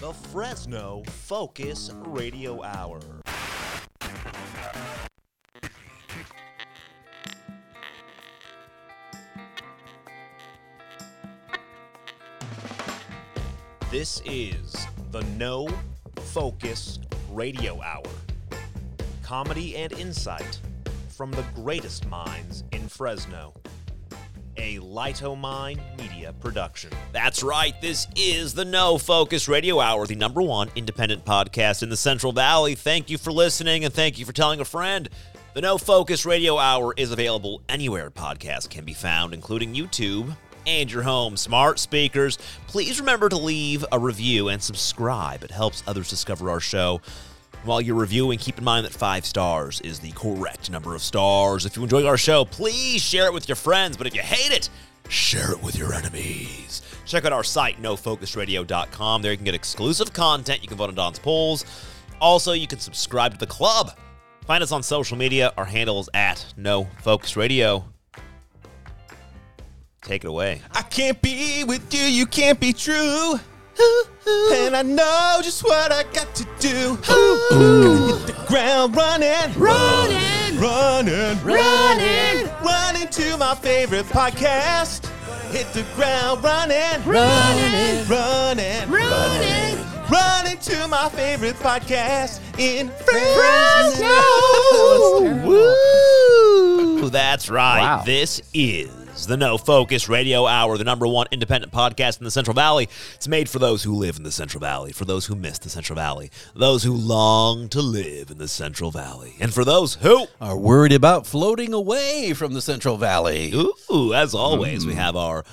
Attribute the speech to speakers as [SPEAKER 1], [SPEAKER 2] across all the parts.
[SPEAKER 1] the Fresno Focus Radio Hour. This is the No Focus Radio Hour. Comedy and insight from the greatest minds in Fresno. A Lightomine Media production.
[SPEAKER 2] That's right. This is the No Focus Radio Hour, the number one independent podcast in the Central Valley. Thank you for listening and thank you for telling a friend. The No Focus Radio Hour is available anywhere podcasts can be found, including YouTube and your home smart speakers. Please remember to leave a review and subscribe. It helps others discover our show. While you're reviewing, keep in mind that five stars is the correct number of stars. If you enjoy our show, please share it with your friends. But if you hate it, share it with your enemies. Check out our site, nofocusradio.com. There you can get exclusive content. You can vote on Don's polls. Also, you can subscribe to the club. Find us on social media. Our handle is at nofocusradio. Take it away.
[SPEAKER 3] I can't be with you, you can't be true. And I know just what I got to do. Hit the ground running, running, running, running, running to my favorite podcast. Hit the ground running, running, running, running, running to my favorite podcast in Fresno.
[SPEAKER 2] Woo! That's right.
[SPEAKER 4] Wow.
[SPEAKER 2] This is the No Focus Radio Hour, the number one independent podcast in the Central Valley. It's made for those who live in the Central Valley, for those who miss the Central Valley, those who long to live in the Central Valley, and for those who,
[SPEAKER 5] are worried about floating away from the Central Valley.
[SPEAKER 2] ooh, as always,
[SPEAKER 4] Mm.
[SPEAKER 2] we have our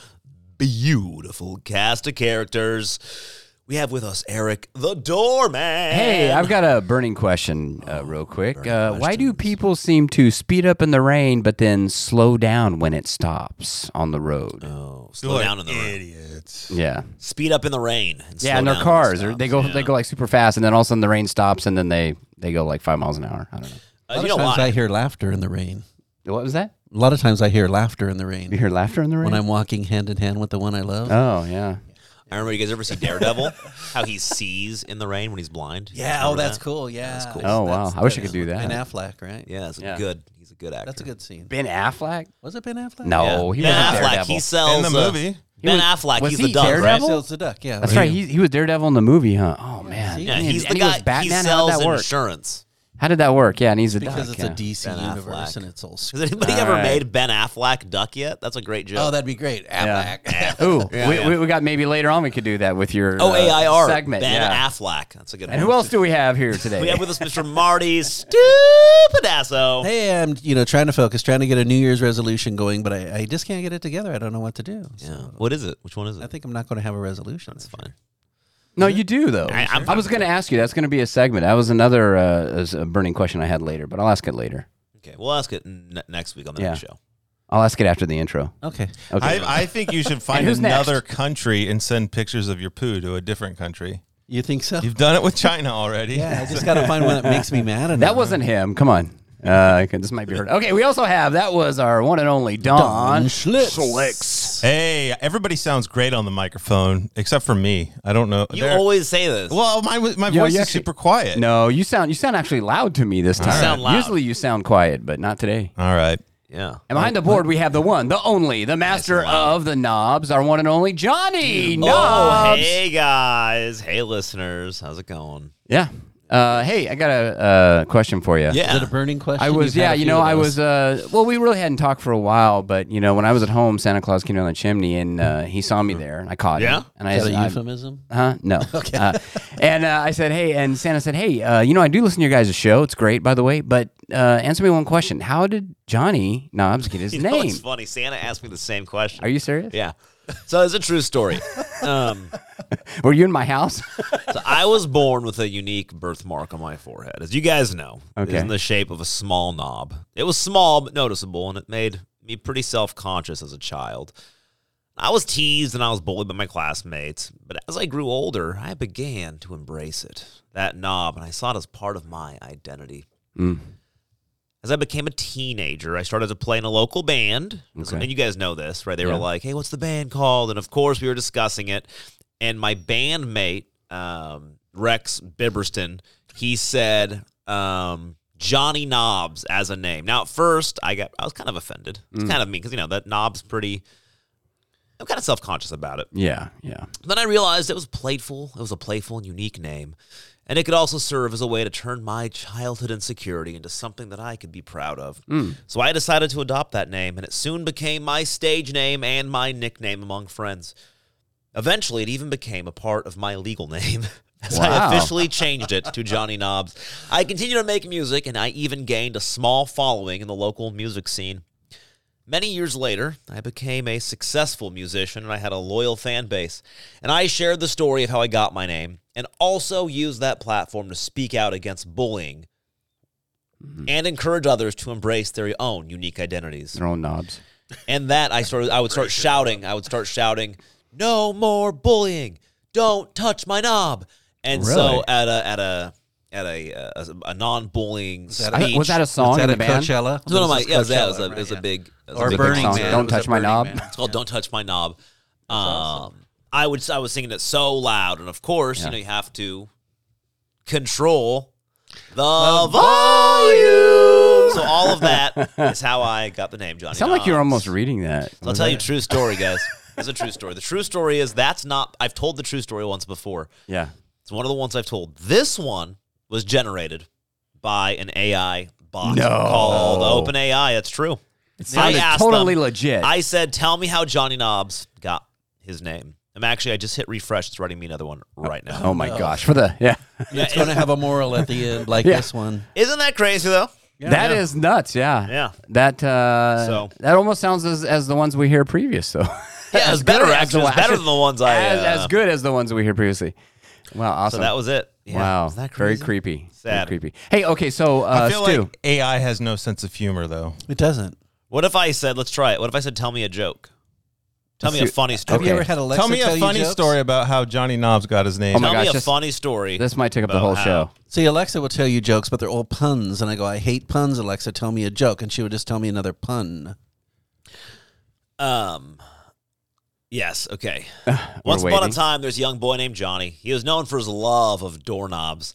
[SPEAKER 2] beautiful cast of characters. We have with us Eric the Doorman.
[SPEAKER 4] Hey, I've got a burning question,
[SPEAKER 2] Oh,
[SPEAKER 4] uh, real quick. Uh, why do people seem to speed up in the rain but then slow down when it stops on the road?
[SPEAKER 2] Oh, slow down in the rain.
[SPEAKER 3] Idiots.
[SPEAKER 4] yeah,
[SPEAKER 2] Speed up in the rain. And
[SPEAKER 4] yeah,
[SPEAKER 2] slow
[SPEAKER 4] and
[SPEAKER 2] down
[SPEAKER 4] their
[SPEAKER 2] when it
[SPEAKER 4] cars or they
[SPEAKER 2] stops.
[SPEAKER 4] go
[SPEAKER 2] Yeah.
[SPEAKER 4] they go like super fast, and then all of a sudden the rain stops, and then they they go like five miles an hour. I don't know.
[SPEAKER 2] Uh,
[SPEAKER 5] A lot
[SPEAKER 2] you
[SPEAKER 5] of
[SPEAKER 2] know
[SPEAKER 5] times
[SPEAKER 2] why?
[SPEAKER 5] I hear laughter in the rain.
[SPEAKER 4] What was that?
[SPEAKER 5] A lot of times I hear laughter in the
[SPEAKER 4] You
[SPEAKER 5] rain
[SPEAKER 4] hear laughter in the rain?
[SPEAKER 5] when I'm walking hand in hand with the one I love.
[SPEAKER 4] oh yeah.
[SPEAKER 2] I remember you guys ever see Daredevil? how he sees in the rain when he's blind.
[SPEAKER 5] yeah, oh,
[SPEAKER 2] Remember
[SPEAKER 5] that's
[SPEAKER 2] that?
[SPEAKER 5] cool. Yeah,
[SPEAKER 2] that's cool.
[SPEAKER 4] Oh wow. I wish I
[SPEAKER 5] that's
[SPEAKER 4] could do
[SPEAKER 5] with
[SPEAKER 4] that.
[SPEAKER 5] Ben Affleck, right?
[SPEAKER 2] Yeah, that's
[SPEAKER 4] Yeah.
[SPEAKER 2] a good. He's a good actor.
[SPEAKER 5] that's a good scene.
[SPEAKER 4] Ben Affleck?
[SPEAKER 5] Was it Ben Affleck?
[SPEAKER 4] No, Oh, he
[SPEAKER 2] ben
[SPEAKER 4] wasn't
[SPEAKER 2] Affleck.
[SPEAKER 4] Daredevil.
[SPEAKER 2] He sells
[SPEAKER 3] In the
[SPEAKER 2] uh,
[SPEAKER 3] movie.
[SPEAKER 4] He
[SPEAKER 2] ben
[SPEAKER 4] was-
[SPEAKER 2] Affleck.
[SPEAKER 4] was
[SPEAKER 2] he's
[SPEAKER 4] he
[SPEAKER 2] the dog, right?
[SPEAKER 4] Daredevil?
[SPEAKER 5] Seals the duck. Yeah,
[SPEAKER 4] That's right. He, he was Daredevil in the movie, huh? Oh man.
[SPEAKER 5] see?
[SPEAKER 2] Yeah,
[SPEAKER 4] Man,
[SPEAKER 2] he's
[SPEAKER 4] and
[SPEAKER 2] the
[SPEAKER 4] he was
[SPEAKER 2] guy.
[SPEAKER 4] Batman.
[SPEAKER 2] He
[SPEAKER 4] How did
[SPEAKER 2] sells
[SPEAKER 4] that work?
[SPEAKER 2] insurance.
[SPEAKER 4] How did that work? Yeah, and he's a
[SPEAKER 5] because
[SPEAKER 4] duck,
[SPEAKER 5] it's
[SPEAKER 4] yeah.
[SPEAKER 5] a DC
[SPEAKER 2] Ben
[SPEAKER 5] universe
[SPEAKER 2] Affleck.
[SPEAKER 5] and it's old
[SPEAKER 2] Has
[SPEAKER 5] school.
[SPEAKER 2] anybody
[SPEAKER 4] All
[SPEAKER 2] ever
[SPEAKER 4] right.
[SPEAKER 2] made Ben Affleck duck yet? That's a great joke.
[SPEAKER 5] Oh, that'd be great.
[SPEAKER 4] Yeah.
[SPEAKER 5] Affleck.
[SPEAKER 4] Ooh,
[SPEAKER 2] Yeah,
[SPEAKER 4] we,
[SPEAKER 2] yeah.
[SPEAKER 4] We, we got maybe later on we could do that with your
[SPEAKER 2] O Oh, A I R.
[SPEAKER 4] uh, segment.
[SPEAKER 2] Ben
[SPEAKER 4] yeah.
[SPEAKER 2] Affleck. That's a good.
[SPEAKER 4] and
[SPEAKER 2] one.
[SPEAKER 4] who else do we have here today?
[SPEAKER 2] We have with us Mr. Marty Stupidasso.
[SPEAKER 5] Hey, I'm you know trying to focus, trying to get a New Year's resolution going, but I, I just can't get it together. I don't know what to do. So
[SPEAKER 2] Yeah. What is it? Which one is it?
[SPEAKER 5] I think I'm not going to have a resolution.
[SPEAKER 2] That's fine.
[SPEAKER 4] no, you do though.
[SPEAKER 2] I- I'm-
[SPEAKER 4] I was going to ask you. That's going to be a segment. That was another uh, is a burning question I had later, but I'll ask it later.
[SPEAKER 2] Okay, we'll ask it n- next week on the
[SPEAKER 4] Yeah.
[SPEAKER 2] next show.
[SPEAKER 4] I'll ask it after the intro.
[SPEAKER 5] Okay.
[SPEAKER 4] Okay.
[SPEAKER 3] I, I think you should find
[SPEAKER 4] who's next?
[SPEAKER 3] another country and send pictures of your poo to a different country.
[SPEAKER 5] You think so?
[SPEAKER 3] You've done it with China already.
[SPEAKER 5] yeah, I just got to find one that makes me mad.
[SPEAKER 4] that wasn't him. Come on. Uh, I could- this might be hurt. Okay, we also have that was our one and only Don,
[SPEAKER 5] Don Schlitz.
[SPEAKER 4] Schlitz.
[SPEAKER 3] Hey, everybody sounds great on the microphone except for me. I don't know.
[SPEAKER 2] You
[SPEAKER 3] They're-
[SPEAKER 2] always say this.
[SPEAKER 3] well, my
[SPEAKER 4] Yeah,
[SPEAKER 3] my voice
[SPEAKER 4] you
[SPEAKER 3] is
[SPEAKER 4] actually-
[SPEAKER 3] super quiet.
[SPEAKER 4] No, you sound you sound actually loud to me this time.
[SPEAKER 2] sound loud.
[SPEAKER 4] Usually you sound quiet, but not today.
[SPEAKER 3] All right.
[SPEAKER 2] yeah.
[SPEAKER 4] And behind the board, we have the one, the only, the master of the knobs, our one and only Johnny
[SPEAKER 2] Oh,
[SPEAKER 4] Knobs.
[SPEAKER 2] hey guys. Hey listeners. How's it going?
[SPEAKER 4] Yeah. Uh, hey, I got a uh, question for you.
[SPEAKER 5] Is it a burning question?
[SPEAKER 4] I was,
[SPEAKER 5] You've had
[SPEAKER 4] yeah,
[SPEAKER 5] a
[SPEAKER 4] you
[SPEAKER 5] few
[SPEAKER 4] know,
[SPEAKER 5] of
[SPEAKER 4] I
[SPEAKER 5] those.
[SPEAKER 4] was, uh, well, we really hadn't talked for a while, but, you know, when I was at home, Santa Claus came down the chimney and uh, he saw me there and I caught
[SPEAKER 2] Yeah?
[SPEAKER 4] him. And I
[SPEAKER 5] Is that
[SPEAKER 4] said,
[SPEAKER 5] a
[SPEAKER 4] I-
[SPEAKER 5] euphemism?
[SPEAKER 4] Huh? No. okay. Uh, and uh, I said, hey, and Santa said, hey, uh, you know, I do listen to your guys' show. It's great, by the way, but uh, answer me one question. How did Johnny Knobs get his
[SPEAKER 2] You know,
[SPEAKER 4] name?
[SPEAKER 2] it's funny. Santa asked me the same question.
[SPEAKER 4] Are you serious?
[SPEAKER 2] Yeah. So it's a true story. Um,
[SPEAKER 4] Were you in my house?
[SPEAKER 2] so I was born with a unique birthmark on my forehead, as you guys know.
[SPEAKER 4] Okay.
[SPEAKER 2] It's in the shape of a small knob. It was small but noticeable, and it made me pretty self-conscious as a child. I was teased and I was bullied by my classmates, but as I grew older, I began to embrace it, that knob, and I saw it as part of my identity.
[SPEAKER 4] Mm.
[SPEAKER 2] as I became a teenager, I started to play in a local band.
[SPEAKER 4] Okay.
[SPEAKER 2] And you guys know this, right? They
[SPEAKER 4] Yeah.
[SPEAKER 2] were like, hey, what's the band called? And of course, we were discussing it. And my bandmate um, Rex Bibberston, he said um, Johnny Knobs as a name. Now, at first, I got I was kind of offended.
[SPEAKER 4] Mm.
[SPEAKER 2] It's kind of mean because you know that Knobs pretty. I'm kind of self conscious about it.
[SPEAKER 4] Yeah, yeah.
[SPEAKER 2] Then I realized it was playful. It was a playful and unique name. And it could also serve as a way to turn my childhood insecurity into something that I could be proud of. So I decided to adopt that name, and it soon became my stage name and my nickname among friends. Eventually, it even became a part of my legal name. As
[SPEAKER 4] Wow.
[SPEAKER 2] I officially changed it to Johnny Knobs. I continue to make music, and I even gained a small following in the local music scene. Many years later, I became a successful musician and I had a loyal fan base. And I shared the story of how I got my name and also used that platform to speak out against bullying
[SPEAKER 5] Mm-hmm.
[SPEAKER 2] and encourage others to embrace their own unique identities.
[SPEAKER 4] Their own knobs.
[SPEAKER 2] And that I started I would start shouting, I would start shouting, "No more bullying. Don't touch my knob." And so
[SPEAKER 5] Really?
[SPEAKER 2] at a at a at a uh, a, a non-bullying speech
[SPEAKER 4] I- was that a song
[SPEAKER 5] Is
[SPEAKER 4] in
[SPEAKER 5] that
[SPEAKER 4] the
[SPEAKER 5] a
[SPEAKER 4] band?
[SPEAKER 5] Coachella?
[SPEAKER 2] It's one of my
[SPEAKER 5] This is
[SPEAKER 2] yeah, it was, yeah, it
[SPEAKER 5] Coachella,
[SPEAKER 2] was a,
[SPEAKER 5] right,
[SPEAKER 2] it was
[SPEAKER 5] yeah.
[SPEAKER 2] a big it was a
[SPEAKER 5] or
[SPEAKER 2] big
[SPEAKER 5] Burning
[SPEAKER 2] song.
[SPEAKER 4] song.
[SPEAKER 5] Man.
[SPEAKER 4] Don't
[SPEAKER 5] It was a
[SPEAKER 4] touch my
[SPEAKER 5] Burning
[SPEAKER 4] knob.
[SPEAKER 5] Man.
[SPEAKER 2] It's called "Don't Touch My Knob." Um, I would I was singing it so loud, and of course, you know, you have to control the volume. So all of that is how I got the name Johnny.
[SPEAKER 4] Sound like you're
[SPEAKER 2] Knobs.
[SPEAKER 4] almost reading that.
[SPEAKER 2] So I'll tell you a true story, guys. It's a true story. The true story is that's not. I've told the true story once before.
[SPEAKER 4] Yeah.
[SPEAKER 2] It's one of the ones I've told. This one was generated by an AI bot
[SPEAKER 4] No.
[SPEAKER 2] called OpenAI. That's true.
[SPEAKER 4] sounded totally legit.
[SPEAKER 2] I said, "Tell me how Johnny Knobs got his name." I'm actually. I just hit refresh. It's writing me another one right now.
[SPEAKER 4] Oh my gosh. For the yeah.
[SPEAKER 2] Yeah,
[SPEAKER 5] It's going to have a moral at the end, like
[SPEAKER 4] Yeah.
[SPEAKER 5] this one.
[SPEAKER 2] isn't that crazy though?
[SPEAKER 4] That is nuts, yeah.
[SPEAKER 2] Yeah.
[SPEAKER 4] That uh
[SPEAKER 2] So-
[SPEAKER 4] that almost sounds as, as the ones we hear previous though.
[SPEAKER 2] Yeah, it's
[SPEAKER 4] As good
[SPEAKER 2] better
[SPEAKER 4] as
[SPEAKER 2] actually.
[SPEAKER 4] the-
[SPEAKER 2] It's better than the ones I.
[SPEAKER 4] as,
[SPEAKER 2] uh,
[SPEAKER 4] as good as the ones we hear previously. Wow, awesome.
[SPEAKER 2] So that was it. Yeah.
[SPEAKER 4] wow.
[SPEAKER 2] Isn't that
[SPEAKER 4] Very
[SPEAKER 2] crazy?
[SPEAKER 4] creepy.
[SPEAKER 2] Sad.
[SPEAKER 4] Very creepy. Hey, okay, so uh
[SPEAKER 3] I feel
[SPEAKER 4] Stu.
[SPEAKER 3] like AI has no sense of humor, though.
[SPEAKER 5] It doesn't.
[SPEAKER 2] What if I said, "Let's try it." What if I said, "Tell me a joke." Tell me a
[SPEAKER 4] Let's do-
[SPEAKER 2] funny story.
[SPEAKER 5] Have you
[SPEAKER 4] Okay.
[SPEAKER 5] ever had Alexa
[SPEAKER 3] tell me a
[SPEAKER 5] you
[SPEAKER 3] funny
[SPEAKER 5] jokes?
[SPEAKER 3] story about how Johnny Knobs got his name.
[SPEAKER 4] Oh my
[SPEAKER 2] Tell me
[SPEAKER 4] gosh,
[SPEAKER 2] a
[SPEAKER 4] this-
[SPEAKER 2] funny story.
[SPEAKER 4] this might take up the
[SPEAKER 2] about
[SPEAKER 4] whole
[SPEAKER 2] how-
[SPEAKER 4] show.
[SPEAKER 5] See, Alexa will tell you jokes, but they're all puns. And I go, I hate puns, Alexa. Tell me a joke. And she would just tell me another pun.
[SPEAKER 2] Um. Yes. Okay. Once upon a
[SPEAKER 4] waiting.
[SPEAKER 2] time, there's a young boy named Johnny. He was known for his love of doorknobs,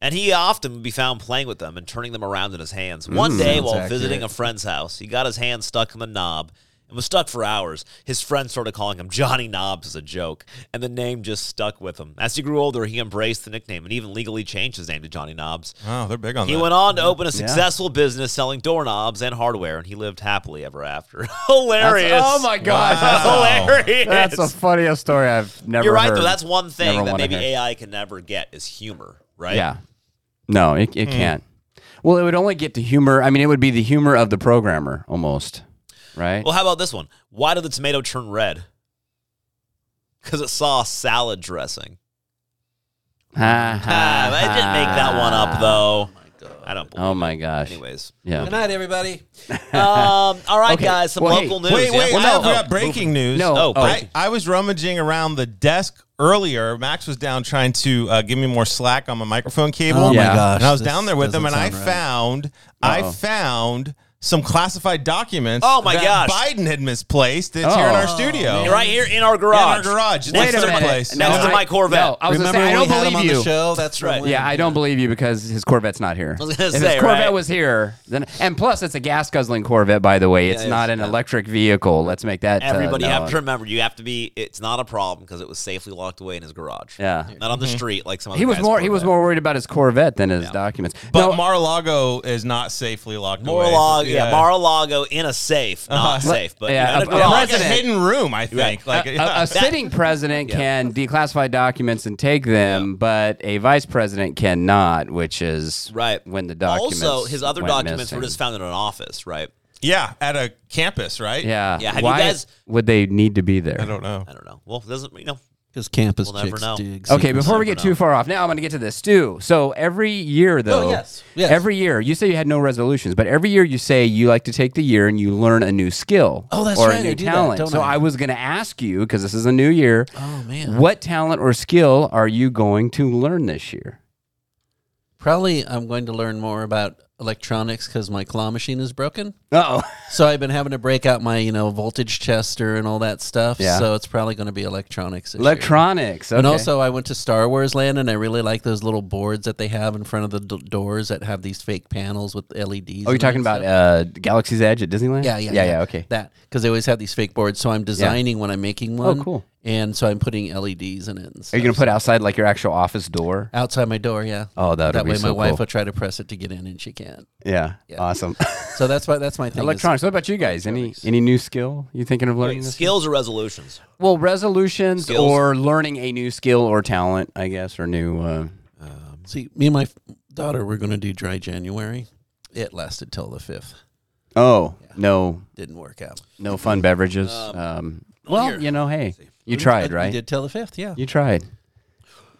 [SPEAKER 2] and he often would be found playing with them and turning them around in his hands. One day,
[SPEAKER 5] Hmm, Sounds
[SPEAKER 2] while
[SPEAKER 5] accurate.
[SPEAKER 2] visiting a friend's house, he got his hand stuck in the knob and was stuck for hours. His friend started calling him Johnny Knobs as a joke, and the name just stuck with him. As he grew older, he embraced the nickname and even legally changed his name to Johnny Knobs.
[SPEAKER 3] Wow, Oh, they're big on
[SPEAKER 2] He
[SPEAKER 3] that.
[SPEAKER 2] went on to open a successful business selling doorknobs and hardware, and he lived happily ever after. Hilarious!
[SPEAKER 4] That's- oh my gosh.
[SPEAKER 3] Wow.
[SPEAKER 4] That's,
[SPEAKER 2] Hilarious!
[SPEAKER 4] that's the funniest story I've never
[SPEAKER 2] You're right
[SPEAKER 4] heard.
[SPEAKER 2] though. That's one thing
[SPEAKER 4] Never
[SPEAKER 2] that
[SPEAKER 4] wanna
[SPEAKER 2] maybe
[SPEAKER 4] hear.
[SPEAKER 2] AI can never get is humor, right? Mm.
[SPEAKER 4] Yeah. No, it, it can't. Well, it would only get to humor. I mean, it would be the humor of the programmer almost, right?
[SPEAKER 2] Well, how about this one? Why did the tomato turn red? Because it saw salad dressing.
[SPEAKER 4] Ha,
[SPEAKER 2] Ah,
[SPEAKER 4] ha,
[SPEAKER 2] I didn't make that one up though. I don't believe.
[SPEAKER 4] Ah. Oh my gosh.
[SPEAKER 2] Anyways,
[SPEAKER 5] Good
[SPEAKER 4] Yeah.
[SPEAKER 5] night, everybody.
[SPEAKER 2] um, all right,
[SPEAKER 4] Okay.
[SPEAKER 2] guys, some
[SPEAKER 4] Well, hey,
[SPEAKER 2] local news.
[SPEAKER 3] Wait, wait,
[SPEAKER 2] yeah?
[SPEAKER 3] I
[SPEAKER 2] Oh,
[SPEAKER 3] forgot breaking news.
[SPEAKER 4] No.
[SPEAKER 2] Oh,
[SPEAKER 4] Oh,
[SPEAKER 3] I, I was rummaging around the desk earlier. Max was down trying to uh, give me more slack on my microphone cable.
[SPEAKER 5] Oh
[SPEAKER 4] my Yeah.
[SPEAKER 5] gosh,
[SPEAKER 3] And I was
[SPEAKER 5] this
[SPEAKER 3] down there with him, and
[SPEAKER 5] doesn't
[SPEAKER 3] I
[SPEAKER 5] sound right.
[SPEAKER 3] found, I found some classified documents.
[SPEAKER 2] Oh, my
[SPEAKER 3] that
[SPEAKER 2] gosh.
[SPEAKER 3] Biden had misplaced. It's here in our
[SPEAKER 4] Oh.
[SPEAKER 3] studio.
[SPEAKER 2] Right here in our
[SPEAKER 3] in
[SPEAKER 2] garage.
[SPEAKER 3] our garage. It's
[SPEAKER 2] Next
[SPEAKER 3] like
[SPEAKER 2] to
[SPEAKER 4] minute.
[SPEAKER 3] someplace.
[SPEAKER 2] Next
[SPEAKER 4] No,
[SPEAKER 2] to my Corvette.
[SPEAKER 4] No, I was
[SPEAKER 5] Remember
[SPEAKER 4] gonna say, I
[SPEAKER 5] when
[SPEAKER 4] don't
[SPEAKER 5] we had him
[SPEAKER 4] believe
[SPEAKER 5] on the
[SPEAKER 4] you.
[SPEAKER 5] show? That's
[SPEAKER 2] right.
[SPEAKER 5] right.
[SPEAKER 4] Yeah, I don't believe you because his Corvette's not here.
[SPEAKER 2] was gonna
[SPEAKER 4] if
[SPEAKER 2] say,
[SPEAKER 4] his Corvette
[SPEAKER 2] right?
[SPEAKER 4] was here, then and plus it's a gas guzzling Corvette, by the way. It's
[SPEAKER 2] it's-
[SPEAKER 4] not an electric vehicle. Let's make that uh,
[SPEAKER 2] Everybody have
[SPEAKER 4] known.
[SPEAKER 2] to remember, you have to be. It's not a problem because it was safely locked away in his garage.
[SPEAKER 4] Yeah.
[SPEAKER 2] not on the street like some. Other
[SPEAKER 4] He was
[SPEAKER 2] guy's
[SPEAKER 4] more he was
[SPEAKER 2] Corvette.
[SPEAKER 4] more worried about his Corvette than his documents.
[SPEAKER 3] But
[SPEAKER 4] No,
[SPEAKER 3] Mar-a-Lago is not safely locked away.
[SPEAKER 2] Mar-a-Lago, Uh-huh. yeah. Mar-a-Lago in a safe, not safe, but
[SPEAKER 4] yeah,
[SPEAKER 2] in a
[SPEAKER 4] a- a
[SPEAKER 2] garage.
[SPEAKER 3] Or it's a
[SPEAKER 4] President.
[SPEAKER 3] hidden room, I think. Like,
[SPEAKER 4] a,
[SPEAKER 3] yeah.
[SPEAKER 4] a sitting president can declassify documents and take them, but a vice president cannot, which is
[SPEAKER 2] right
[SPEAKER 4] when the documents
[SPEAKER 2] Also, his other
[SPEAKER 4] went
[SPEAKER 2] documents were
[SPEAKER 4] missing.
[SPEAKER 2] just found in an office, right?
[SPEAKER 3] Yeah, at a campus, right?
[SPEAKER 4] yeah.
[SPEAKER 2] Yeah, have you
[SPEAKER 4] Why
[SPEAKER 2] guys-
[SPEAKER 4] would they need to be there?
[SPEAKER 3] I don't know.
[SPEAKER 2] I don't know. Well, doesn't you know?
[SPEAKER 5] Because campus
[SPEAKER 2] We'll never
[SPEAKER 5] chicks
[SPEAKER 2] know.
[SPEAKER 5] dig
[SPEAKER 4] Okay,
[SPEAKER 5] secrets.
[SPEAKER 4] before we get too far off, now I'm going to get to this, Stu. So every year, though,
[SPEAKER 5] yes, yes.
[SPEAKER 4] every year you say you had no resolutions, but every year you say you like to take the year and you learn a new skill.
[SPEAKER 5] Oh, that's
[SPEAKER 4] or
[SPEAKER 5] right,
[SPEAKER 4] a
[SPEAKER 5] I
[SPEAKER 4] new
[SPEAKER 5] do that,
[SPEAKER 4] talent.
[SPEAKER 5] don't
[SPEAKER 4] so
[SPEAKER 5] I?
[SPEAKER 4] I was going to ask you because this is a new year.
[SPEAKER 5] Oh, man.
[SPEAKER 4] What talent or skill are you going to learn this year?
[SPEAKER 5] Probably I'm going to learn more about electronics because my claw machine is broken.
[SPEAKER 4] Uh oh.
[SPEAKER 5] So I've been having to break out my, you know, voltage tester and all that stuff.
[SPEAKER 4] Yeah.
[SPEAKER 5] So it's probably going to be electronics. this year.
[SPEAKER 4] Electronics. Okay.
[SPEAKER 5] And also, I went to Star Wars Land, and I really like those little boards that they have in front of the d- doors that have these fake panels with E LEDs.
[SPEAKER 4] Oh, you're talking about uh, Galaxy's Edge at Disneyland?
[SPEAKER 5] Yeah, yeah,
[SPEAKER 4] yeah, yeah. Okay. Oh,
[SPEAKER 5] That because they always have these fake boards. So I'm designing when I'm making one.
[SPEAKER 4] cool.
[SPEAKER 5] And so I'm putting LEDs in it. And
[SPEAKER 4] Are you gonna put outside like your actual office door?
[SPEAKER 5] outside my door? Yeah.
[SPEAKER 4] Oh, that'd
[SPEAKER 5] that
[SPEAKER 4] be
[SPEAKER 5] way my
[SPEAKER 4] so
[SPEAKER 5] wife
[SPEAKER 4] cool.
[SPEAKER 5] will try to press it to get in, and she can't.
[SPEAKER 4] Yeah. Awesome.
[SPEAKER 5] So that's why that's my thing. is-
[SPEAKER 4] Electronics. What about you guys? Any any new skill you thinking of learning?
[SPEAKER 2] Wait,
[SPEAKER 4] this
[SPEAKER 2] skills or resolutions?
[SPEAKER 4] Well, resolutions
[SPEAKER 2] Skills.
[SPEAKER 4] or learning a new skill or talent, I guess, or new. Uh,
[SPEAKER 5] see, me and my f- daughter were going to do dry January. It lasted till the fifth.
[SPEAKER 4] oh no,
[SPEAKER 5] Didn't work out.
[SPEAKER 4] no fun beverages. Um, well, you know, hey, you tried,
[SPEAKER 5] I
[SPEAKER 4] right?
[SPEAKER 5] did till the fifth. Yeah.
[SPEAKER 4] You tried.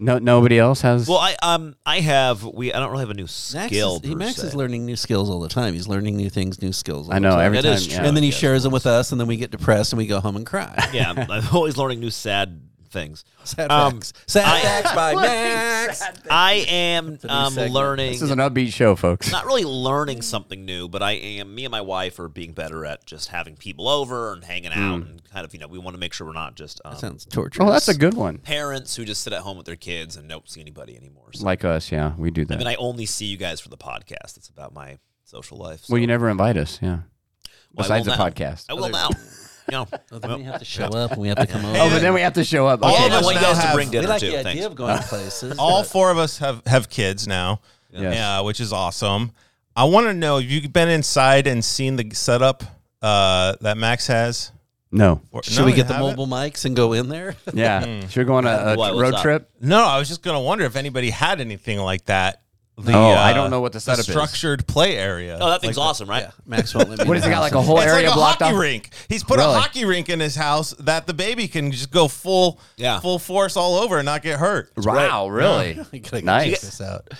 [SPEAKER 4] No, nobody else has.
[SPEAKER 2] Well, I um I have we I don't really have a new
[SPEAKER 5] Max,
[SPEAKER 2] skill.
[SPEAKER 5] is,
[SPEAKER 2] per
[SPEAKER 5] Max
[SPEAKER 2] se.
[SPEAKER 5] is learning new skills all the time. He's learning new things, new skills. All
[SPEAKER 4] I
[SPEAKER 5] the
[SPEAKER 4] know
[SPEAKER 5] time.
[SPEAKER 4] every
[SPEAKER 2] That
[SPEAKER 4] time.
[SPEAKER 2] is true.
[SPEAKER 4] yeah.
[SPEAKER 5] and then he shares them with us, and then we get depressed and we go home and cry.
[SPEAKER 2] yeah, I'm always learning new sad things.
[SPEAKER 5] Sad
[SPEAKER 2] Um,
[SPEAKER 5] facts. Sad
[SPEAKER 2] I-
[SPEAKER 5] facts by Max.
[SPEAKER 2] I am
[SPEAKER 5] new
[SPEAKER 2] um,
[SPEAKER 5] segment.
[SPEAKER 2] learning.
[SPEAKER 4] this is an upbeat show, folks.
[SPEAKER 2] not really learning something new, but I am. Me and my wife are being better at just having people over and hanging out, and kind of you know we want to make sure we're not just um,
[SPEAKER 5] Hmm. Sounds torturous.
[SPEAKER 4] Oh, that's a good one.
[SPEAKER 2] parents who just sit at home with their kids and don't see anybody anymore. So,
[SPEAKER 4] Like us, yeah, we do
[SPEAKER 2] I
[SPEAKER 4] that.
[SPEAKER 2] mean, I only see you guys for the podcast. It's about my social life. so-
[SPEAKER 4] well, you never invite us, yeah.
[SPEAKER 2] Well, I
[SPEAKER 4] Besides the
[SPEAKER 2] will now.
[SPEAKER 4] podcast.
[SPEAKER 2] I will now. You know,
[SPEAKER 5] Then we have to show up and we have to come over.
[SPEAKER 4] Oh, but then we have to show up.
[SPEAKER 2] all
[SPEAKER 4] Okay.
[SPEAKER 2] of us
[SPEAKER 3] Now
[SPEAKER 2] want you guys to
[SPEAKER 3] have-
[SPEAKER 2] bring
[SPEAKER 5] we
[SPEAKER 2] dinner
[SPEAKER 5] like
[SPEAKER 2] too.
[SPEAKER 5] the idea
[SPEAKER 2] Thanks.
[SPEAKER 5] of going places.
[SPEAKER 3] all
[SPEAKER 5] but
[SPEAKER 3] four of us have have kids now,
[SPEAKER 4] Yes.
[SPEAKER 3] yeah, which is awesome. I want to know if you've been inside and seen the setup uh, that Max has.
[SPEAKER 4] No.
[SPEAKER 3] Or-
[SPEAKER 5] should
[SPEAKER 3] No,
[SPEAKER 5] we
[SPEAKER 3] you
[SPEAKER 5] get the
[SPEAKER 3] haven't?
[SPEAKER 5] mobile mics and go in there?
[SPEAKER 4] Yeah. Should we go on a, a
[SPEAKER 2] What, Hmm. what's
[SPEAKER 4] road
[SPEAKER 2] up?
[SPEAKER 4] trip?
[SPEAKER 3] No, I was just gonna wonder if anybody had anything like that. The,
[SPEAKER 4] Oh, I don't know what the setup is.
[SPEAKER 3] structured play area.
[SPEAKER 2] Oh, that thing's awesome, right?
[SPEAKER 5] Yeah, Max won't let me.
[SPEAKER 4] What
[SPEAKER 5] in
[SPEAKER 4] has it
[SPEAKER 5] the
[SPEAKER 4] got?
[SPEAKER 5] house
[SPEAKER 4] Like a whole
[SPEAKER 3] it's
[SPEAKER 4] area
[SPEAKER 3] like a
[SPEAKER 4] blocked
[SPEAKER 3] hockey
[SPEAKER 4] off?
[SPEAKER 3] rink. He's put
[SPEAKER 4] Really?
[SPEAKER 3] a hockey rink in his house that the baby can just go full,
[SPEAKER 2] Yeah.
[SPEAKER 3] full force all over and not get hurt.
[SPEAKER 4] Wow, really?
[SPEAKER 5] anymore. Gotta get
[SPEAKER 4] Nice.
[SPEAKER 5] this out.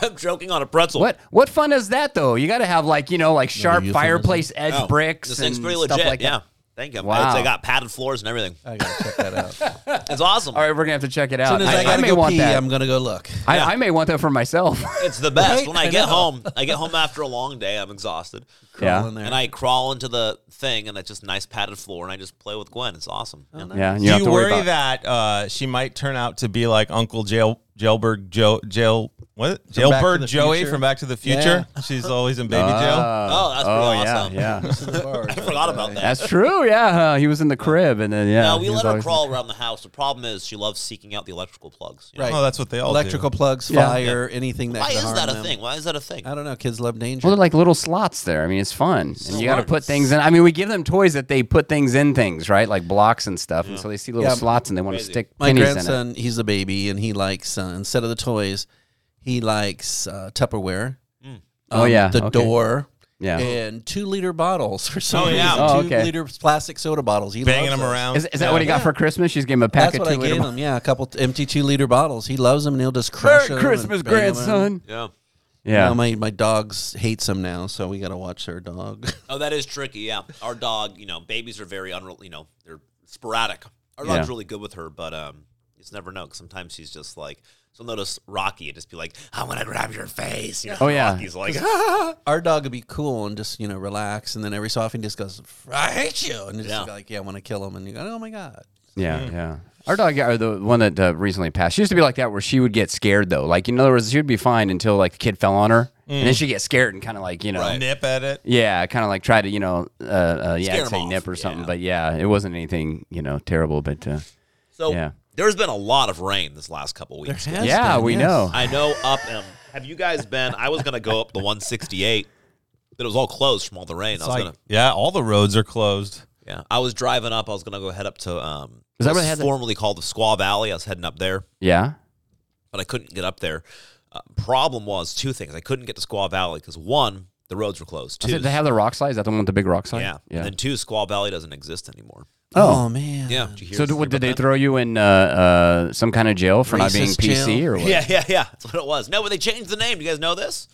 [SPEAKER 2] I'm joking on a pretzel.
[SPEAKER 4] What what fun is that though? You got to have like you know like sharp
[SPEAKER 5] euphemism.
[SPEAKER 4] fireplace edge
[SPEAKER 2] Oh,
[SPEAKER 4] bricks
[SPEAKER 2] This
[SPEAKER 4] and
[SPEAKER 2] thing's pretty
[SPEAKER 4] stuff
[SPEAKER 2] legit.
[SPEAKER 4] like that.
[SPEAKER 2] yeah. Thank you.
[SPEAKER 4] Wow.
[SPEAKER 2] They got padded floors and everything.
[SPEAKER 5] I gotta check that out. As
[SPEAKER 2] It's awesome.
[SPEAKER 4] All right, we're gonna have to check it out.
[SPEAKER 5] soon as I,
[SPEAKER 4] I, I
[SPEAKER 5] gotta
[SPEAKER 4] may
[SPEAKER 5] go
[SPEAKER 4] want
[SPEAKER 5] pee,
[SPEAKER 4] that.
[SPEAKER 5] I'm gonna go look.
[SPEAKER 4] I, I may want that for myself.
[SPEAKER 2] It's the best.
[SPEAKER 5] Right?
[SPEAKER 2] When I,
[SPEAKER 5] I
[SPEAKER 2] get
[SPEAKER 5] know.
[SPEAKER 2] home, I get home after a long day. I'm exhausted,
[SPEAKER 5] Crawl
[SPEAKER 4] Yeah.
[SPEAKER 5] in there.
[SPEAKER 2] and I crawl into the thing, and it's just nice padded floor, and I just play with Gwen. It's awesome.
[SPEAKER 5] Oh,
[SPEAKER 2] Yeah.
[SPEAKER 4] yeah, and you don't
[SPEAKER 3] Do you
[SPEAKER 4] have to worry
[SPEAKER 3] worry
[SPEAKER 4] about
[SPEAKER 3] that uh, she might turn out to be like Uncle Jail Jailbird Joe Jail what
[SPEAKER 5] Back to
[SPEAKER 3] Jailbird
[SPEAKER 5] the
[SPEAKER 3] Joey
[SPEAKER 5] Future?
[SPEAKER 3] from Back to the Future? She's always in baby jail.
[SPEAKER 2] Oh, that's pretty
[SPEAKER 4] oh,
[SPEAKER 2] awesome.
[SPEAKER 4] Yeah, yeah.
[SPEAKER 2] I forgot about that.
[SPEAKER 4] That's true. Yeah, huh? he was in the crib, and then yeah.
[SPEAKER 2] Now
[SPEAKER 4] he
[SPEAKER 2] we
[SPEAKER 4] was
[SPEAKER 2] let her
[SPEAKER 4] always-
[SPEAKER 2] crawl around the house. The problem is she loves seeking out the electrical plugs. you know?
[SPEAKER 5] Right.
[SPEAKER 3] Oh, that's what they all do.
[SPEAKER 5] Electrical plugs,
[SPEAKER 4] Yeah.
[SPEAKER 5] fire, anything that
[SPEAKER 2] Why
[SPEAKER 5] could
[SPEAKER 2] is
[SPEAKER 5] harm
[SPEAKER 2] that a
[SPEAKER 5] them.
[SPEAKER 2] thing? Why is that a thing?
[SPEAKER 5] I don't know. Kids love danger.
[SPEAKER 4] Well, they're like little slots there. I mean, it's fun, and you got to put things in. I mean, we give them toys that they put things in things, right? Like blocks and stuff, and so they see little
[SPEAKER 5] Yeah.
[SPEAKER 4] slots and they want to
[SPEAKER 2] Crazy.
[SPEAKER 4] stick
[SPEAKER 5] my
[SPEAKER 4] pennies in it.
[SPEAKER 5] grandson, he's a baby, and he likes uh, instead of the toys, he likes uh, Tupperware.
[SPEAKER 3] Mm.
[SPEAKER 5] Um,
[SPEAKER 4] Oh, yeah,
[SPEAKER 5] the
[SPEAKER 4] okay.
[SPEAKER 5] door.
[SPEAKER 4] Yeah.
[SPEAKER 5] and two liter bottles for some
[SPEAKER 2] Oh, yeah.
[SPEAKER 5] reason.
[SPEAKER 4] Oh,
[SPEAKER 5] Two
[SPEAKER 4] okay.
[SPEAKER 5] liter plastic soda bottles. He
[SPEAKER 3] Banging
[SPEAKER 5] loves
[SPEAKER 3] them
[SPEAKER 5] those.
[SPEAKER 3] around.
[SPEAKER 4] Is, is that what he got for Christmas? She's giving him a pack
[SPEAKER 5] That's
[SPEAKER 4] of
[SPEAKER 5] what
[SPEAKER 4] two
[SPEAKER 5] I
[SPEAKER 4] liter
[SPEAKER 5] gave him. Yeah, a couple t- empty two liter bottles. He loves them, and he'll just crush them. and
[SPEAKER 4] Christmas,
[SPEAKER 5] bang 'em around.
[SPEAKER 4] grandson.
[SPEAKER 2] yeah.
[SPEAKER 4] Yeah.
[SPEAKER 5] Now my my dogs hates them now, so we gotta watch their dog.
[SPEAKER 2] Oh, that is tricky. Yeah. Our dog, you know, babies are very unreal. You know, they're sporadic. Our dog's
[SPEAKER 4] Yeah.
[SPEAKER 2] really good with her, but um, you just never know. 'cause sometimes she's just like, so notice Rocky and just be like, I want to grab your face. You know,
[SPEAKER 4] Oh, yeah.
[SPEAKER 2] Rocky's like,
[SPEAKER 5] Our dog would be cool and just you know relax, and then every so often he just goes, "I hate you," and just
[SPEAKER 2] Yeah.
[SPEAKER 5] like, "Yeah, I want to kill him," and you go, "Oh my god."
[SPEAKER 4] Yeah, yeah. Our dog, or the one that uh, recently passed, she used to be like that, where she would get scared though. Like in other words, she would be fine until like the kid fell on her, and
[SPEAKER 5] Mm.
[SPEAKER 4] then she'd get scared and kind of like you know,
[SPEAKER 3] Nip at it.
[SPEAKER 4] yeah, kind of like try to you know, uh, uh, yeah,
[SPEAKER 2] Scare
[SPEAKER 4] I'd
[SPEAKER 2] 'em
[SPEAKER 4] say
[SPEAKER 2] off,
[SPEAKER 4] nip or something.
[SPEAKER 2] yeah.
[SPEAKER 4] But yeah, it wasn't anything you know terrible. But uh,
[SPEAKER 2] so
[SPEAKER 4] Yeah.
[SPEAKER 2] there's been a lot of rain this last couple weeks.
[SPEAKER 5] Has
[SPEAKER 4] yeah,
[SPEAKER 5] been,
[SPEAKER 4] we
[SPEAKER 5] yes.
[SPEAKER 4] know.
[SPEAKER 2] I know up um, have you guys been I was gonna go up the one sixty eight, but it was all closed from all the rain. I was
[SPEAKER 3] Like,
[SPEAKER 2] gonna
[SPEAKER 3] yeah, all the roads are closed.
[SPEAKER 2] yeah. I was driving up, I was gonna go head up to um
[SPEAKER 4] Is that
[SPEAKER 2] what's
[SPEAKER 4] where they had the-
[SPEAKER 2] formerly called the Squaw Valley. I was heading up there,
[SPEAKER 4] Yeah,
[SPEAKER 2] but I couldn't get up there. Uh, problem was two things. I couldn't get to Squaw Valley because one, the roads were closed.
[SPEAKER 4] Is
[SPEAKER 2] Two
[SPEAKER 4] it- they have the rock slide. Is that the one with the big rock slide?
[SPEAKER 2] yeah.
[SPEAKER 4] yeah.
[SPEAKER 2] And then two, Squaw Valley doesn't exist anymore.
[SPEAKER 5] Oh, man.
[SPEAKER 2] Yeah. Did you hear
[SPEAKER 4] so
[SPEAKER 2] did
[SPEAKER 4] do, what, did they throw you in uh, uh, some kind of jail for not being
[SPEAKER 5] Racist
[SPEAKER 4] PC
[SPEAKER 5] jail.
[SPEAKER 4] or what?
[SPEAKER 2] Yeah, yeah, yeah. That's what it was. No, but they changed the name. Do you guys know this?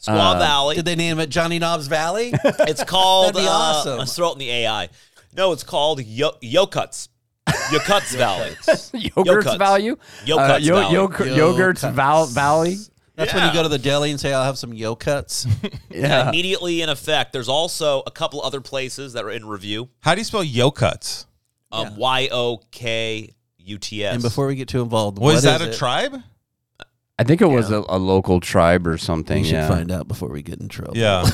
[SPEAKER 2] Squaw
[SPEAKER 4] Uh,
[SPEAKER 2] Valley.
[SPEAKER 5] Did they name it Johnny Knobs Valley?
[SPEAKER 2] It's called.
[SPEAKER 5] That'd be
[SPEAKER 2] uh,
[SPEAKER 5] awesome.
[SPEAKER 2] Let's throw it in the AI. No, it's called Yo- Yokuts. Yokuts Valley.
[SPEAKER 4] Yogurt's
[SPEAKER 2] Yokuts.
[SPEAKER 4] value. Uh,
[SPEAKER 2] Yogurt's Valley.
[SPEAKER 4] Yogurt's Val-
[SPEAKER 5] Yogurts.
[SPEAKER 4] Valley.
[SPEAKER 5] That's when
[SPEAKER 2] Yeah.
[SPEAKER 5] you go to the deli and say, "I'll have some yo cuts."
[SPEAKER 4] Yeah.
[SPEAKER 2] Immediately in effect. There's also a couple other places that are in review.
[SPEAKER 3] How do you spell yo cuts?
[SPEAKER 2] Um, Y O K U T S.
[SPEAKER 5] and before we get too involved,
[SPEAKER 3] Was
[SPEAKER 5] what
[SPEAKER 3] that
[SPEAKER 5] is
[SPEAKER 3] a
[SPEAKER 5] it?
[SPEAKER 3] tribe?
[SPEAKER 4] I think it was a, a local tribe or something.
[SPEAKER 5] We should
[SPEAKER 4] yeah.
[SPEAKER 5] find out before we get in trouble.
[SPEAKER 3] Yeah.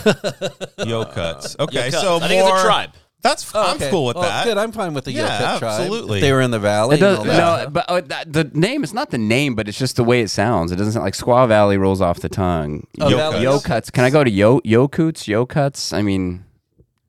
[SPEAKER 3] yo cuts. Okay,
[SPEAKER 2] Yo cuts.
[SPEAKER 3] so
[SPEAKER 2] I think it's a
[SPEAKER 3] more-
[SPEAKER 2] tribe.
[SPEAKER 3] That's
[SPEAKER 5] Oh,
[SPEAKER 3] I'm
[SPEAKER 5] okay.
[SPEAKER 3] cool with
[SPEAKER 5] Well,
[SPEAKER 3] that.
[SPEAKER 5] Good. I'm fine with the
[SPEAKER 3] Yeah,
[SPEAKER 5] yo cut tribe.
[SPEAKER 3] absolutely.
[SPEAKER 5] If they were in the valley.
[SPEAKER 4] It does,
[SPEAKER 5] and all that
[SPEAKER 4] no, but uh, that- the name is not the name, but it's just the way it sounds. It doesn't sound like Squaw Valley rolls off the tongue.
[SPEAKER 5] Oh,
[SPEAKER 4] yo,
[SPEAKER 5] Valley
[SPEAKER 4] yo
[SPEAKER 5] does.
[SPEAKER 4] cuts. Can I go to yo yo coots? Yo cuts. I mean,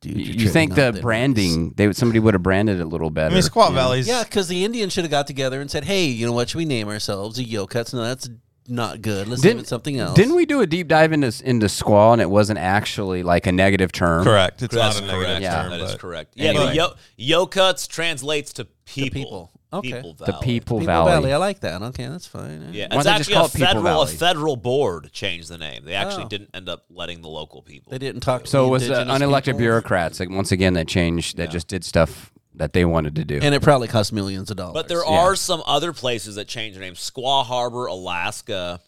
[SPEAKER 5] Dude,
[SPEAKER 4] y-
[SPEAKER 5] you're
[SPEAKER 4] you think
[SPEAKER 5] tripping
[SPEAKER 4] the
[SPEAKER 5] out there.
[SPEAKER 4] branding? They would somebody would have branded it a little
[SPEAKER 3] I
[SPEAKER 4] better.
[SPEAKER 3] mean, Squaw
[SPEAKER 4] you know?
[SPEAKER 3] Valley's.
[SPEAKER 5] Yeah, because the Indians should have got together and said, "Hey, you know what? Should we name ourselves the yo cuts? No, that's not good. Let's name
[SPEAKER 4] Didn't-
[SPEAKER 5] it something else."
[SPEAKER 4] Didn't we do a deep dive into into squaw and it wasn't actually like a negative term?
[SPEAKER 3] correct. It's
[SPEAKER 2] That's
[SPEAKER 3] not a negative
[SPEAKER 2] correct.
[SPEAKER 4] Yeah.
[SPEAKER 3] term.
[SPEAKER 2] That is
[SPEAKER 3] but-
[SPEAKER 2] correct. Yeah,
[SPEAKER 4] Anyway.
[SPEAKER 2] but yo, yo cuts translates to people.
[SPEAKER 5] people. Okay.
[SPEAKER 2] People
[SPEAKER 4] The
[SPEAKER 2] Valley.
[SPEAKER 4] People,
[SPEAKER 5] People
[SPEAKER 4] Valley.
[SPEAKER 5] Valley. I like that. Okay, that's fine.
[SPEAKER 2] Yeah,
[SPEAKER 4] Why
[SPEAKER 2] it's
[SPEAKER 4] don't they just
[SPEAKER 2] actually
[SPEAKER 4] call
[SPEAKER 2] a
[SPEAKER 4] it People
[SPEAKER 2] federal a
[SPEAKER 4] Valley?
[SPEAKER 2] federal board changed the name. They actually
[SPEAKER 5] Oh.
[SPEAKER 2] didn't end up letting the local people.
[SPEAKER 5] They didn't talk. To
[SPEAKER 4] So
[SPEAKER 5] the
[SPEAKER 4] it was uh,
[SPEAKER 5] indigenous
[SPEAKER 4] unelected
[SPEAKER 5] people.
[SPEAKER 4] bureaucrats like, once again that changed that just did stuff that they wanted to do.
[SPEAKER 5] and it probably cost millions of dollars.
[SPEAKER 2] But there are some other places that change their name. Squaw Harbor, Alaska.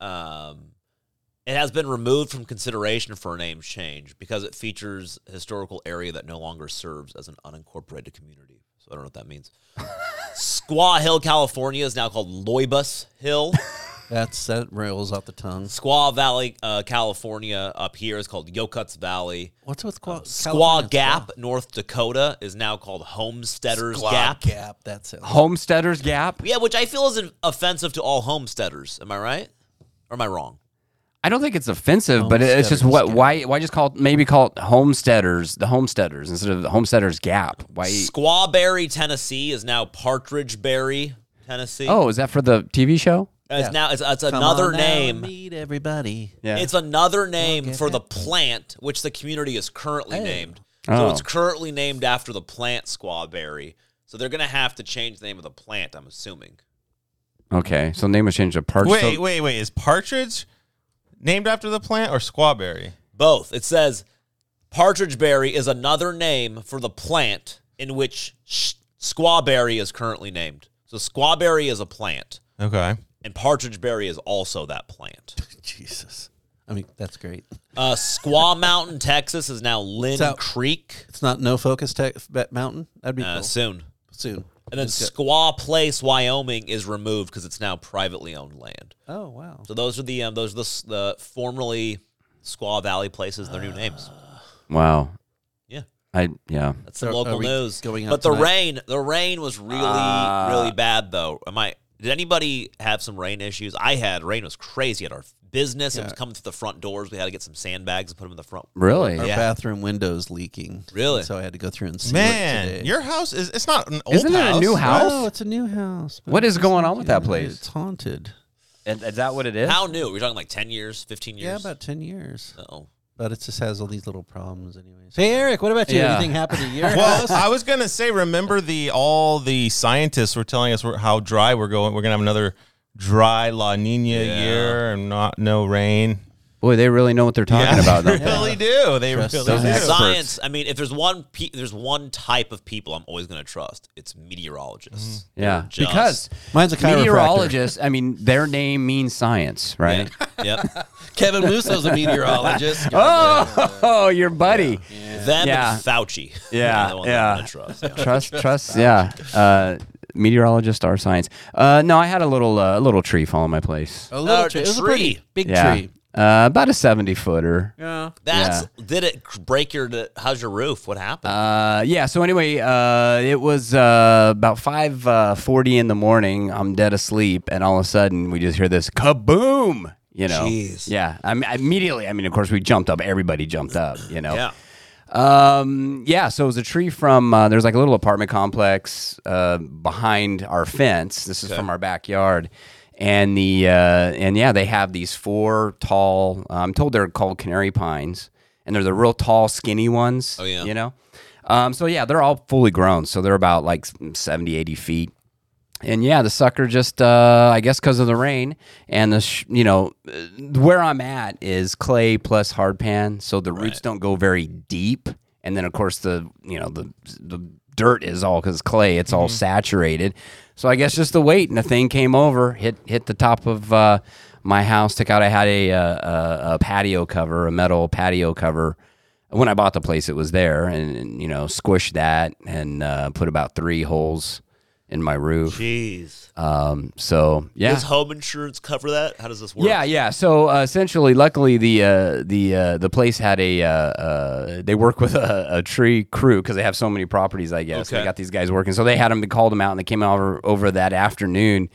[SPEAKER 2] Um, it has been removed from consideration for a name change because it features a historical area that no longer serves as an unincorporated community. So I don't know what that means. Squaw Hill, California is now called Loibus Hill.
[SPEAKER 5] that's that rolls off the tongue.
[SPEAKER 2] Squaw Valley, uh, California up here is called Yokuts Valley.
[SPEAKER 5] What's with qua- California?
[SPEAKER 2] Uh, Squaw Gap, North Dakota, is now called Homesteaders
[SPEAKER 5] Squaw
[SPEAKER 2] Gap.
[SPEAKER 5] Gap. That's it.
[SPEAKER 4] Homesteaders Gap.
[SPEAKER 2] Yeah, which I feel is an- offensive to all homesteaders. Am I right? Or am I wrong?
[SPEAKER 4] I don't think it's offensive, but it- it's just what why why just call it, maybe call it homesteaders the homesteaders instead of the homesteaders gap. Why?
[SPEAKER 2] Squawberry, Tennessee is now Partridgeberry, Tennessee.
[SPEAKER 4] Oh, is that for the TV show?
[SPEAKER 2] it's now it's, it's
[SPEAKER 5] Come
[SPEAKER 2] another
[SPEAKER 5] on down,
[SPEAKER 2] name.
[SPEAKER 5] Meet everybody.
[SPEAKER 4] Yeah.
[SPEAKER 2] It's another name
[SPEAKER 5] Okay.
[SPEAKER 2] for the plant which the community is currently named. So
[SPEAKER 4] Oh.
[SPEAKER 2] it's currently named after the plant Squawberry. So they're going to have to change the name of the plant, I'm assuming.
[SPEAKER 4] okay. So name was changed to Park.
[SPEAKER 3] Wait, wait, wait. Is partridge named after the plant or squawberry?
[SPEAKER 2] Both. It says partridgeberry is another name for the plant in which sh- squawberry is currently named. So squawberry is a plant,
[SPEAKER 3] Okay.
[SPEAKER 2] and partridgeberry is also that plant.
[SPEAKER 5] Jesus. I mean, that's great.
[SPEAKER 2] Uh, Squaw Mountain, Texas, is now Lynn
[SPEAKER 5] So-
[SPEAKER 2] Creek
[SPEAKER 5] It's not no focus tech bet mountain. That'd be
[SPEAKER 2] uh,
[SPEAKER 5] cool.
[SPEAKER 2] soon,
[SPEAKER 5] soon.
[SPEAKER 2] and then Squaw Place, Wyoming, is removed because it's now privately owned land.
[SPEAKER 5] Oh wow.
[SPEAKER 2] So those are the um, those are the, s- the formerly Squaw Valley places. Their new names.
[SPEAKER 4] Wow.
[SPEAKER 2] Yeah.
[SPEAKER 4] I yeah.
[SPEAKER 2] That's the
[SPEAKER 5] Are-
[SPEAKER 2] local
[SPEAKER 5] are we
[SPEAKER 2] news.
[SPEAKER 5] going out
[SPEAKER 2] but the
[SPEAKER 5] tonight? Ah.
[SPEAKER 2] rain, the rain was really, really bad though. Am I? Did anybody have some rain issues? I had. Rain was crazy at our business. It was coming through the front doors. We had to get some sandbags and put them in the front.
[SPEAKER 4] Really?
[SPEAKER 5] Our
[SPEAKER 2] Yeah.
[SPEAKER 5] bathroom windows leaking.
[SPEAKER 2] Really?
[SPEAKER 5] So I had to go through and seal it
[SPEAKER 3] Man,
[SPEAKER 5] today.
[SPEAKER 3] your house is it's not an old
[SPEAKER 4] Isn't it a
[SPEAKER 3] house,
[SPEAKER 4] new house?
[SPEAKER 5] Oh, it's a new house. but
[SPEAKER 4] What is
[SPEAKER 5] it's
[SPEAKER 4] going
[SPEAKER 5] not
[SPEAKER 4] on with that
[SPEAKER 5] good.
[SPEAKER 4] place?
[SPEAKER 5] It's haunted.
[SPEAKER 4] Is, is that what it is?
[SPEAKER 2] How new? We're talking like ten years, fifteen
[SPEAKER 5] Yeah,
[SPEAKER 2] years.
[SPEAKER 5] about ten years.
[SPEAKER 2] oh,
[SPEAKER 5] But it just has all these little problems, anyways. Uh. Hey, Eric, what about you?
[SPEAKER 4] Yeah.
[SPEAKER 5] Anything happened to your
[SPEAKER 3] Well,
[SPEAKER 5] house?
[SPEAKER 3] I was gonna say, remember the all the scientists were telling us we're, how dry we're going. We're gonna have another dry La Nina year and not no rain.
[SPEAKER 4] Boy, they really know what they're talking
[SPEAKER 3] Yeah,
[SPEAKER 4] about.
[SPEAKER 3] they
[SPEAKER 4] Though.
[SPEAKER 3] really do. They
[SPEAKER 5] Trust
[SPEAKER 3] really
[SPEAKER 5] those
[SPEAKER 3] do.
[SPEAKER 4] experts.
[SPEAKER 2] science. I mean, if there's one, pe- there's one type of people I'm always going to trust. It's meteorologists.
[SPEAKER 5] Mm-hmm.
[SPEAKER 4] Yeah.
[SPEAKER 2] Just-
[SPEAKER 4] Because
[SPEAKER 5] Mine's a chiropractor.
[SPEAKER 4] meteorologists. I mean, their name means science, right?
[SPEAKER 2] Yep.
[SPEAKER 5] Kevin Musso's a meteorologist.
[SPEAKER 4] Oh, your buddy.
[SPEAKER 2] Them
[SPEAKER 4] Yeah.
[SPEAKER 2] and Fauci.
[SPEAKER 4] Yeah,
[SPEAKER 2] They're the ones
[SPEAKER 4] yeah.
[SPEAKER 2] I'm gonna trust. Yeah.
[SPEAKER 4] trust, trust, yeah. Uh, meteorologist, our science. Uh, no, I had a little, uh, little tree fall in my place.
[SPEAKER 5] A little
[SPEAKER 2] Uh,
[SPEAKER 5] Oh, tree. It was a
[SPEAKER 2] tree.
[SPEAKER 5] pretty big
[SPEAKER 4] yeah,
[SPEAKER 5] tree.
[SPEAKER 4] Uh, about a seventy footer.
[SPEAKER 5] Yeah.
[SPEAKER 2] That's did it break your? How's your roof? What happened?
[SPEAKER 4] Uh, yeah. So anyway, uh, it was uh, about five uh, forty in the morning. I'm dead asleep, and all of a sudden we just hear this kaboom. You know.
[SPEAKER 2] Jeez.
[SPEAKER 4] Yeah. I mean, immediately. I mean, of course, we jumped up. Everybody jumped up. You know.
[SPEAKER 2] yeah.
[SPEAKER 4] Um, yeah, so it was a tree from uh, there's like a little apartment complex uh, behind our fence. This is from our backyard, and the uh, and yeah, they have these four tall. I'm told they're called canary pines, and they're the real tall, skinny ones. Oh
[SPEAKER 2] yeah.
[SPEAKER 4] you know. Um, so yeah, they're all fully grown. So they're about like 70, 80 feet. And yeah, the sucker just, uh, I guess, because of the rain and the, sh- you know, uh, where I'm at is clay plus hard pan. So the roots don't go very deep. And then, of course, the, you know, the, the dirt is all because clay, it's all saturated. So I guess just the weight and the thing came over, hit, hit the top of, uh, my house. Took out. I had a, uh, a a patio cover, a metal patio cover. When I bought the place, it was there, and, and, you know, squished that and uh, put about three holes in my roof.
[SPEAKER 2] Jeez.
[SPEAKER 4] Um, so yeah,
[SPEAKER 2] Does home insurance cover that? How does this work?
[SPEAKER 4] yeah, yeah. So uh, essentially, luckily the uh, the uh, the place had a uh, uh, they work with a, a tree crew because they have so many properties. I guess
[SPEAKER 2] Okay.
[SPEAKER 4] they got these guys working, so they had them. They called them out, and they came over over that afternoon,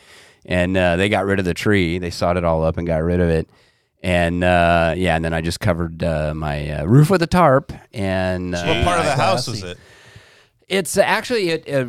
[SPEAKER 4] and uh, they got rid of the tree. They sawed it all up and got rid of it. And uh, yeah, and then I just covered uh, my uh, roof with a tarp. And uh,
[SPEAKER 3] What part of the house was it?
[SPEAKER 4] it's actually it, it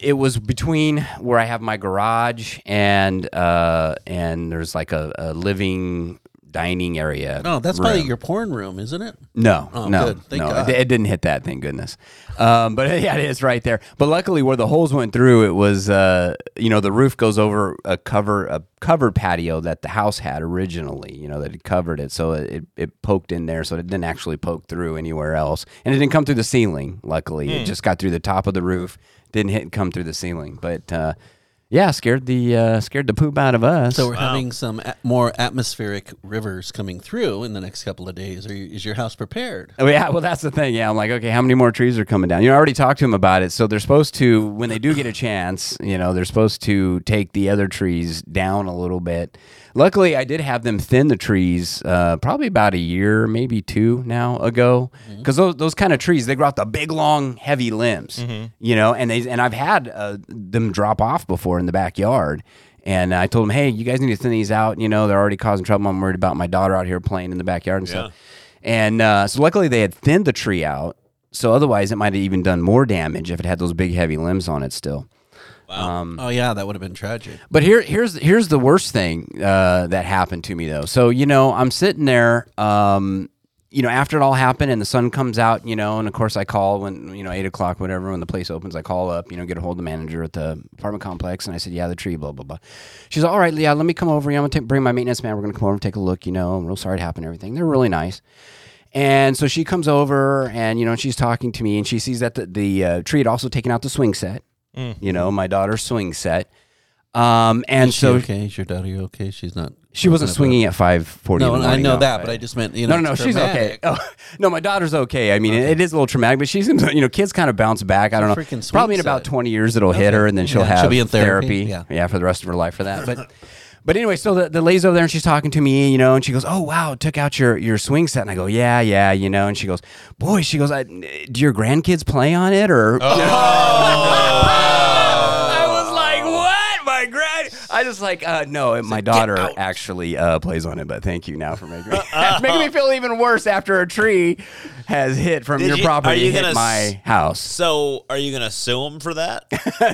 [SPEAKER 4] it was between where I have my garage and uh and there's like a, a living dining area.
[SPEAKER 5] No, Oh, that's probably
[SPEAKER 4] room.
[SPEAKER 5] your porn room, isn't it?
[SPEAKER 4] No,
[SPEAKER 5] Oh,
[SPEAKER 4] no,
[SPEAKER 5] good. Thank
[SPEAKER 4] no.
[SPEAKER 5] God.
[SPEAKER 4] It, it didn't hit that. Thank goodness. Um, but yeah, it is right there. But luckily, where the holes went through, it was uh, you know the roof goes over a cover a covered patio that the house had originally. You know that it covered it, so it it poked in there, so it didn't actually poke through anywhere else, and it didn't come through the ceiling. Luckily,
[SPEAKER 5] Hmm.
[SPEAKER 4] it just got through the top of the roof. Didn't hit come through the ceiling, but. Uh, yeah, scared the uh, scared the poop out of us.
[SPEAKER 5] So we're having some a- more atmospheric rivers coming through in the next couple of days. Are you, is your house prepared?
[SPEAKER 4] Oh, yeah, well, that's the thing. Yeah, I'm like, okay, how many more trees are coming down? You know, I already talked to him about it. So they're supposed to, when they do get a chance, you know, they're supposed to take the other trees down a little bit. Luckily, I did have them thin the trees uh, probably about a year, maybe two now ago, because those, those kind of trees they grow out the big, long, heavy limbs, you know, and they and I've had uh, them drop off before in the backyard. And I told them, hey, you guys need to thin these out. You know, they're already causing trouble. I'm worried about my daughter out here playing in the backyard and stuff. And uh, so luckily they had thinned the tree out. So otherwise it might have even done more damage if it had those big heavy limbs on it still.
[SPEAKER 5] oh yeah, that would have been tragic.
[SPEAKER 4] But here, here's here's the worst thing uh, that happened to me though. So you know, I'm sitting there, um, you know, after it all happened and the sun comes out, you know, and of course I call when you know eight o'clock, whatever, when the place opens, I call up, you know, get a hold of the manager at the apartment complex, and I said, yeah, the tree, blah blah blah. She's all right, Leah, let me come over. You know, I'm gonna ta- bring my maintenance man. We're gonna come over and take a look. You know, I'm real sorry it happened. and Everything. They're really nice. And so she comes over, and you know, and she's talking to me, and she sees that the, the uh, tree had also taken out the swing set. You know, my daughter's swing set. Um, and
[SPEAKER 5] Mm. Is she
[SPEAKER 4] so
[SPEAKER 5] okay? Is your daughter okay? She's not.
[SPEAKER 4] she wasn't swinging at five forty.
[SPEAKER 5] No, I know that, but I just meant you know.
[SPEAKER 4] no, no, no,
[SPEAKER 5] it's
[SPEAKER 4] she's okay.
[SPEAKER 5] dramatic.
[SPEAKER 4] Oh, no, my daughter's okay. I mean, it- it is a little traumatic, but she's gonna, you know, kids kind of bounce back. I don't know.
[SPEAKER 5] freaking swing
[SPEAKER 4] Probably in about
[SPEAKER 5] set.
[SPEAKER 4] twenty years, it'll hit her, and then she'll
[SPEAKER 5] Yeah,
[SPEAKER 4] have
[SPEAKER 5] she'll be in therapy.
[SPEAKER 4] Yeah.
[SPEAKER 5] Yeah.
[SPEAKER 4] for the rest of her life for that. But, but anyway, so the, the lady's over there, and she's talking to me, you know, and she goes, "Oh wow, it took out your your swing set," and I go, "Yeah, yeah," you know, and she goes, "Boy," she goes, I, "Do your grandkids play on it or?"
[SPEAKER 5] Oh,
[SPEAKER 3] Oh.
[SPEAKER 2] Oh.
[SPEAKER 4] I was like, "What, my grand?" I just like, uh, no, my daughter actually uh, plays on it, but thank you now for making me, making me feel even worse after a tree has hit from
[SPEAKER 2] Did
[SPEAKER 4] your
[SPEAKER 2] you-
[SPEAKER 4] property
[SPEAKER 2] are you
[SPEAKER 4] hit
[SPEAKER 2] gonna s-
[SPEAKER 4] my house.
[SPEAKER 2] So, are you going to sue him for that?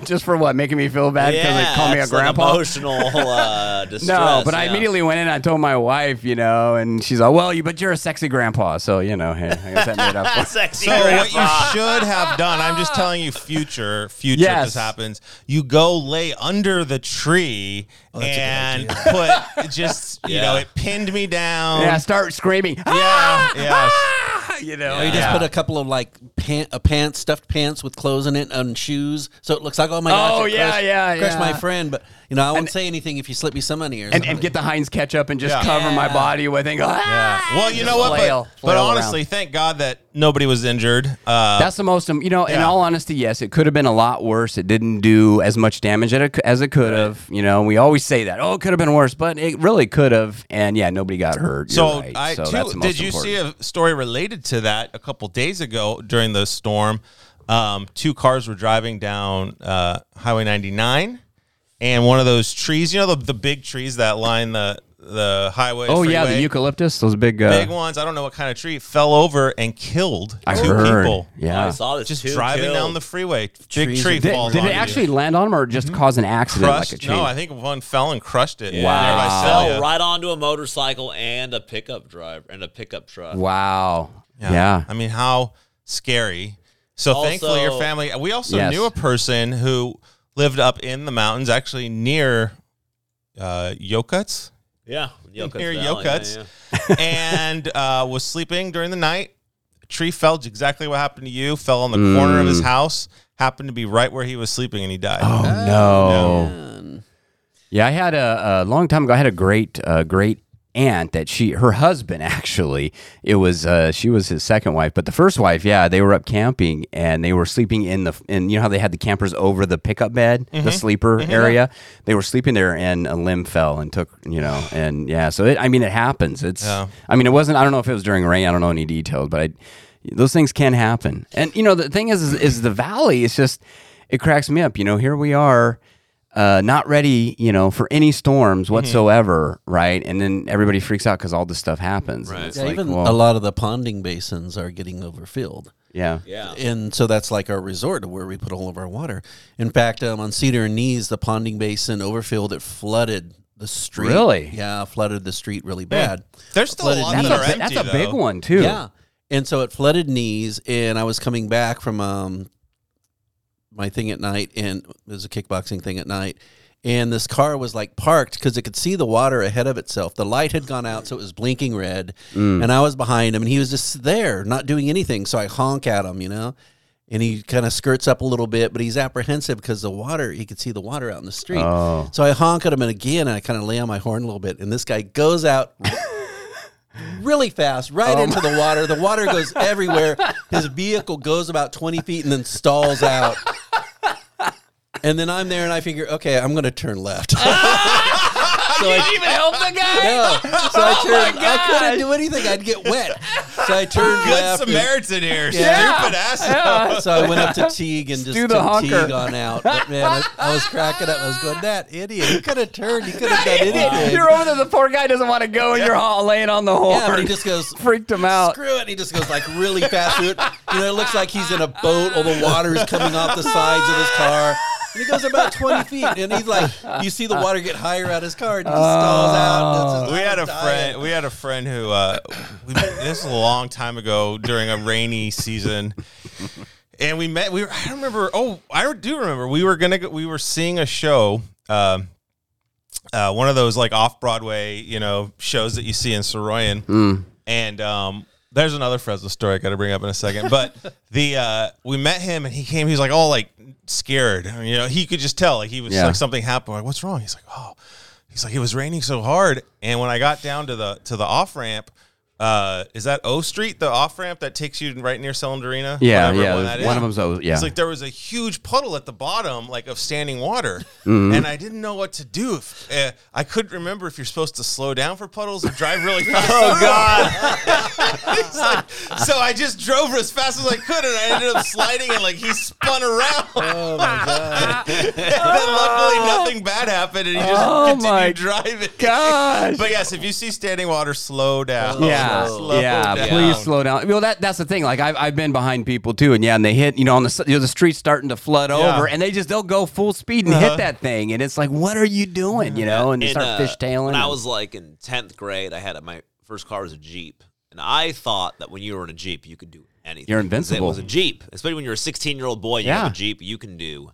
[SPEAKER 4] just for what? Making me feel bad because they call me a
[SPEAKER 2] that's like
[SPEAKER 4] grandpa.
[SPEAKER 2] emotional uh, distress.
[SPEAKER 4] no, but I
[SPEAKER 2] yeah.
[SPEAKER 4] immediately went in. I told my wife, you know, and she's like, "Well, you, but you're a sexy grandpa, so you know." Hey, I guess that made up. for
[SPEAKER 2] Sexy
[SPEAKER 3] So
[SPEAKER 2] grandpa.
[SPEAKER 3] what you should have done, I'm just telling you, future, future,
[SPEAKER 4] Yes.
[SPEAKER 3] if this happens, you go lay under the tree and put just, you
[SPEAKER 2] Yeah.
[SPEAKER 3] know, it pinned me down.
[SPEAKER 4] Yeah, start screaming. "Ah!"
[SPEAKER 3] Yeah, yes.
[SPEAKER 4] You know,
[SPEAKER 5] Or Oh, you just put a couple of like pant, a pants, stuffed pants with clothes in it, and shoes, so it looks like oh my gosh,
[SPEAKER 4] Oh,
[SPEAKER 5] it
[SPEAKER 4] yeah,
[SPEAKER 5] crushed-
[SPEAKER 4] yeah,
[SPEAKER 5] crushed
[SPEAKER 4] yeah.
[SPEAKER 5] my friend. But you know, I won't say anything if you slip me some money or
[SPEAKER 4] and,
[SPEAKER 5] something.
[SPEAKER 4] and get the Heinz ketchup and just
[SPEAKER 3] Yeah.
[SPEAKER 4] cover my body with it. And go,
[SPEAKER 3] Yeah.
[SPEAKER 4] "Ah!"
[SPEAKER 3] Well,
[SPEAKER 4] and
[SPEAKER 3] you
[SPEAKER 4] just
[SPEAKER 3] know what?
[SPEAKER 4] flail-
[SPEAKER 3] but but
[SPEAKER 4] flail around.
[SPEAKER 3] honestly, thank God that nobody was injured. Uh,
[SPEAKER 4] That's the most, um, you know, in
[SPEAKER 3] Yeah.
[SPEAKER 4] all honesty, yes, it could have been a lot worse. It didn't do as much damage at it- as it could have. You know, we always say that, oh, it could have been worse, but it really could have. And yeah, nobody got hurt. You're
[SPEAKER 3] so
[SPEAKER 4] right.
[SPEAKER 3] I
[SPEAKER 4] so
[SPEAKER 3] too.
[SPEAKER 4] that's the most
[SPEAKER 3] did you see a story related to that a couple days ago during the storm? Um, two cars were driving down uh, Highway 99, and one of those trees, you know, the, the big trees that line the the highway.
[SPEAKER 4] Oh, yeah, the
[SPEAKER 3] freeway,
[SPEAKER 4] eucalyptus, those big. Uh,
[SPEAKER 3] big ones. I don't know what kind of tree fell over and killed
[SPEAKER 4] I
[SPEAKER 3] two
[SPEAKER 4] heard.
[SPEAKER 3] people.
[SPEAKER 4] Yeah.
[SPEAKER 2] I saw this
[SPEAKER 3] Just
[SPEAKER 2] too,
[SPEAKER 3] driving
[SPEAKER 2] too.
[SPEAKER 3] down the freeway, big
[SPEAKER 5] Trees
[SPEAKER 3] tree
[SPEAKER 5] are-
[SPEAKER 4] Did,
[SPEAKER 3] falls.
[SPEAKER 4] did
[SPEAKER 3] on
[SPEAKER 4] it
[SPEAKER 3] you. Mm-hmm.
[SPEAKER 4] actually land on them or just cause an accident?
[SPEAKER 3] crushed?
[SPEAKER 4] Like a chain?
[SPEAKER 3] no, I think one fell and crushed it.
[SPEAKER 4] Wow.
[SPEAKER 3] Near my
[SPEAKER 2] fell
[SPEAKER 3] cell, yeah.
[SPEAKER 2] right onto a motorcycle and a pickup driver and a pickup truck.
[SPEAKER 4] wow. Yeah.
[SPEAKER 3] I mean, how scary. So
[SPEAKER 2] Also-
[SPEAKER 3] thankfully, your family. We also
[SPEAKER 4] Yes.
[SPEAKER 3] knew a person who lived up in the mountains, actually near uh, Yokuts,
[SPEAKER 2] Yeah, Yokuts
[SPEAKER 3] near
[SPEAKER 2] Valley,
[SPEAKER 3] Yokuts,
[SPEAKER 2] yeah,
[SPEAKER 3] and uh, was sleeping during the night. Tree fell exactly what happened to you. Fell on the
[SPEAKER 4] Mm.
[SPEAKER 3] corner of his house. Happened to be right where he was sleeping, and he died.
[SPEAKER 4] Oh, no.
[SPEAKER 5] And
[SPEAKER 4] Yeah, I had a, a long time ago. I had a great, uh, great aunt that she, her husband actually, it was uh, she was his second wife, but the first wife, yeah, they were up camping and they were sleeping in the, and you know how they had the campers over the pickup bed, the sleeper area. They were sleeping there, and a limb fell and took, you know, and yeah. So it, I mean, it happens. It's, I mean, it wasn't. I don't know if it was during rain. I don't know any details, but I, those things can happen. And you know, the thing is, is, is the valley. It's just, it cracks me up. You know, here we are uh, not ready, you know, for any storms whatsoever, right? And then everybody freaks out because all this stuff happens. Right.
[SPEAKER 5] Yeah, even a lot of the ponding basins are getting overfilled.
[SPEAKER 4] yeah.
[SPEAKER 2] Yeah.
[SPEAKER 5] And so that's like our resort where we put all of our water. In fact, um, on Cedar and Knees, the ponding basin overfilled, it flooded the street.
[SPEAKER 4] Really?
[SPEAKER 5] Yeah, flooded the street really bad.
[SPEAKER 3] There's still
[SPEAKER 5] Flooded
[SPEAKER 3] a lot
[SPEAKER 5] knees.
[SPEAKER 3] that
[SPEAKER 4] That's,
[SPEAKER 3] are
[SPEAKER 4] a,
[SPEAKER 3] empty.
[SPEAKER 4] that's a
[SPEAKER 3] though.
[SPEAKER 4] big one too.
[SPEAKER 5] Yeah. And so it flooded knees, and I was coming back from um, my thing at night, and it was a kickboxing thing at night. And this car was like parked because it could see the water ahead of itself. The light had gone out, so it was blinking red. And I was behind him, and he was just there, not doing anything. So I honk at him, you know? And he kind of skirts up a little bit, but he's apprehensive because the water, he could see the water out in the street.
[SPEAKER 4] Oh.
[SPEAKER 5] So I honk at him, and again, I kind of lay on my horn a little bit. And this guy goes out really fast right
[SPEAKER 4] Um.
[SPEAKER 5] into the water. The water goes everywhere. His vehicle goes about 20 feet and then stalls out. And then I'm there and I figure, okay, I'm going to turn left. so I,
[SPEAKER 4] even help the guy.
[SPEAKER 5] no. so
[SPEAKER 4] Oh
[SPEAKER 5] I turned. I couldn't do anything. I'd get wet. So I turned
[SPEAKER 3] Good
[SPEAKER 5] left. and-
[SPEAKER 3] Samaritan here.
[SPEAKER 5] Yeah.
[SPEAKER 3] Stupid ass.
[SPEAKER 5] so I went up to Teague and just
[SPEAKER 4] do
[SPEAKER 5] took
[SPEAKER 4] the honker.
[SPEAKER 5] Teague on out. But man, I, I was cracking up. I was going, that idiot. He could have turned. He could have done anything.
[SPEAKER 4] You're over there. The poor guy doesn't want to go, and you're all laying on the horn.
[SPEAKER 5] yeah, but he just goes,
[SPEAKER 4] freaked him out.
[SPEAKER 5] screw it. And he just goes like really fast through it. You know, it looks like he's in a boat. All the water is coming off the sides of his car. And he goes about 20 feet. And he's like, you see the water get higher out of his car. And he just
[SPEAKER 4] Oh.
[SPEAKER 5] stalls out. and it's just-
[SPEAKER 3] We had a
[SPEAKER 5] dying.
[SPEAKER 3] friend. We had a friend who uh, we, this was a long time ago during a rainy season, and we met. We were, I remember. Oh, I do remember. We were gonna. go- We were seeing a show. Um, uh, one of those like off Broadway, you know, shows that you see in Soroyan. And um, there's another Fresno story I got to bring up in a second. But the uh, we met him and he came. He was like all like scared. I mean, you know, he could just tell like he was
[SPEAKER 4] Yeah.
[SPEAKER 3] like something happened. Like what's wrong? He's like oh, he's like it was raining so hard. And when I got down to the to the off ramp. Uh, is that O Street, the off ramp that takes you right near Celandrina?
[SPEAKER 4] Yeah,
[SPEAKER 3] Whatever
[SPEAKER 4] yeah.
[SPEAKER 3] one
[SPEAKER 4] there's-
[SPEAKER 3] that
[SPEAKER 4] One
[SPEAKER 3] is.
[SPEAKER 4] of them's over. Yeah.
[SPEAKER 3] It's like there was a huge puddle at the bottom, like of standing water,
[SPEAKER 4] Mm-hmm.
[SPEAKER 3] and I didn't know what to do. If, uh, I couldn't remember if you're supposed to slow down for puddles or drive really fast. oh God! so I just drove as fast as I could, and I ended up sliding, and like he spun around. Oh my God! luckily, nothing bad happened, and he just
[SPEAKER 4] Oh, my
[SPEAKER 3] continued driving.
[SPEAKER 4] Gosh.
[SPEAKER 3] But yes, if you see standing water, slow down.
[SPEAKER 4] Yeah,
[SPEAKER 3] slow
[SPEAKER 4] yeah.
[SPEAKER 3] down.
[SPEAKER 4] Please slow Oh, down. Well, that that's the thing. Like I've, I've been behind people too, and yeah, and they hit you know on the s- you know, the street's starting to flood over, and they just they'll go full speed and hit that thing, and it's like, what are you doing? You know, and they
[SPEAKER 2] in,
[SPEAKER 4] start
[SPEAKER 2] uh,
[SPEAKER 4] fishtailing.
[SPEAKER 2] When I
[SPEAKER 4] and-
[SPEAKER 2] was like in tenth grade, I had a, my first car was a Jeep, and I thought that when you were in a Jeep, you could do anything.
[SPEAKER 4] You're
[SPEAKER 2] 'Cause It
[SPEAKER 4] invincible.
[SPEAKER 2] was a Jeep, especially when you're a sixteen year old boy. and You have
[SPEAKER 4] Yeah.
[SPEAKER 2] a Jeep, you can do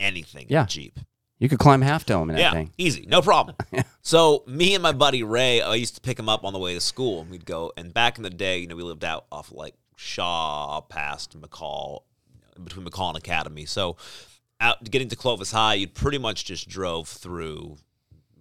[SPEAKER 2] anything. in a
[SPEAKER 4] Yeah.
[SPEAKER 2] Jeep.
[SPEAKER 4] you could climb half dome and
[SPEAKER 2] Yeah,
[SPEAKER 4] everything.
[SPEAKER 2] easy, no problem. so me and my buddy Ray, I used to pick him up on the way to school, and we'd go. And back in the day, you know, we lived out off like Shaw, past McCall, you know, between McCall and Academy. So out getting to Clovis High, you pretty much just drove through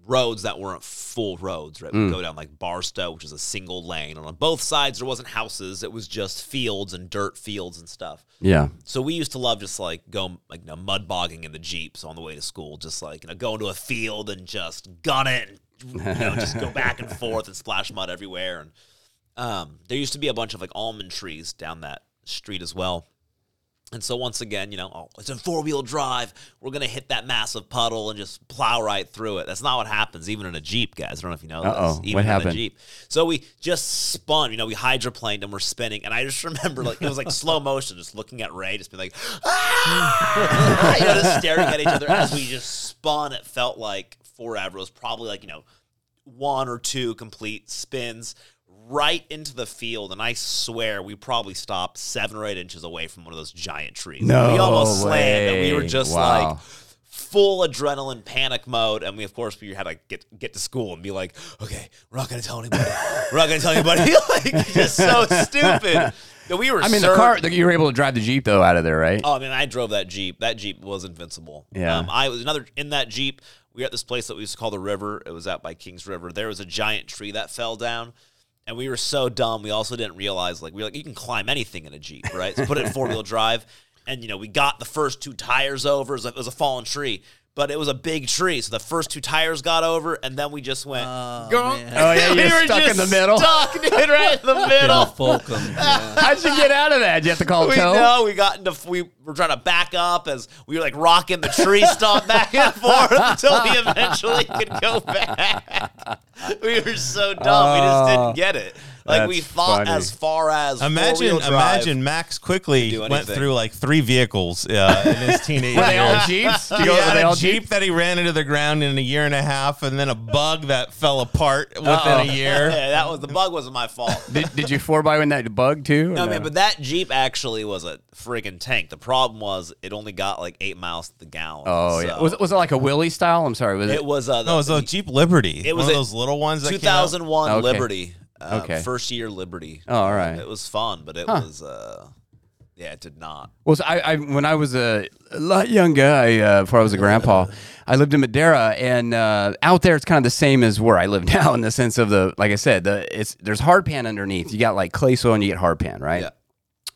[SPEAKER 2] roads that weren't full roads, right?
[SPEAKER 4] Mm.
[SPEAKER 2] We'd go down like Barstow, which is a single lane, and on both sides there wasn't houses; it was just fields and dirt fields and stuff
[SPEAKER 4] Yeah,
[SPEAKER 2] so we used to love just like go like you know, mud bogging in the jeeps on the way to school, just like you know go into a field and just gun it, and, you know, just go back and forth and splash mud everywhere. And um, there used to be a bunch of like almond trees down that street as well. And so once again, you know, oh, it's in four wheel drive. We're gonna hit that massive puddle and just plow right through it. That's not what happens, even in a jeep, guys. I don't know if you know
[SPEAKER 4] Uh-oh.
[SPEAKER 2] this. Even
[SPEAKER 4] What
[SPEAKER 2] in
[SPEAKER 4] happened?
[SPEAKER 2] A jeep. So we just spun. You know, we hydroplaned and we're spinning. And I just remember, like, it was like slow motion, just looking at Ray, just being like, ah! you know, just staring at each other as we just spun. It felt like forever. It was probably like you know, one or two complete spins right into the field, and I swear we probably stopped seven or eight inches away from one of those giant trees.
[SPEAKER 4] No
[SPEAKER 2] we almost slammed, and we were
[SPEAKER 4] way.
[SPEAKER 2] just
[SPEAKER 4] Wow.
[SPEAKER 2] like full adrenaline panic mode and we of course we had to get get to school and be like okay we're not gonna tell anybody we're not gonna tell anybody like just so stupid that we were
[SPEAKER 4] I mean the
[SPEAKER 2] certain-
[SPEAKER 4] car. The, you were able to drive the jeep though out of there, right?
[SPEAKER 2] Oh, I mean, I drove that Jeep. That Jeep was invincible.
[SPEAKER 4] Yeah.
[SPEAKER 2] Um, I was another in that Jeep. We got this place that we used to call the River. It was out by Kings River. There was a giant tree that fell down, and we were so dumb. We also didn't realize like we were like you can climb anything in a Jeep, right? So put it in four wheel drive, and you know we got the first two tires over. It was, like, it was a fallen tree. But it was a big tree, so the first two tires got over, and then we just went. "Gonk."
[SPEAKER 4] Oh, yeah,
[SPEAKER 2] We
[SPEAKER 4] you're
[SPEAKER 2] were
[SPEAKER 4] stuck in
[SPEAKER 2] just
[SPEAKER 4] the middle.
[SPEAKER 2] Stuck, dude, right in the
[SPEAKER 5] Yeah,
[SPEAKER 2] middle.
[SPEAKER 5] Fulcum. yeah.
[SPEAKER 4] How'd you get out of that? Did you have to call
[SPEAKER 2] We
[SPEAKER 4] tow?
[SPEAKER 2] know we got into we were trying to back up as we were like rocking the tree stump back and forth until we eventually could go back. We were so dumb, we just
[SPEAKER 4] Oh,
[SPEAKER 2] didn't get it. Like we
[SPEAKER 4] that's
[SPEAKER 2] thought
[SPEAKER 4] funny.
[SPEAKER 2] as far as
[SPEAKER 3] Imagine,
[SPEAKER 2] four-wheel drive.
[SPEAKER 3] imagine Max quickly
[SPEAKER 2] do
[SPEAKER 3] went
[SPEAKER 2] anything.
[SPEAKER 3] through like three vehicles uh, in his teenage
[SPEAKER 4] Were they all
[SPEAKER 3] years.
[SPEAKER 4] Jeeps? Did
[SPEAKER 3] He
[SPEAKER 4] you go- were they
[SPEAKER 3] had
[SPEAKER 4] all
[SPEAKER 3] a Jeep that he ran into the ground in a year and a half, and then a bug that fell apart within
[SPEAKER 4] Uh-oh.
[SPEAKER 3] a year.
[SPEAKER 2] Yeah, that was Oh, the bug wasn't my fault.
[SPEAKER 4] Did, did you four by win that bug too? or
[SPEAKER 2] No, man, but that Jeep actually was a friggin' tank. The problem was it only got like eight miles to the gallon.
[SPEAKER 4] oh yeah.
[SPEAKER 2] so-
[SPEAKER 4] Was, it- was it like a Willie style? I'm sorry. Was it?
[SPEAKER 2] it was uh,
[SPEAKER 3] No, it was a Jeep Liberty.
[SPEAKER 2] It was a
[SPEAKER 3] one of those little ones. That came out.
[SPEAKER 2] 2001
[SPEAKER 4] Okay.
[SPEAKER 2] Liberty. Uh,
[SPEAKER 4] Okay.
[SPEAKER 2] First year Liberty.
[SPEAKER 4] Oh, all right.
[SPEAKER 2] It was fun, but it was, uh, yeah, it did not.
[SPEAKER 4] Well, so I, I when I was a lot young guy, uh, before I was a grandpa, I lived in Madeira, and uh, out there it's kind of the same as where I live now in the sense of the, like I said, the it's there's hardpan underneath. You got like clay soil and you get hardpan, right?
[SPEAKER 2] Yeah.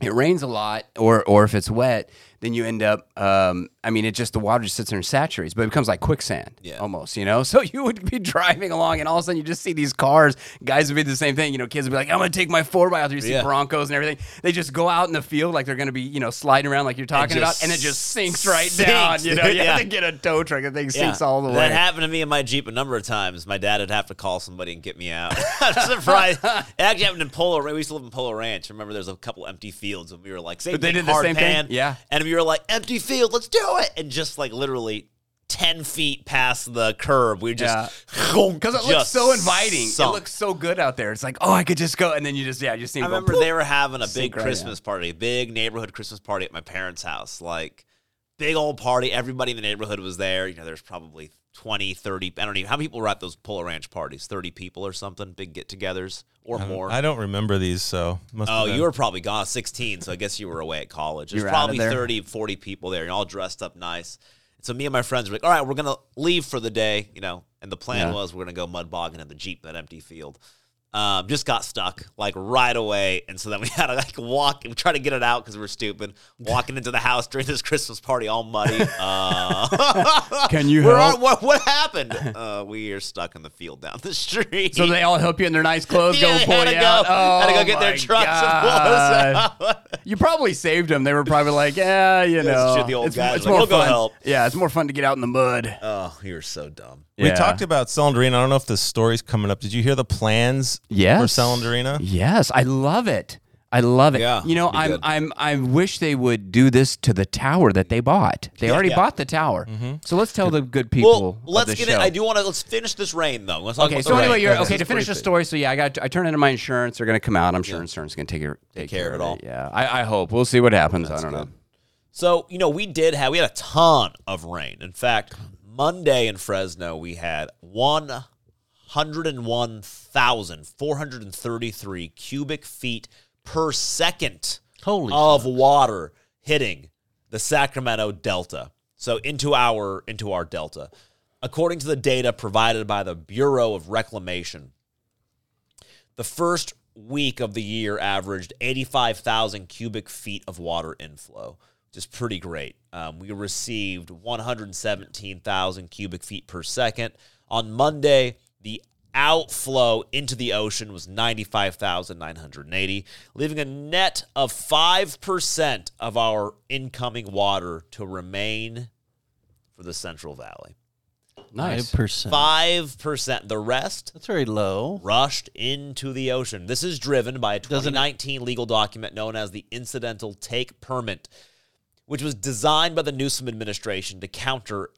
[SPEAKER 4] It rains a lot, or or if it's wet, then you end up. Um, I mean, it just the water just sits there and saturates, but it becomes like quicksand,
[SPEAKER 2] Yeah.
[SPEAKER 4] almost. You know, so you would be driving along, and all of a sudden you just see these cars. Guys would be the same thing. You know, kids would be like, "I'm gonna take my four by out there." You see
[SPEAKER 2] Yeah.
[SPEAKER 4] Broncos and everything. They just go out in the field like they're gonna be, you know, sliding around like you're talking about,
[SPEAKER 2] just
[SPEAKER 4] and it just sinks right
[SPEAKER 2] sinks,
[SPEAKER 4] down. You know,
[SPEAKER 2] dude,
[SPEAKER 4] you have
[SPEAKER 2] yeah.
[SPEAKER 4] to get a tow truck. The thing sinks
[SPEAKER 2] Yeah.
[SPEAKER 4] all the way.
[SPEAKER 2] That happened to me in my Jeep a number of times. My dad would have to call somebody and get me out. I'm surprised. It actually happened in Polo Ranch. We used to live in Polo Ranch. Remember, there's a couple empty fields, and we were like, same
[SPEAKER 4] But they
[SPEAKER 2] thing,
[SPEAKER 4] did the
[SPEAKER 2] hard
[SPEAKER 4] same thing?
[SPEAKER 2] pan.
[SPEAKER 4] Yeah.
[SPEAKER 2] And we were like, empty field, let's do it. And just like literally 10 feet past the curb, we just.
[SPEAKER 4] Yeah. because
[SPEAKER 2] Because
[SPEAKER 4] it looks so inviting. It looks so good out there. It's like, oh, I could just go, and then you just, yeah, you just see.
[SPEAKER 2] I
[SPEAKER 4] it go
[SPEAKER 2] remember
[SPEAKER 4] poof.
[SPEAKER 2] they were having a big
[SPEAKER 4] Sink right
[SPEAKER 2] Christmas party, a big neighborhood Christmas party at my parents' house. Like, big old party. Everybody in the neighborhood was there. You know, there's probably 20, 30, I don't even, how many people were at those Polo Ranch parties? 30 people or something, big get togethers or more.
[SPEAKER 3] Uh-huh. I don't remember these, so must
[SPEAKER 2] Oh,
[SPEAKER 3] have been.
[SPEAKER 2] you were probably gone, 16, so I guess you were away at college. There's
[SPEAKER 4] You were out of
[SPEAKER 2] probably
[SPEAKER 4] there?
[SPEAKER 2] 30, 40 people there, and all dressed up nice. So me and my friends were like, all right, we're going to leave for the day, you know, and the plan
[SPEAKER 4] Yeah.
[SPEAKER 2] was we're going to go mud bogging in the Jeep, that empty field. Um, just got stuck like right away, and so then we had to like walk and try to get it out because we were stupid. Walking into the house during this Christmas party, all muddy. Uh,
[SPEAKER 4] Can you
[SPEAKER 2] we're
[SPEAKER 4] help?
[SPEAKER 2] on- what, what happened? Uh, we are stuck in the field down the street.
[SPEAKER 4] So they all help you in their nice clothes,
[SPEAKER 2] Yeah,
[SPEAKER 4] go
[SPEAKER 2] they
[SPEAKER 4] pull
[SPEAKER 2] had
[SPEAKER 4] you
[SPEAKER 2] to go-
[SPEAKER 4] out.
[SPEAKER 2] had to go
[SPEAKER 4] Oh
[SPEAKER 2] get their
[SPEAKER 4] my
[SPEAKER 2] trucks and
[SPEAKER 4] God.
[SPEAKER 2] pull us out.
[SPEAKER 4] You probably saved them. They were probably like, yeah, you know,
[SPEAKER 2] should the old
[SPEAKER 4] it's,
[SPEAKER 2] guys,
[SPEAKER 4] it's
[SPEAKER 2] like,
[SPEAKER 4] more
[SPEAKER 2] we'll go
[SPEAKER 4] fun.
[SPEAKER 2] help.
[SPEAKER 4] Yeah, it's more fun to get out in the mud.
[SPEAKER 2] Oh, you're so dumb.
[SPEAKER 3] We
[SPEAKER 4] Yeah.
[SPEAKER 3] talked about Celandrina. I don't know if the story's coming up. Did you hear the plans for
[SPEAKER 4] Yes.
[SPEAKER 3] Celandrina?
[SPEAKER 4] Yes, I love it. I love it.
[SPEAKER 2] Yeah,
[SPEAKER 4] you know,
[SPEAKER 2] be
[SPEAKER 4] I'm,
[SPEAKER 2] good.
[SPEAKER 4] I'm, I wish they would do this to the tower that they bought. They already
[SPEAKER 2] yeah.
[SPEAKER 4] bought the tower. So let's tell the good people.
[SPEAKER 2] Well,
[SPEAKER 4] of
[SPEAKER 2] let's
[SPEAKER 4] the
[SPEAKER 2] get
[SPEAKER 4] show.
[SPEAKER 2] it. I do want to let's finish this rain though. Let's talk
[SPEAKER 4] Okay,
[SPEAKER 2] about
[SPEAKER 4] so
[SPEAKER 2] the
[SPEAKER 4] anyway,
[SPEAKER 2] rain.
[SPEAKER 4] you're
[SPEAKER 2] This
[SPEAKER 4] okay
[SPEAKER 2] is
[SPEAKER 4] to finish the
[SPEAKER 2] pretty-
[SPEAKER 4] story. So yeah, I got I turn into my insurance. They're gonna come out. I'm sure insurance is gonna take, care- take
[SPEAKER 2] care of it all.
[SPEAKER 4] Yeah, I, I hope we'll see what happens. I don't know.
[SPEAKER 2] So you know, we did have we had a ton of rain. In fact, Monday in Fresno we had one hundred and one thousand four hundred and thirty three cubic feet per second
[SPEAKER 5] Holy
[SPEAKER 2] of water hitting the Sacramento Delta. So into our into our delta. According to the data provided by the Bureau of Reclamation, the first week of the year averaged 85,000 cubic feet of water inflow, which is pretty great. Um, we received 117,000 cubic feet per second. On Monday, the outflow into the ocean was 95,980, leaving a net of 5% of our incoming water to remain for the Central Valley.
[SPEAKER 4] Nice.
[SPEAKER 5] 5%.
[SPEAKER 2] 5%. The rest
[SPEAKER 5] That's very low.
[SPEAKER 2] rushed into the ocean. This is driven by a 2019 legal document known as the Incidental Take Permit, which was designed by the Newsom administration to counter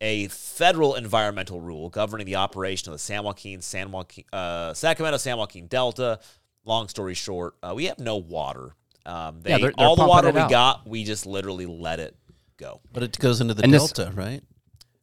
[SPEAKER 2] a federal environmental rule governing the operation of the San Joaquin, San Joaquin, uh, Sacramento, San Joaquin Delta. Long story short, uh, we have no water. Um, they,
[SPEAKER 4] Yeah, they're- they're
[SPEAKER 2] all the
[SPEAKER 4] pumping
[SPEAKER 2] water
[SPEAKER 4] it
[SPEAKER 2] we
[SPEAKER 4] out.
[SPEAKER 2] got, we just literally let it go.
[SPEAKER 5] But it goes into the
[SPEAKER 4] And this-
[SPEAKER 5] delta, right?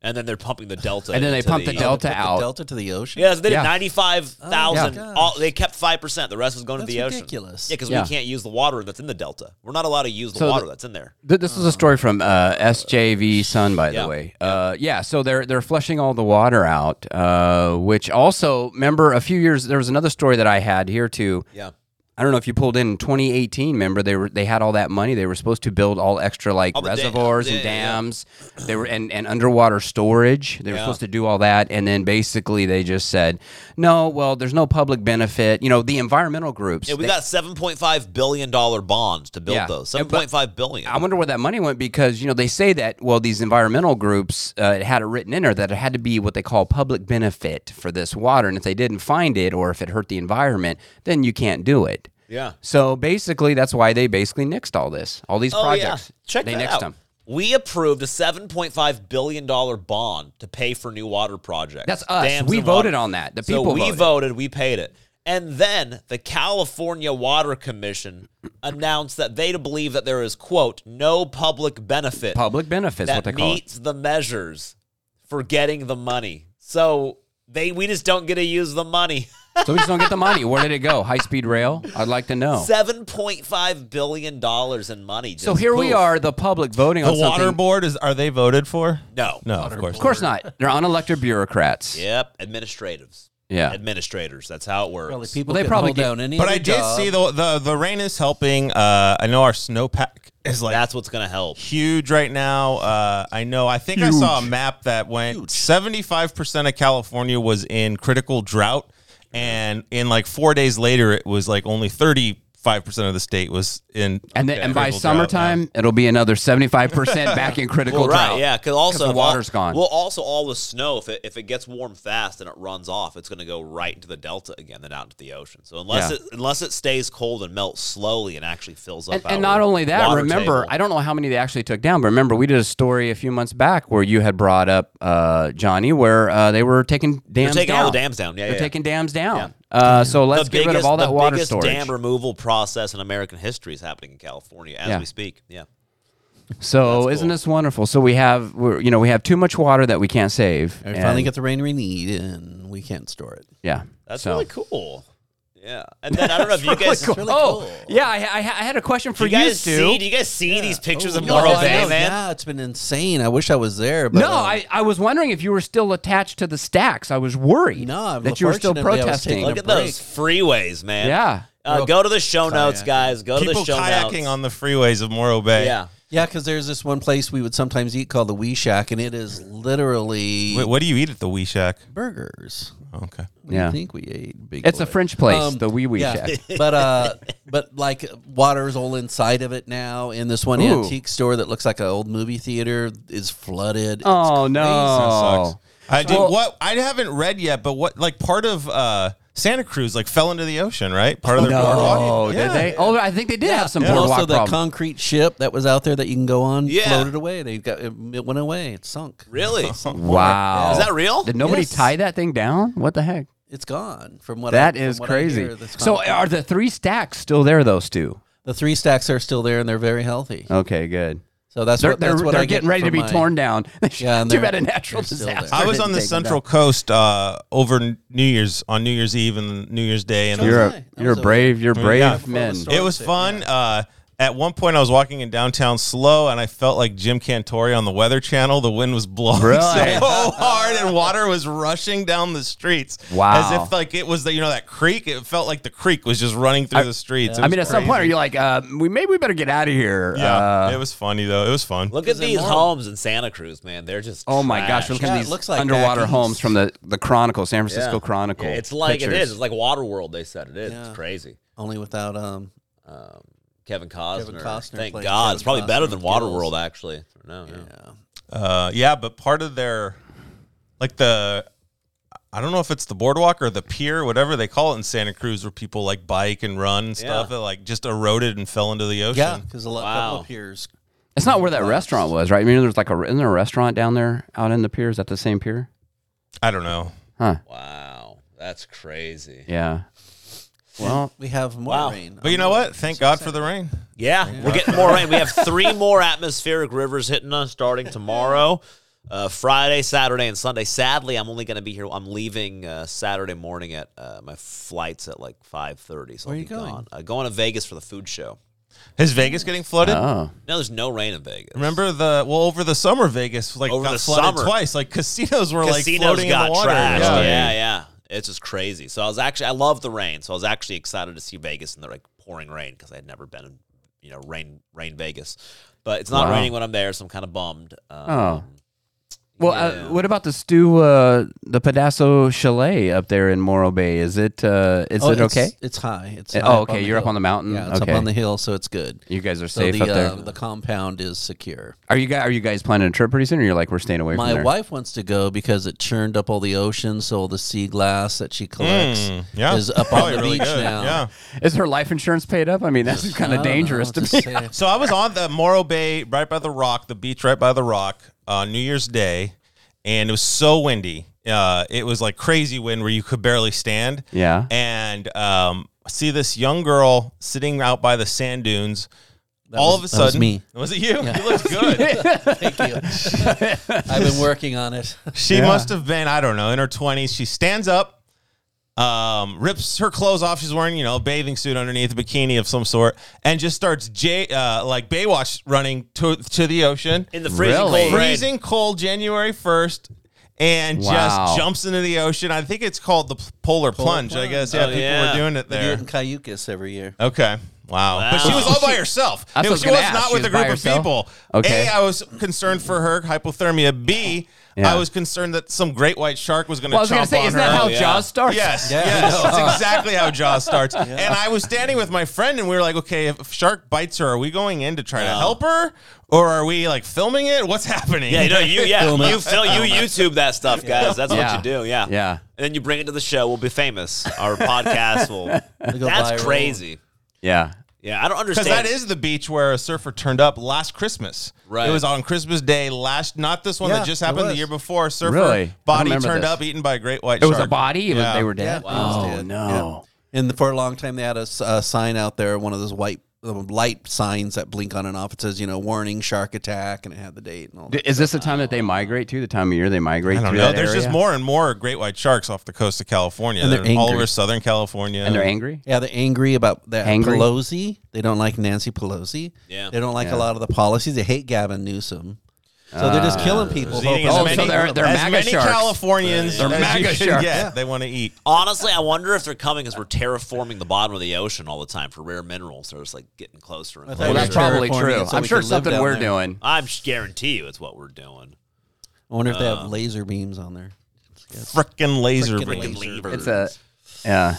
[SPEAKER 2] and then they're pumping the delta.
[SPEAKER 4] And then they
[SPEAKER 2] into
[SPEAKER 4] pump the delta
[SPEAKER 5] Put the
[SPEAKER 4] out.
[SPEAKER 5] Delta to the ocean.
[SPEAKER 2] Yeah, so they did
[SPEAKER 4] Yeah.
[SPEAKER 2] ninety-five thousand.
[SPEAKER 5] Oh, my
[SPEAKER 2] All
[SPEAKER 5] gosh.
[SPEAKER 2] they kept five percent. The rest was going to
[SPEAKER 5] That's
[SPEAKER 2] the ocean.
[SPEAKER 5] ridiculous.
[SPEAKER 2] Yeah, because
[SPEAKER 4] Yeah.
[SPEAKER 2] we can't use the water that's in the delta. We're not allowed to use the
[SPEAKER 4] So
[SPEAKER 2] water
[SPEAKER 4] the-
[SPEAKER 2] that's in there.
[SPEAKER 4] Th- This is a story from uh, SJV Sun, by
[SPEAKER 2] Yeah.
[SPEAKER 4] the way. Uh, yeah, so they're they're flushing all the water out, uh, which also remember a few years there was another story that I had here too.
[SPEAKER 2] Yeah.
[SPEAKER 4] I don't know if you pulled in 2018. Remember they were they had all that money. They were supposed to build all extra like
[SPEAKER 2] All the dam-
[SPEAKER 4] reservoirs
[SPEAKER 2] yeah,
[SPEAKER 4] and
[SPEAKER 2] yeah.
[SPEAKER 4] dams. They were and, and underwater storage. They were
[SPEAKER 2] Yeah.
[SPEAKER 4] supposed to do all that, and then basically they just said, no, well, there's no public benefit. You know, the environmental groups.
[SPEAKER 2] Yeah, we
[SPEAKER 4] they-
[SPEAKER 2] got seven point five billion dollar bonds to build
[SPEAKER 4] Yeah.
[SPEAKER 2] those.
[SPEAKER 4] And
[SPEAKER 2] Seven
[SPEAKER 4] but-
[SPEAKER 2] point five billion.
[SPEAKER 4] I wonder where that money went because you know they say that well these environmental groups uh, it had it written in there that it had to be what they call public benefit for this water and if they didn't find it or if it hurt the environment then you can't do it.
[SPEAKER 2] Yeah.
[SPEAKER 4] So basically that's why they basically nixed all this all these
[SPEAKER 2] Oh
[SPEAKER 4] projects.
[SPEAKER 2] yeah, check
[SPEAKER 4] they
[SPEAKER 2] that
[SPEAKER 4] nixed
[SPEAKER 2] out.
[SPEAKER 4] them.
[SPEAKER 2] We approved a seven point five billion dollar bond to pay for new water projects.
[SPEAKER 4] That's us.
[SPEAKER 2] Dams
[SPEAKER 4] We
[SPEAKER 2] and water-
[SPEAKER 4] voted on that. The
[SPEAKER 2] So
[SPEAKER 4] people
[SPEAKER 2] we
[SPEAKER 4] voted.
[SPEAKER 2] We paid it. And then the California Water Commission announced that they believe that there is quote no public benefit
[SPEAKER 4] Public benefits
[SPEAKER 2] that
[SPEAKER 4] what they call it.
[SPEAKER 2] meets the measures for getting the money. So they we just don't get to use the money.
[SPEAKER 4] So we just don't get the money. Where did it go? High speed rail? I'd like to know.
[SPEAKER 2] Seven point five billion dollars in money. Just
[SPEAKER 4] So here we
[SPEAKER 2] poof.
[SPEAKER 4] are, the public voting
[SPEAKER 3] The
[SPEAKER 4] on something.
[SPEAKER 3] water board is are they voted for?
[SPEAKER 2] No.
[SPEAKER 3] No, of course.
[SPEAKER 4] of course not. They're unelected bureaucrats.
[SPEAKER 2] Yep. Administratives.
[SPEAKER 4] yeah.
[SPEAKER 2] Administrators. That's how it works.
[SPEAKER 5] Probably people
[SPEAKER 4] Well, they
[SPEAKER 5] couldn't
[SPEAKER 4] probably
[SPEAKER 5] hold
[SPEAKER 4] get-
[SPEAKER 5] down any
[SPEAKER 3] But
[SPEAKER 5] other
[SPEAKER 3] I did
[SPEAKER 5] job.
[SPEAKER 3] see the the the rain is helping. Uh, I know our snowpack is like
[SPEAKER 2] That's what's gonna help.
[SPEAKER 3] huge right now. Uh, I know. I think I saw a map that went seventy five percent of California was in critical drought, and in like four days later, it was like only thirty five percent of the state was in.
[SPEAKER 4] And, then, and by
[SPEAKER 3] critical drought now.
[SPEAKER 4] summertime, it'll be another 75% back in critical
[SPEAKER 2] Well, right,
[SPEAKER 4] drought.
[SPEAKER 2] yeah, because also
[SPEAKER 4] 'Cause the
[SPEAKER 2] if all-
[SPEAKER 4] water's gone.
[SPEAKER 2] Well, also all the snow, if it if it gets warm fast and it runs off, it's going to go right into the delta again, then out into the ocean. So unless
[SPEAKER 4] Yeah.
[SPEAKER 2] it unless it stays cold and melts slowly and actually fills up,
[SPEAKER 4] And, and
[SPEAKER 2] our
[SPEAKER 4] not only that,
[SPEAKER 2] water
[SPEAKER 4] remember,
[SPEAKER 2] table.
[SPEAKER 4] I don't know how many they actually took down, but remember, we did a story a few months back where you had brought up uh, Johnny, where uh, they were taking
[SPEAKER 2] they're
[SPEAKER 4] dams
[SPEAKER 2] taking
[SPEAKER 4] down.
[SPEAKER 2] all the dams down. Yeah, yeah,
[SPEAKER 4] They're
[SPEAKER 2] yeah.
[SPEAKER 4] taking dams down. Uh, so let's
[SPEAKER 2] the
[SPEAKER 4] get
[SPEAKER 2] biggest,
[SPEAKER 4] rid of all that
[SPEAKER 2] the
[SPEAKER 4] water
[SPEAKER 2] biggest
[SPEAKER 4] storage.
[SPEAKER 2] dam removal process in American history is happening in California as
[SPEAKER 4] Yeah.
[SPEAKER 2] we speak. Yeah,
[SPEAKER 4] so isn't
[SPEAKER 2] cool.
[SPEAKER 4] this wonderful? So we have, we're, you know, we have too much water that we can't save.
[SPEAKER 5] We finally
[SPEAKER 4] and-
[SPEAKER 5] get the rain we need, and we can't store it.
[SPEAKER 4] yeah.
[SPEAKER 2] that's
[SPEAKER 4] so.
[SPEAKER 2] really cool. Yeah, and then I don't know if you guys.
[SPEAKER 5] really
[SPEAKER 4] oh,
[SPEAKER 5] cool.
[SPEAKER 4] yeah. I, I, I had a question
[SPEAKER 2] do
[SPEAKER 4] for
[SPEAKER 2] you guys
[SPEAKER 4] Stu. Oh,
[SPEAKER 2] see? Do you guys see these pictures of
[SPEAKER 5] No,
[SPEAKER 2] Morro
[SPEAKER 5] I
[SPEAKER 2] Bay,
[SPEAKER 5] know.
[SPEAKER 2] man?
[SPEAKER 5] Yeah, it's been insane. I wish I was there. But uh,
[SPEAKER 4] No, I, I was wondering if you were still attached to the stacks. I was worried
[SPEAKER 5] No,
[SPEAKER 4] that you were still
[SPEAKER 5] fortunately, I was
[SPEAKER 4] protesting.
[SPEAKER 5] taking
[SPEAKER 2] Look
[SPEAKER 5] a
[SPEAKER 2] at those freeways, man.
[SPEAKER 4] Yeah.
[SPEAKER 2] Uh, go to the show notes, guys. Go to
[SPEAKER 3] people
[SPEAKER 2] the show
[SPEAKER 3] kayaking
[SPEAKER 2] notes.
[SPEAKER 3] on the freeways of Morro Bay.
[SPEAKER 2] yeah.
[SPEAKER 5] Yeah, because there's this one place we would sometimes eat called the Wee Shack, and it is literally
[SPEAKER 3] Wait, what do you eat at the Wee Shack?
[SPEAKER 5] burgers.
[SPEAKER 3] Okay.
[SPEAKER 5] What do
[SPEAKER 4] Yeah.
[SPEAKER 5] you think we ate? Big
[SPEAKER 4] It's a
[SPEAKER 5] boy?
[SPEAKER 4] French place,
[SPEAKER 5] Um,
[SPEAKER 4] the Wee Wee
[SPEAKER 5] yeah.
[SPEAKER 4] Shack.
[SPEAKER 5] but uh, but like water's all inside of it now, and this one
[SPEAKER 4] Ooh.
[SPEAKER 5] antique store that looks like an old movie theater is flooded. It's
[SPEAKER 4] Oh
[SPEAKER 3] That
[SPEAKER 4] no.
[SPEAKER 3] sucks. I did
[SPEAKER 4] Well-
[SPEAKER 3] what I haven't read yet, but what like part of uh, Santa Cruz like fell into the ocean, right? Part of their
[SPEAKER 4] No,
[SPEAKER 3] boardwalk.
[SPEAKER 4] Oh, did
[SPEAKER 3] Yeah.
[SPEAKER 4] they? Oh, I think they did have some
[SPEAKER 5] And
[SPEAKER 4] boardwalk
[SPEAKER 5] also, the
[SPEAKER 4] problem.
[SPEAKER 5] concrete ship that was out there that you can go on
[SPEAKER 2] Yeah.
[SPEAKER 5] floated away. They got it it went away. It sunk.
[SPEAKER 2] Really?
[SPEAKER 4] wow.
[SPEAKER 2] Is that real?
[SPEAKER 4] Did nobody
[SPEAKER 5] Yes.
[SPEAKER 4] tie that thing down? What the heck?
[SPEAKER 5] It's gone. From what
[SPEAKER 4] That
[SPEAKER 5] I, from
[SPEAKER 4] is
[SPEAKER 5] what I
[SPEAKER 4] crazy.
[SPEAKER 5] hear, that's
[SPEAKER 4] So uh,
[SPEAKER 5] gone.
[SPEAKER 4] are the three stacks still there though, Stu?
[SPEAKER 5] the three stacks are still there and they're very healthy.
[SPEAKER 4] Okay, good.
[SPEAKER 5] So that's
[SPEAKER 4] They're,
[SPEAKER 5] what
[SPEAKER 4] they're,
[SPEAKER 5] that's what
[SPEAKER 4] they're
[SPEAKER 5] I get
[SPEAKER 4] getting ready to
[SPEAKER 5] from
[SPEAKER 4] be
[SPEAKER 5] my-
[SPEAKER 4] torn down.
[SPEAKER 5] Yeah, and
[SPEAKER 4] Too
[SPEAKER 5] they're-
[SPEAKER 4] bad a natural
[SPEAKER 5] they're still there.
[SPEAKER 4] disaster.
[SPEAKER 3] I was on
[SPEAKER 4] didn't
[SPEAKER 3] the
[SPEAKER 4] take them
[SPEAKER 3] Central Coast uh, over New Year's on New Year's Eve and New Year's Day, and
[SPEAKER 4] down. You're a,
[SPEAKER 5] I
[SPEAKER 4] you're a
[SPEAKER 5] was
[SPEAKER 4] brave, you're brave
[SPEAKER 3] Yeah.
[SPEAKER 4] men.
[SPEAKER 5] Full of
[SPEAKER 3] it was
[SPEAKER 5] Dorset,
[SPEAKER 3] fun. Uh, at one point, I was walking in downtown slow, and I felt like Jim Cantori on the Weather Channel. The wind was blowing
[SPEAKER 4] Really?
[SPEAKER 3] so hard, and water was rushing down the streets.
[SPEAKER 4] Wow.
[SPEAKER 3] as if like it was the you know that creek. It felt like the creek was just running through the streets. It
[SPEAKER 4] I
[SPEAKER 3] was
[SPEAKER 4] mean, at some
[SPEAKER 3] crazy.
[SPEAKER 4] point, are you like, uh, we maybe we better get out of here?
[SPEAKER 3] Yeah,
[SPEAKER 4] Uh,
[SPEAKER 3] it was funny though. It was fun.
[SPEAKER 2] Look at
[SPEAKER 5] Because they're
[SPEAKER 2] these
[SPEAKER 5] normal.
[SPEAKER 2] homes in Santa Cruz, man. They're just
[SPEAKER 4] oh my
[SPEAKER 2] trash.
[SPEAKER 4] gosh, look at
[SPEAKER 5] Yeah, it
[SPEAKER 4] these
[SPEAKER 5] looks like
[SPEAKER 4] underwater
[SPEAKER 5] back
[SPEAKER 4] homes
[SPEAKER 5] east.
[SPEAKER 4] from the the Chronicle, San
[SPEAKER 2] Yeah.
[SPEAKER 4] Francisco Chronicle.
[SPEAKER 2] Yeah, It's like it is.
[SPEAKER 4] Pictures.
[SPEAKER 2] It's like Waterworld. They said it is.
[SPEAKER 5] Yeah.
[SPEAKER 2] It's crazy.
[SPEAKER 5] Only without um
[SPEAKER 2] Um, Kevin Costner.
[SPEAKER 5] Costner
[SPEAKER 2] Thank
[SPEAKER 5] playing
[SPEAKER 2] God. it's probably
[SPEAKER 5] Kevin
[SPEAKER 2] better
[SPEAKER 5] Costner
[SPEAKER 2] than
[SPEAKER 5] with gills.
[SPEAKER 2] Waterworld, actually. No, yeah.
[SPEAKER 5] yeah.
[SPEAKER 3] Uh, yeah, but part of their, like the, I don't know if it's the boardwalk or the pier, whatever they call it in Santa Cruz, where people like bike and run and stuff.
[SPEAKER 2] Yeah.
[SPEAKER 3] It like just eroded and fell into the ocean.
[SPEAKER 5] Yeah, because a lot couple
[SPEAKER 2] Wow.
[SPEAKER 5] of piers.
[SPEAKER 4] It's not where that restaurant was, right? I mean, there's like a isn't there a restaurant down there out in the pier? Is that the same pier?
[SPEAKER 3] I don't know.
[SPEAKER 4] Huh?
[SPEAKER 2] Wow. That's crazy.
[SPEAKER 4] Yeah. Well,
[SPEAKER 5] We have more
[SPEAKER 2] Wow.
[SPEAKER 5] rain.
[SPEAKER 3] But you know what? Thank God for the rain.
[SPEAKER 2] Yeah, we're getting more rain. We have three more atmospheric rivers hitting us starting tomorrow. Uh, Friday, Saturday, and Sunday. Sadly, I'm only going to be here. I'm leaving uh, Saturday morning at uh, my flights at like 5:30. So Where I'll
[SPEAKER 5] are
[SPEAKER 2] be
[SPEAKER 5] you going?
[SPEAKER 2] Gone. Uh, going to Vegas for the food show.
[SPEAKER 3] Is Vegas getting flooded?
[SPEAKER 4] Oh,
[SPEAKER 2] No, there's no rain in Vegas.
[SPEAKER 3] Remember the well over the summer Vegas like
[SPEAKER 2] Over
[SPEAKER 3] got
[SPEAKER 2] the
[SPEAKER 3] flooded
[SPEAKER 2] summer.
[SPEAKER 3] twice. Like casinos were like
[SPEAKER 2] casinos
[SPEAKER 3] floating
[SPEAKER 2] got
[SPEAKER 3] in the water.
[SPEAKER 2] trashed.
[SPEAKER 3] Yeah.
[SPEAKER 2] Yeah. yeah, It's just crazy. So I was actually I love the rain. So I was actually excited to see Vegas in the like pouring rain because I'd never been in you know rain rain Vegas, but it's not
[SPEAKER 4] Wow.
[SPEAKER 2] raining when I'm there, so I'm kind of bummed. Um,
[SPEAKER 4] oh. Well,
[SPEAKER 2] Yeah.
[SPEAKER 4] uh, what about the stew? Uh, the Pedasso Chalet up there in Morro Bay. Is it? Uh, is
[SPEAKER 5] Oh,
[SPEAKER 4] it okay?
[SPEAKER 5] It's, it's high. It's
[SPEAKER 4] Uh,
[SPEAKER 5] high
[SPEAKER 4] oh, okay.
[SPEAKER 5] the
[SPEAKER 4] you're up
[SPEAKER 5] hill.
[SPEAKER 4] on the mountain.
[SPEAKER 5] Yeah, it's
[SPEAKER 4] okay.
[SPEAKER 5] up on the hill, so it's good.
[SPEAKER 4] you guys are
[SPEAKER 5] So
[SPEAKER 4] safe
[SPEAKER 5] the
[SPEAKER 4] up there.
[SPEAKER 5] Uh, the compound is secure.
[SPEAKER 4] are you guys? Are you guys planning a trip pretty soon? Or you're like we're staying away from
[SPEAKER 5] My
[SPEAKER 4] there?
[SPEAKER 5] wife wants to go because it churned up all the ocean, so all the sea glass that she collects
[SPEAKER 3] Mm, yeah.
[SPEAKER 5] is up on
[SPEAKER 3] Probably
[SPEAKER 5] the
[SPEAKER 3] really
[SPEAKER 5] beach
[SPEAKER 3] good.
[SPEAKER 5] now.
[SPEAKER 3] Yeah.
[SPEAKER 4] Is her life insurance paid up? I mean, that's kind
[SPEAKER 5] I
[SPEAKER 4] of
[SPEAKER 5] don't know,
[SPEAKER 4] dangerous to
[SPEAKER 5] just
[SPEAKER 4] me.
[SPEAKER 5] say-
[SPEAKER 3] So I was on the Morro Bay, right by the rock, the beach right by the rock, on New Year's Day, and it was so windy. Uh, it was like crazy wind where you could barely stand.
[SPEAKER 4] Yeah.
[SPEAKER 3] And um, I see this young girl sitting out by the sand dunes. All
[SPEAKER 5] was-
[SPEAKER 3] of a
[SPEAKER 5] that was
[SPEAKER 3] sudden,
[SPEAKER 5] me.
[SPEAKER 3] Was it you? You looked good.
[SPEAKER 5] Thank you. I've been working on it.
[SPEAKER 3] She must have been, I don't know, in her 20s. She stands up, um, rips her clothes off. She's wearing, you know, a bathing suit underneath, a bikini of some sort, and just starts J- uh, like Baywatch running to, to the ocean.
[SPEAKER 2] in the freezing
[SPEAKER 4] Really?
[SPEAKER 2] cold rain.
[SPEAKER 3] freezing cold January 1st. And
[SPEAKER 4] Wow.
[SPEAKER 3] just jumps into the ocean. I think it's called the p- polar, plunge, I
[SPEAKER 5] plunge.
[SPEAKER 3] guess. Yeah,
[SPEAKER 2] Oh,
[SPEAKER 3] people
[SPEAKER 2] yeah.
[SPEAKER 3] were doing it
[SPEAKER 5] They do it
[SPEAKER 3] there.
[SPEAKER 5] in Cayucas every year.
[SPEAKER 3] Okay. Wow. But she was all by herself.
[SPEAKER 4] That's what
[SPEAKER 3] It-
[SPEAKER 4] I was
[SPEAKER 3] she
[SPEAKER 4] gonna
[SPEAKER 3] was
[SPEAKER 4] ask.
[SPEAKER 3] not
[SPEAKER 4] She
[SPEAKER 3] with
[SPEAKER 4] was
[SPEAKER 3] a
[SPEAKER 4] by
[SPEAKER 3] group of
[SPEAKER 4] herself?
[SPEAKER 3] people.
[SPEAKER 4] Okay.
[SPEAKER 3] A, I was concerned for her hypothermia. B, I
[SPEAKER 4] Yeah.
[SPEAKER 3] was concerned that some great white shark was going to
[SPEAKER 4] Well, I was
[SPEAKER 3] chomp
[SPEAKER 4] gonna say,
[SPEAKER 3] on
[SPEAKER 4] isn't
[SPEAKER 3] her.
[SPEAKER 4] that how
[SPEAKER 2] yeah.
[SPEAKER 4] Jaws starts?
[SPEAKER 3] Yes,
[SPEAKER 5] Yeah, I
[SPEAKER 3] yes,
[SPEAKER 5] know.
[SPEAKER 3] that's exactly how Jaws starts. And I was standing with my friend, and we were like, "Okay, if a shark bites her, are we going in to try to help her, or are we like filming it? What's happening?"
[SPEAKER 2] Yeah, you know, you yeah, you fil- you YouTube that stuff, guys. That's
[SPEAKER 4] Yeah.
[SPEAKER 2] what you do. Yeah,
[SPEAKER 4] Yeah.
[SPEAKER 2] And then you bring it to the show. We'll be famous. Our podcast will.
[SPEAKER 5] go
[SPEAKER 2] That's
[SPEAKER 5] viral.
[SPEAKER 2] crazy.
[SPEAKER 4] Yeah.
[SPEAKER 2] Yeah, I don't
[SPEAKER 3] Because
[SPEAKER 2] understand.
[SPEAKER 3] that is the beach where a surfer turned up last Christmas.
[SPEAKER 2] Right.
[SPEAKER 3] It was on Christmas Day last, not this one
[SPEAKER 5] Yeah,
[SPEAKER 3] that just
[SPEAKER 5] it
[SPEAKER 3] happened the
[SPEAKER 5] was.
[SPEAKER 3] year before. A surfer
[SPEAKER 4] Really? I
[SPEAKER 3] body
[SPEAKER 4] remember
[SPEAKER 3] turned
[SPEAKER 4] this.
[SPEAKER 3] up, eaten by a great
[SPEAKER 4] It
[SPEAKER 3] white shark.
[SPEAKER 4] was a body. It was,
[SPEAKER 3] Yeah.
[SPEAKER 4] they were
[SPEAKER 5] Yeah,
[SPEAKER 4] dead.
[SPEAKER 5] they was
[SPEAKER 4] oh
[SPEAKER 5] dead.
[SPEAKER 4] no.
[SPEAKER 5] Yeah. And for a long time, they had a s- a sign out there, one of those white uh, light signs that blink on and off. It says, you know, warning shark attack, and it had the date and all that.
[SPEAKER 4] Th- Is this the time that they migrate to? The time of year they migrate?
[SPEAKER 3] I don't
[SPEAKER 4] through
[SPEAKER 3] know.
[SPEAKER 4] that
[SPEAKER 3] There's just
[SPEAKER 4] area?
[SPEAKER 3] more and more great white sharks off the coast of California.
[SPEAKER 5] And they're
[SPEAKER 3] all
[SPEAKER 5] angry.
[SPEAKER 3] over Southern California.
[SPEAKER 4] and they're angry.
[SPEAKER 5] Yeah, they're angry about that
[SPEAKER 4] Angry?
[SPEAKER 5] Pelosi. They don't like Nancy Pelosi.
[SPEAKER 2] Yeah.
[SPEAKER 5] They don't like
[SPEAKER 4] Yeah.
[SPEAKER 5] a lot of the policies. They hate Gavin Newsom. So they're just killing people.
[SPEAKER 3] Just eating as
[SPEAKER 4] Oh, so
[SPEAKER 3] many,
[SPEAKER 4] they're- they're
[SPEAKER 3] as
[SPEAKER 4] MAGA
[SPEAKER 3] many
[SPEAKER 4] sharks.
[SPEAKER 3] Californians
[SPEAKER 4] They're
[SPEAKER 3] as you
[SPEAKER 4] MAGA
[SPEAKER 3] can
[SPEAKER 4] sharks.
[SPEAKER 3] get,
[SPEAKER 4] Yeah.
[SPEAKER 3] they want to eat.
[SPEAKER 2] Honestly, I wonder if they're coming because we're terraforming the bottom of the ocean all the time for rare minerals. They're just like getting closer and
[SPEAKER 5] Well,
[SPEAKER 4] Well,
[SPEAKER 2] closer.
[SPEAKER 4] that's
[SPEAKER 5] they're
[SPEAKER 4] probably
[SPEAKER 5] terraforming
[SPEAKER 4] true.
[SPEAKER 5] it so
[SPEAKER 4] I'm
[SPEAKER 5] we
[SPEAKER 4] sure
[SPEAKER 5] can
[SPEAKER 4] it's
[SPEAKER 5] live
[SPEAKER 4] something
[SPEAKER 5] down
[SPEAKER 4] we're
[SPEAKER 5] there.
[SPEAKER 4] doing.
[SPEAKER 2] I'm sh- guarantee you it's what we're doing.
[SPEAKER 5] I wonder if they
[SPEAKER 3] Uh.
[SPEAKER 5] have laser beams on there.
[SPEAKER 3] Frickin' laser
[SPEAKER 5] Frickin'
[SPEAKER 3] beams.
[SPEAKER 5] laser
[SPEAKER 2] Levers.
[SPEAKER 4] It's a yeah.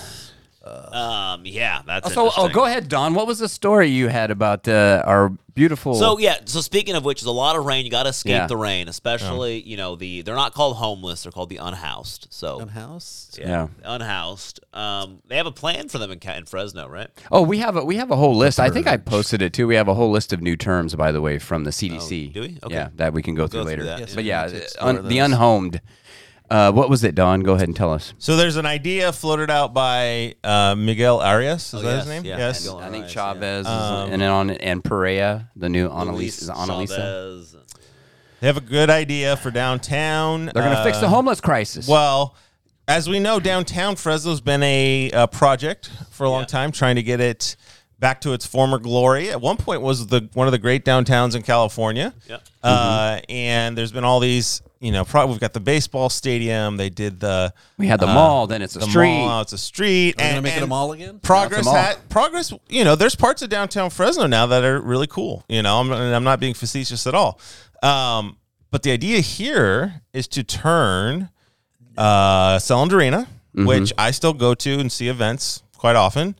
[SPEAKER 2] um, yeah. That's
[SPEAKER 4] So, oh,
[SPEAKER 2] interesting.
[SPEAKER 4] go ahead, Don. What was the story you had about uh, our beautiful?
[SPEAKER 2] So yeah. So speaking of which, there's a lot of rain. You got to escape
[SPEAKER 4] Yeah.
[SPEAKER 2] the rain, especially you know the they're not called homeless. They're called the unhoused. So
[SPEAKER 5] On house?
[SPEAKER 4] yeah.
[SPEAKER 2] unhoused. Um, they have a plan for them in, Ca- in Fresno, right?
[SPEAKER 4] Oh, we have a we have a whole list. I think I posted it too. We have a whole list of new terms, by the way, from the CDC.
[SPEAKER 2] Oh, do we? Okay.
[SPEAKER 4] Yeah, that we can go through
[SPEAKER 2] through
[SPEAKER 4] later.
[SPEAKER 2] that. Yes,
[SPEAKER 4] but
[SPEAKER 5] we
[SPEAKER 4] yeah,
[SPEAKER 5] need to
[SPEAKER 4] uh, un-
[SPEAKER 5] explore
[SPEAKER 4] the
[SPEAKER 5] those.
[SPEAKER 4] unhomed. Uh, what was it, Don? Go ahead and tell us.
[SPEAKER 3] So there's an idea floated out by uh, Miguel Arias. Is that
[SPEAKER 2] Oh, yes,
[SPEAKER 3] his name?
[SPEAKER 2] yeah. Um,
[SPEAKER 3] Yes.
[SPEAKER 2] Miguel.
[SPEAKER 4] I think
[SPEAKER 2] Alright,
[SPEAKER 4] Chavez is, and then on and Perea, the new Annalisa. Is it Annalisa?
[SPEAKER 2] Chavez and-
[SPEAKER 3] They have a good idea for downtown. uh,
[SPEAKER 4] They're gonna
[SPEAKER 2] Uh,
[SPEAKER 4] fix the homeless crisis.
[SPEAKER 3] Well, as we know, downtown Fresno's been a, uh project for a long time, trying to get it back to its former glory. At one point, was the one of the great downtowns in California.
[SPEAKER 2] Yep.
[SPEAKER 3] Uh, And there's been all these, you know, pro- we've got the baseball stadium. They did the
[SPEAKER 4] we had the
[SPEAKER 3] uh,
[SPEAKER 4] mall, then it's a
[SPEAKER 3] the
[SPEAKER 4] street.
[SPEAKER 3] mall. Now it's a street.
[SPEAKER 5] Are we gonna make it a mall again?
[SPEAKER 3] Progress.
[SPEAKER 4] Now it's a mall.
[SPEAKER 3] ha- progress. You know, there's parts of downtown Fresno now that are really cool. You know, I'm, and I'm not being facetious at all. Um, but the idea here is to turn uh, Celand Arena, which I still go to and see events quite often,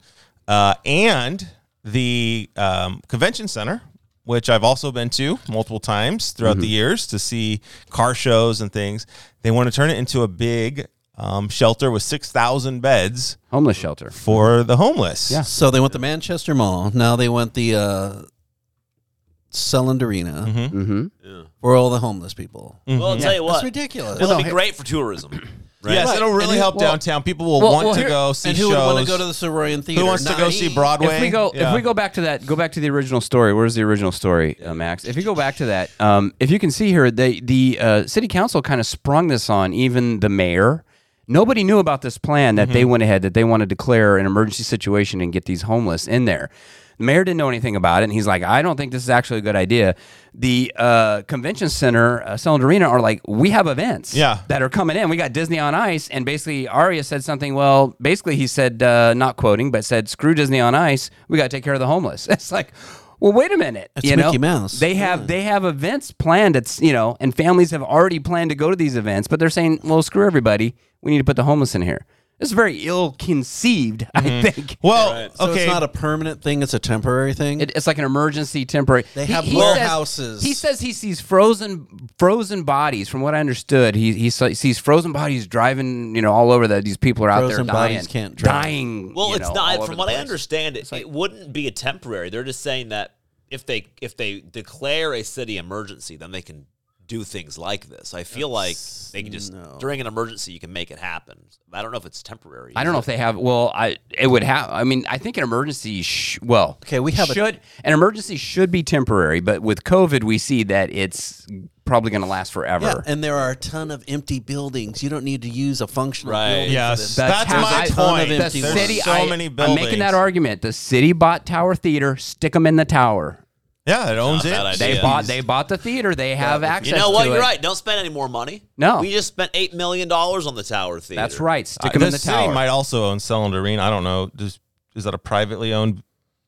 [SPEAKER 3] uh, and the um, convention center, which I've also been to multiple times throughout the years to see car shows and things. They want to turn it into a big um, shelter with 6,000 beds
[SPEAKER 4] homeless shelter.
[SPEAKER 3] for the homeless.
[SPEAKER 4] Yeah.
[SPEAKER 5] So they want the Manchester Mall. Now they want the uh, Celandarena
[SPEAKER 4] Mm-hmm.
[SPEAKER 5] for all the homeless people.
[SPEAKER 2] Well, I'll tell you
[SPEAKER 5] Mm-hmm. That's
[SPEAKER 2] what.
[SPEAKER 5] ridiculous.
[SPEAKER 2] It'll be great for tourism. right?
[SPEAKER 3] Yes, it'll really
[SPEAKER 5] And-
[SPEAKER 3] help
[SPEAKER 4] well-
[SPEAKER 3] downtown. People will
[SPEAKER 4] well-
[SPEAKER 3] want
[SPEAKER 4] well,
[SPEAKER 3] to
[SPEAKER 4] here-
[SPEAKER 3] go see
[SPEAKER 5] and who would
[SPEAKER 3] shows.
[SPEAKER 5] want to go to the Sororian Theater?
[SPEAKER 3] who wants to
[SPEAKER 5] Not
[SPEAKER 3] go
[SPEAKER 5] me.
[SPEAKER 3] see Broadway?
[SPEAKER 4] If we go,
[SPEAKER 3] Yeah.
[SPEAKER 4] if we go back to that, go back to the original story. Where's the original story, uh, Max? If you go back to that, um, if you can see here, they, the uh, city council kind of sprung this on even the mayor. Nobody knew about this plan that
[SPEAKER 3] Mm-hmm.
[SPEAKER 4] they went ahead that they want to declare an emergency situation and get these homeless in there. The mayor didn't know anything about it, and he's like, "I don't think this is actually a good idea." The uh, convention center, uh, Celland Arena, are like, "We have events,
[SPEAKER 3] Yeah.
[SPEAKER 4] that are coming in. We got Disney on Ice, and basically Aria said something. Well, basically he said, uh, not quoting, but said, "Screw Disney on Ice. We got to take care of the homeless." It's like, well, wait a minute.
[SPEAKER 5] That's
[SPEAKER 4] you know?
[SPEAKER 5] Mickey Mouse.
[SPEAKER 4] They have they have events planned. It's you know, and families have already planned to go to these events, but they're saying, well, screw everybody. We need to put the homeless in here. It's very ill-conceived,
[SPEAKER 5] Mm-hmm.
[SPEAKER 4] I think.
[SPEAKER 3] Well,
[SPEAKER 5] So
[SPEAKER 3] okay.
[SPEAKER 5] it's not a permanent thing; it's a temporary thing.
[SPEAKER 4] It, it's like an emergency temporary.
[SPEAKER 5] They have
[SPEAKER 4] says-
[SPEAKER 5] warehouses.
[SPEAKER 4] he says he sees frozen frozen bodies. From what I understood, he he saw, sees frozen bodies driving. You know, all over that these people are out
[SPEAKER 5] Frozen
[SPEAKER 4] there dying,
[SPEAKER 5] bodies can't drive.
[SPEAKER 4] dying.
[SPEAKER 2] Well,
[SPEAKER 4] you
[SPEAKER 2] it's
[SPEAKER 4] know, all
[SPEAKER 2] not.
[SPEAKER 4] over
[SPEAKER 2] From
[SPEAKER 4] the
[SPEAKER 2] what I
[SPEAKER 4] place.
[SPEAKER 2] understand, it, it wouldn't be a temporary. They're just saying that if they if they declare a city emergency, then they can do things like this. I feel like they can just during an emergency, you can make it happen. I don't know if it's temporary.
[SPEAKER 4] I don't know if they have. Well, I it would have. I mean, I think an emergency. Sh- well,
[SPEAKER 5] Okay, we have a-
[SPEAKER 4] should an emergency should be temporary, but with COVID, we see that it's probably going to last forever.
[SPEAKER 5] yeah, and there are a ton of empty buildings. You don't need to use a functional
[SPEAKER 2] Right.
[SPEAKER 5] building. for
[SPEAKER 3] yes,
[SPEAKER 5] this.
[SPEAKER 4] That's
[SPEAKER 3] that's,
[SPEAKER 4] how-
[SPEAKER 3] my
[SPEAKER 4] I-
[SPEAKER 3] point.
[SPEAKER 5] The
[SPEAKER 3] There's
[SPEAKER 5] empty
[SPEAKER 4] city,
[SPEAKER 3] so
[SPEAKER 4] I-
[SPEAKER 3] many
[SPEAKER 4] I'm
[SPEAKER 3] buildings.
[SPEAKER 4] making that argument. The city bought Tower Theater. Stick them in the tower.
[SPEAKER 3] Yeah, it owns
[SPEAKER 2] Not a bad
[SPEAKER 3] it.
[SPEAKER 2] idea.
[SPEAKER 4] They
[SPEAKER 2] Yeah.
[SPEAKER 4] bought. They bought the theater. They have access.
[SPEAKER 2] You know what?
[SPEAKER 4] to
[SPEAKER 2] You're
[SPEAKER 4] it.
[SPEAKER 2] right. Don't spend any more money.
[SPEAKER 4] No.
[SPEAKER 2] we just spent eight million dollars on the Tower Theater.
[SPEAKER 4] That's right. Stick
[SPEAKER 3] Uh,
[SPEAKER 4] them in the
[SPEAKER 3] city
[SPEAKER 4] tower.
[SPEAKER 3] might also own Celland Arena. I don't know. Just, is that a privately owned?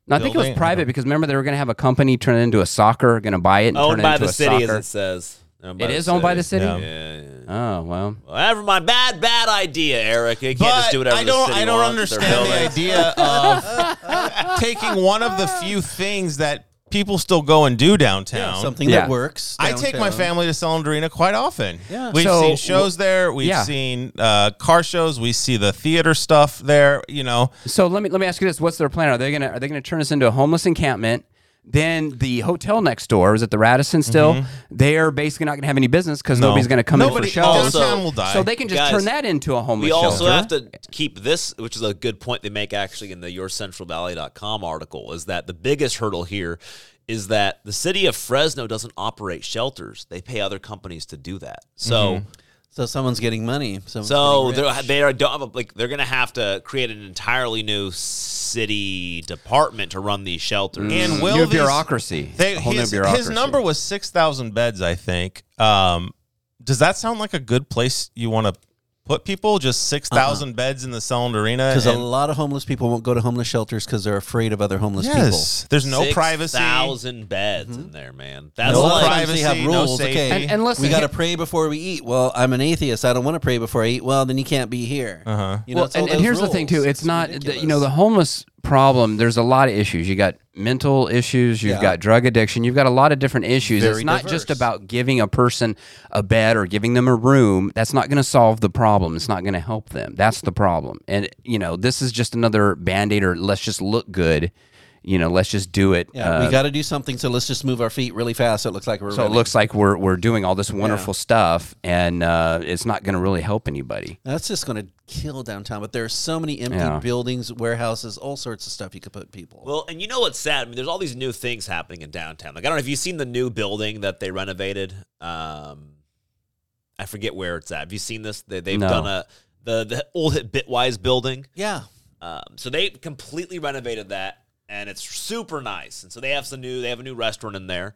[SPEAKER 4] No, I think it was
[SPEAKER 3] building.
[SPEAKER 4] private because remember they were going to have a company turn it into a soccer, going to buy it and turn
[SPEAKER 2] Owned
[SPEAKER 4] it
[SPEAKER 2] by
[SPEAKER 4] into
[SPEAKER 2] the
[SPEAKER 4] a
[SPEAKER 2] city,
[SPEAKER 4] soccer.
[SPEAKER 2] as it says. Owned
[SPEAKER 4] It is owned by the city.
[SPEAKER 3] Yeah.
[SPEAKER 2] Yeah, yeah.
[SPEAKER 4] Oh well,
[SPEAKER 2] Well, never mind. Bad, bad idea, Eric. You can't just do whatever
[SPEAKER 3] I don't.
[SPEAKER 2] the city
[SPEAKER 3] I don't
[SPEAKER 2] wants with their
[SPEAKER 3] understand
[SPEAKER 2] buildings.
[SPEAKER 3] the idea of taking one of the few things that people still go and do downtown.
[SPEAKER 5] something
[SPEAKER 4] Yeah.
[SPEAKER 5] that works.
[SPEAKER 3] I take my
[SPEAKER 5] downtown.
[SPEAKER 3] family to Salandrina quite often.
[SPEAKER 5] Yeah.
[SPEAKER 3] We've
[SPEAKER 4] So,
[SPEAKER 3] seen shows there. We've
[SPEAKER 4] yeah.
[SPEAKER 3] seen uh, car shows. We see the theater stuff there. You know,
[SPEAKER 4] so let me let me ask you this: What's their plan? Are they going to are they going to turn us into a homeless encampment? Then the hotel next door is at the Radisson still. They are basically not going to have any business because nobody's going to come
[SPEAKER 3] Nobody,
[SPEAKER 4] in for shows.
[SPEAKER 2] also-
[SPEAKER 3] Downtown will die.
[SPEAKER 4] so they can just
[SPEAKER 2] Guys,
[SPEAKER 4] turn that into a homeless
[SPEAKER 2] We also
[SPEAKER 4] shelter.
[SPEAKER 2] have to keep this, which is a good point they make actually in the YourCentralValley.com article, is that the biggest hurdle here is that the city of Fresno doesn't operate shelters. They pay other companies to do that. So
[SPEAKER 5] So someone's getting money. Someone's
[SPEAKER 2] so
[SPEAKER 5] getting rich.
[SPEAKER 2] they're, they are don't have a- like they're going to have to create an entirely new city department to run these shelters.
[SPEAKER 3] and will
[SPEAKER 4] New
[SPEAKER 3] these-
[SPEAKER 4] bureaucracy.
[SPEAKER 3] They,
[SPEAKER 4] A whole new
[SPEAKER 3] his, his
[SPEAKER 4] bureaucracy.
[SPEAKER 3] number was six thousand beds, I think. Um, does that sound like a good place you want to put people? Just six thousand beds in the Celland Arena.
[SPEAKER 5] because a
[SPEAKER 3] and-
[SPEAKER 5] lot of homeless people won't go to homeless shelters because they're afraid of other homeless
[SPEAKER 3] yes, there's no privacy. Mm-hmm.
[SPEAKER 2] Thousand beds in there, man. That's
[SPEAKER 5] people.
[SPEAKER 3] No
[SPEAKER 2] like
[SPEAKER 3] privacy.
[SPEAKER 5] Sometimes they have
[SPEAKER 3] no
[SPEAKER 5] rules.
[SPEAKER 3] safety.
[SPEAKER 5] okay,
[SPEAKER 4] And- and listen,
[SPEAKER 5] we got to
[SPEAKER 4] he-
[SPEAKER 5] pray before we eat. Well, I'm an atheist. I don't want to pray before I eat. Well, then you can't be here. Uh-huh. You know,
[SPEAKER 4] well,
[SPEAKER 5] it's all
[SPEAKER 4] and, and
[SPEAKER 5] those
[SPEAKER 4] here's the thing too.
[SPEAKER 5] rules.
[SPEAKER 4] It's, not the,
[SPEAKER 5] ridiculous.
[SPEAKER 4] you know the homeless problem. There's a lot of issues. You got mental issues. You've
[SPEAKER 5] Yeah.
[SPEAKER 4] got drug addiction. You've got a lot of different issues.
[SPEAKER 5] Very
[SPEAKER 4] it's not just
[SPEAKER 5] diverse.
[SPEAKER 4] about giving a person a bed or giving them a room. That's not going to solve the problem. It's not going to help them. That's the problem. And you know this is just another band aid or let's just look good. You know let's just do it.
[SPEAKER 5] Yeah,
[SPEAKER 4] uh,
[SPEAKER 5] we got to do something. So let's just move our feet really fast. So it looks like we're
[SPEAKER 4] so it
[SPEAKER 5] running.
[SPEAKER 4] looks like we're we're doing all this wonderful stuff, and uh, it's not going to really help anybody.
[SPEAKER 5] That's just going to kill downtown. But there are so many empty
[SPEAKER 4] Yeah.
[SPEAKER 5] buildings, warehouses, all sorts of stuff you could put people.
[SPEAKER 2] Well, and you know what's sad? I mean, there's all these new things happening in downtown. Like, I don't know if you've seen the new building that they renovated. Um, I forget where it's at. Have you seen this? They, they've
[SPEAKER 4] No.
[SPEAKER 2] done a the the old hit Bitwise building.
[SPEAKER 5] yeah,
[SPEAKER 2] Um, so they completely renovated that, and it's super nice. And so they have some new they have a new restaurant in there.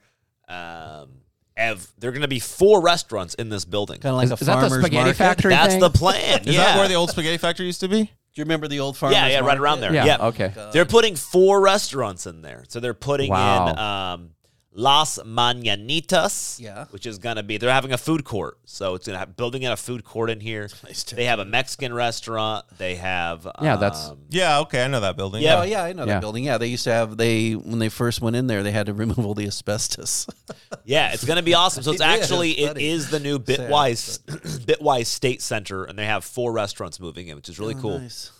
[SPEAKER 2] Um, have, there are going to be four restaurants in this building.
[SPEAKER 5] kind of like
[SPEAKER 4] Is,
[SPEAKER 5] a
[SPEAKER 4] is that the
[SPEAKER 5] farmer's
[SPEAKER 4] spaghetti
[SPEAKER 5] market.
[SPEAKER 4] factory?
[SPEAKER 2] That's
[SPEAKER 4] thing?
[SPEAKER 2] the plan.
[SPEAKER 3] Is
[SPEAKER 2] yeah.
[SPEAKER 3] that where the old spaghetti factory used to be?
[SPEAKER 5] Do you remember the old farmer's
[SPEAKER 2] yeah, yeah, right
[SPEAKER 5] market?
[SPEAKER 2] around there.
[SPEAKER 4] Yeah,
[SPEAKER 2] Yeah,
[SPEAKER 4] okay.
[SPEAKER 5] uh,
[SPEAKER 2] They're putting four restaurants in there. So they're putting in
[SPEAKER 4] Wow.
[SPEAKER 2] um, Las Mañanitas,
[SPEAKER 5] Yeah.
[SPEAKER 2] which is going to be, they're having a food court. So it's going to have building in a food court in here.
[SPEAKER 5] nice to-
[SPEAKER 2] They have a Mexican restaurant. They have.
[SPEAKER 4] Yeah, that's-
[SPEAKER 2] um,
[SPEAKER 3] Yeah, okay, I know that building.
[SPEAKER 2] Yeah.
[SPEAKER 5] Oh yeah, I know
[SPEAKER 4] Yeah.
[SPEAKER 5] that building. Yeah, they used to have they when they first went in there, they had to remove all the asbestos.
[SPEAKER 2] Yeah, it's going to be awesome. So it's
[SPEAKER 5] It is,
[SPEAKER 2] actually it
[SPEAKER 5] buddy.
[SPEAKER 2] is the new Bitwise Bitwise State Center, and they have four restaurants moving in, which is really cool.
[SPEAKER 5] Oh, nice.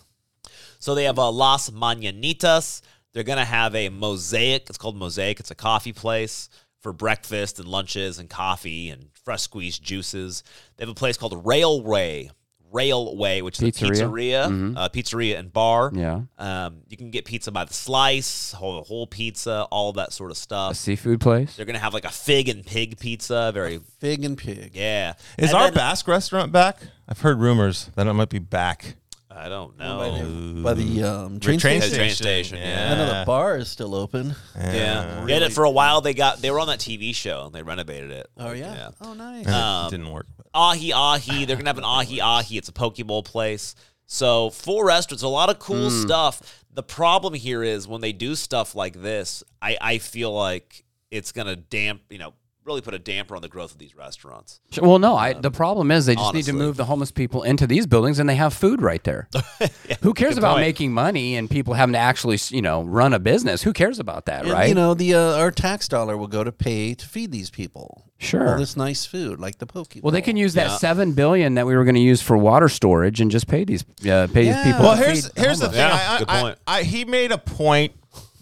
[SPEAKER 2] So they have uh, Las Mañanitas. They're going to have a mosaic. It's called Mosaic. It's a coffee place for breakfast and lunches and coffee and fresh squeezed juices. They have a place called Railway. Railway, which is a
[SPEAKER 4] Pizzeria.
[SPEAKER 2] pizzeria, uh, pizzeria and bar.
[SPEAKER 4] Yeah.
[SPEAKER 2] Um, you can get pizza by the slice, whole, whole pizza, all that sort of
[SPEAKER 4] A
[SPEAKER 2] stuff.
[SPEAKER 4] seafood place.
[SPEAKER 2] They're gonna have like a fig and pig pizza. Very
[SPEAKER 5] Fig and pig.
[SPEAKER 2] yeah.
[SPEAKER 3] Is
[SPEAKER 2] And
[SPEAKER 3] our
[SPEAKER 2] then-
[SPEAKER 3] Basque restaurant back? I've heard rumors that it might be back.
[SPEAKER 2] I don't know.
[SPEAKER 5] By the
[SPEAKER 4] Mm-hmm.
[SPEAKER 5] um, train,
[SPEAKER 3] Train
[SPEAKER 5] station.
[SPEAKER 2] train station, yeah.
[SPEAKER 5] I know the bar is still open.
[SPEAKER 2] Yeah, they had it for a while. They got they were on that TV show and they renovated it.
[SPEAKER 5] Oh yeah. Oh nice.
[SPEAKER 2] Uh,
[SPEAKER 3] Yeah, it didn't work. but-
[SPEAKER 2] Ahi Ahi. They're gonna have an Ahi Ahi. It's a Pokeball place. So four restaurants, a lot of cool stuff. The problem here is when they do stuff like this, I, I feel like it's gonna damp, you know, really put a damper on the growth of these restaurants.
[SPEAKER 4] Sh- Well, no. I, the problem is they just need
[SPEAKER 2] honestly.
[SPEAKER 4] to move the homeless people into these buildings, and they have food right there. Who cares about making money and people having to actually, s- you know, run a business? Who cares about that,
[SPEAKER 5] And,
[SPEAKER 4] right?
[SPEAKER 5] You know, the uh, our tax dollar will go to pay to feed these people.
[SPEAKER 4] Sure.
[SPEAKER 5] All this nice food, like the poke.
[SPEAKER 4] well, they can use that seven billion that we were going to use for water storage and just pay these uh, pay these people.
[SPEAKER 3] Well,
[SPEAKER 4] to
[SPEAKER 3] here's
[SPEAKER 4] feed
[SPEAKER 3] here's the
[SPEAKER 4] homeless.
[SPEAKER 3] thing.
[SPEAKER 2] Yeah,
[SPEAKER 3] I, I,
[SPEAKER 2] good
[SPEAKER 3] I-
[SPEAKER 2] point.
[SPEAKER 3] I, he made a point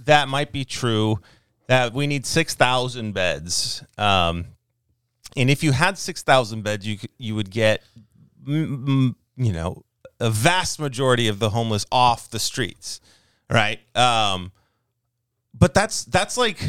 [SPEAKER 3] that might be true that we need six thousand beds, um, and if you had six thousand beds, you c- you would get, mm, mm, you know, a vast majority of the homeless off the streets, right? Um, but that's that's like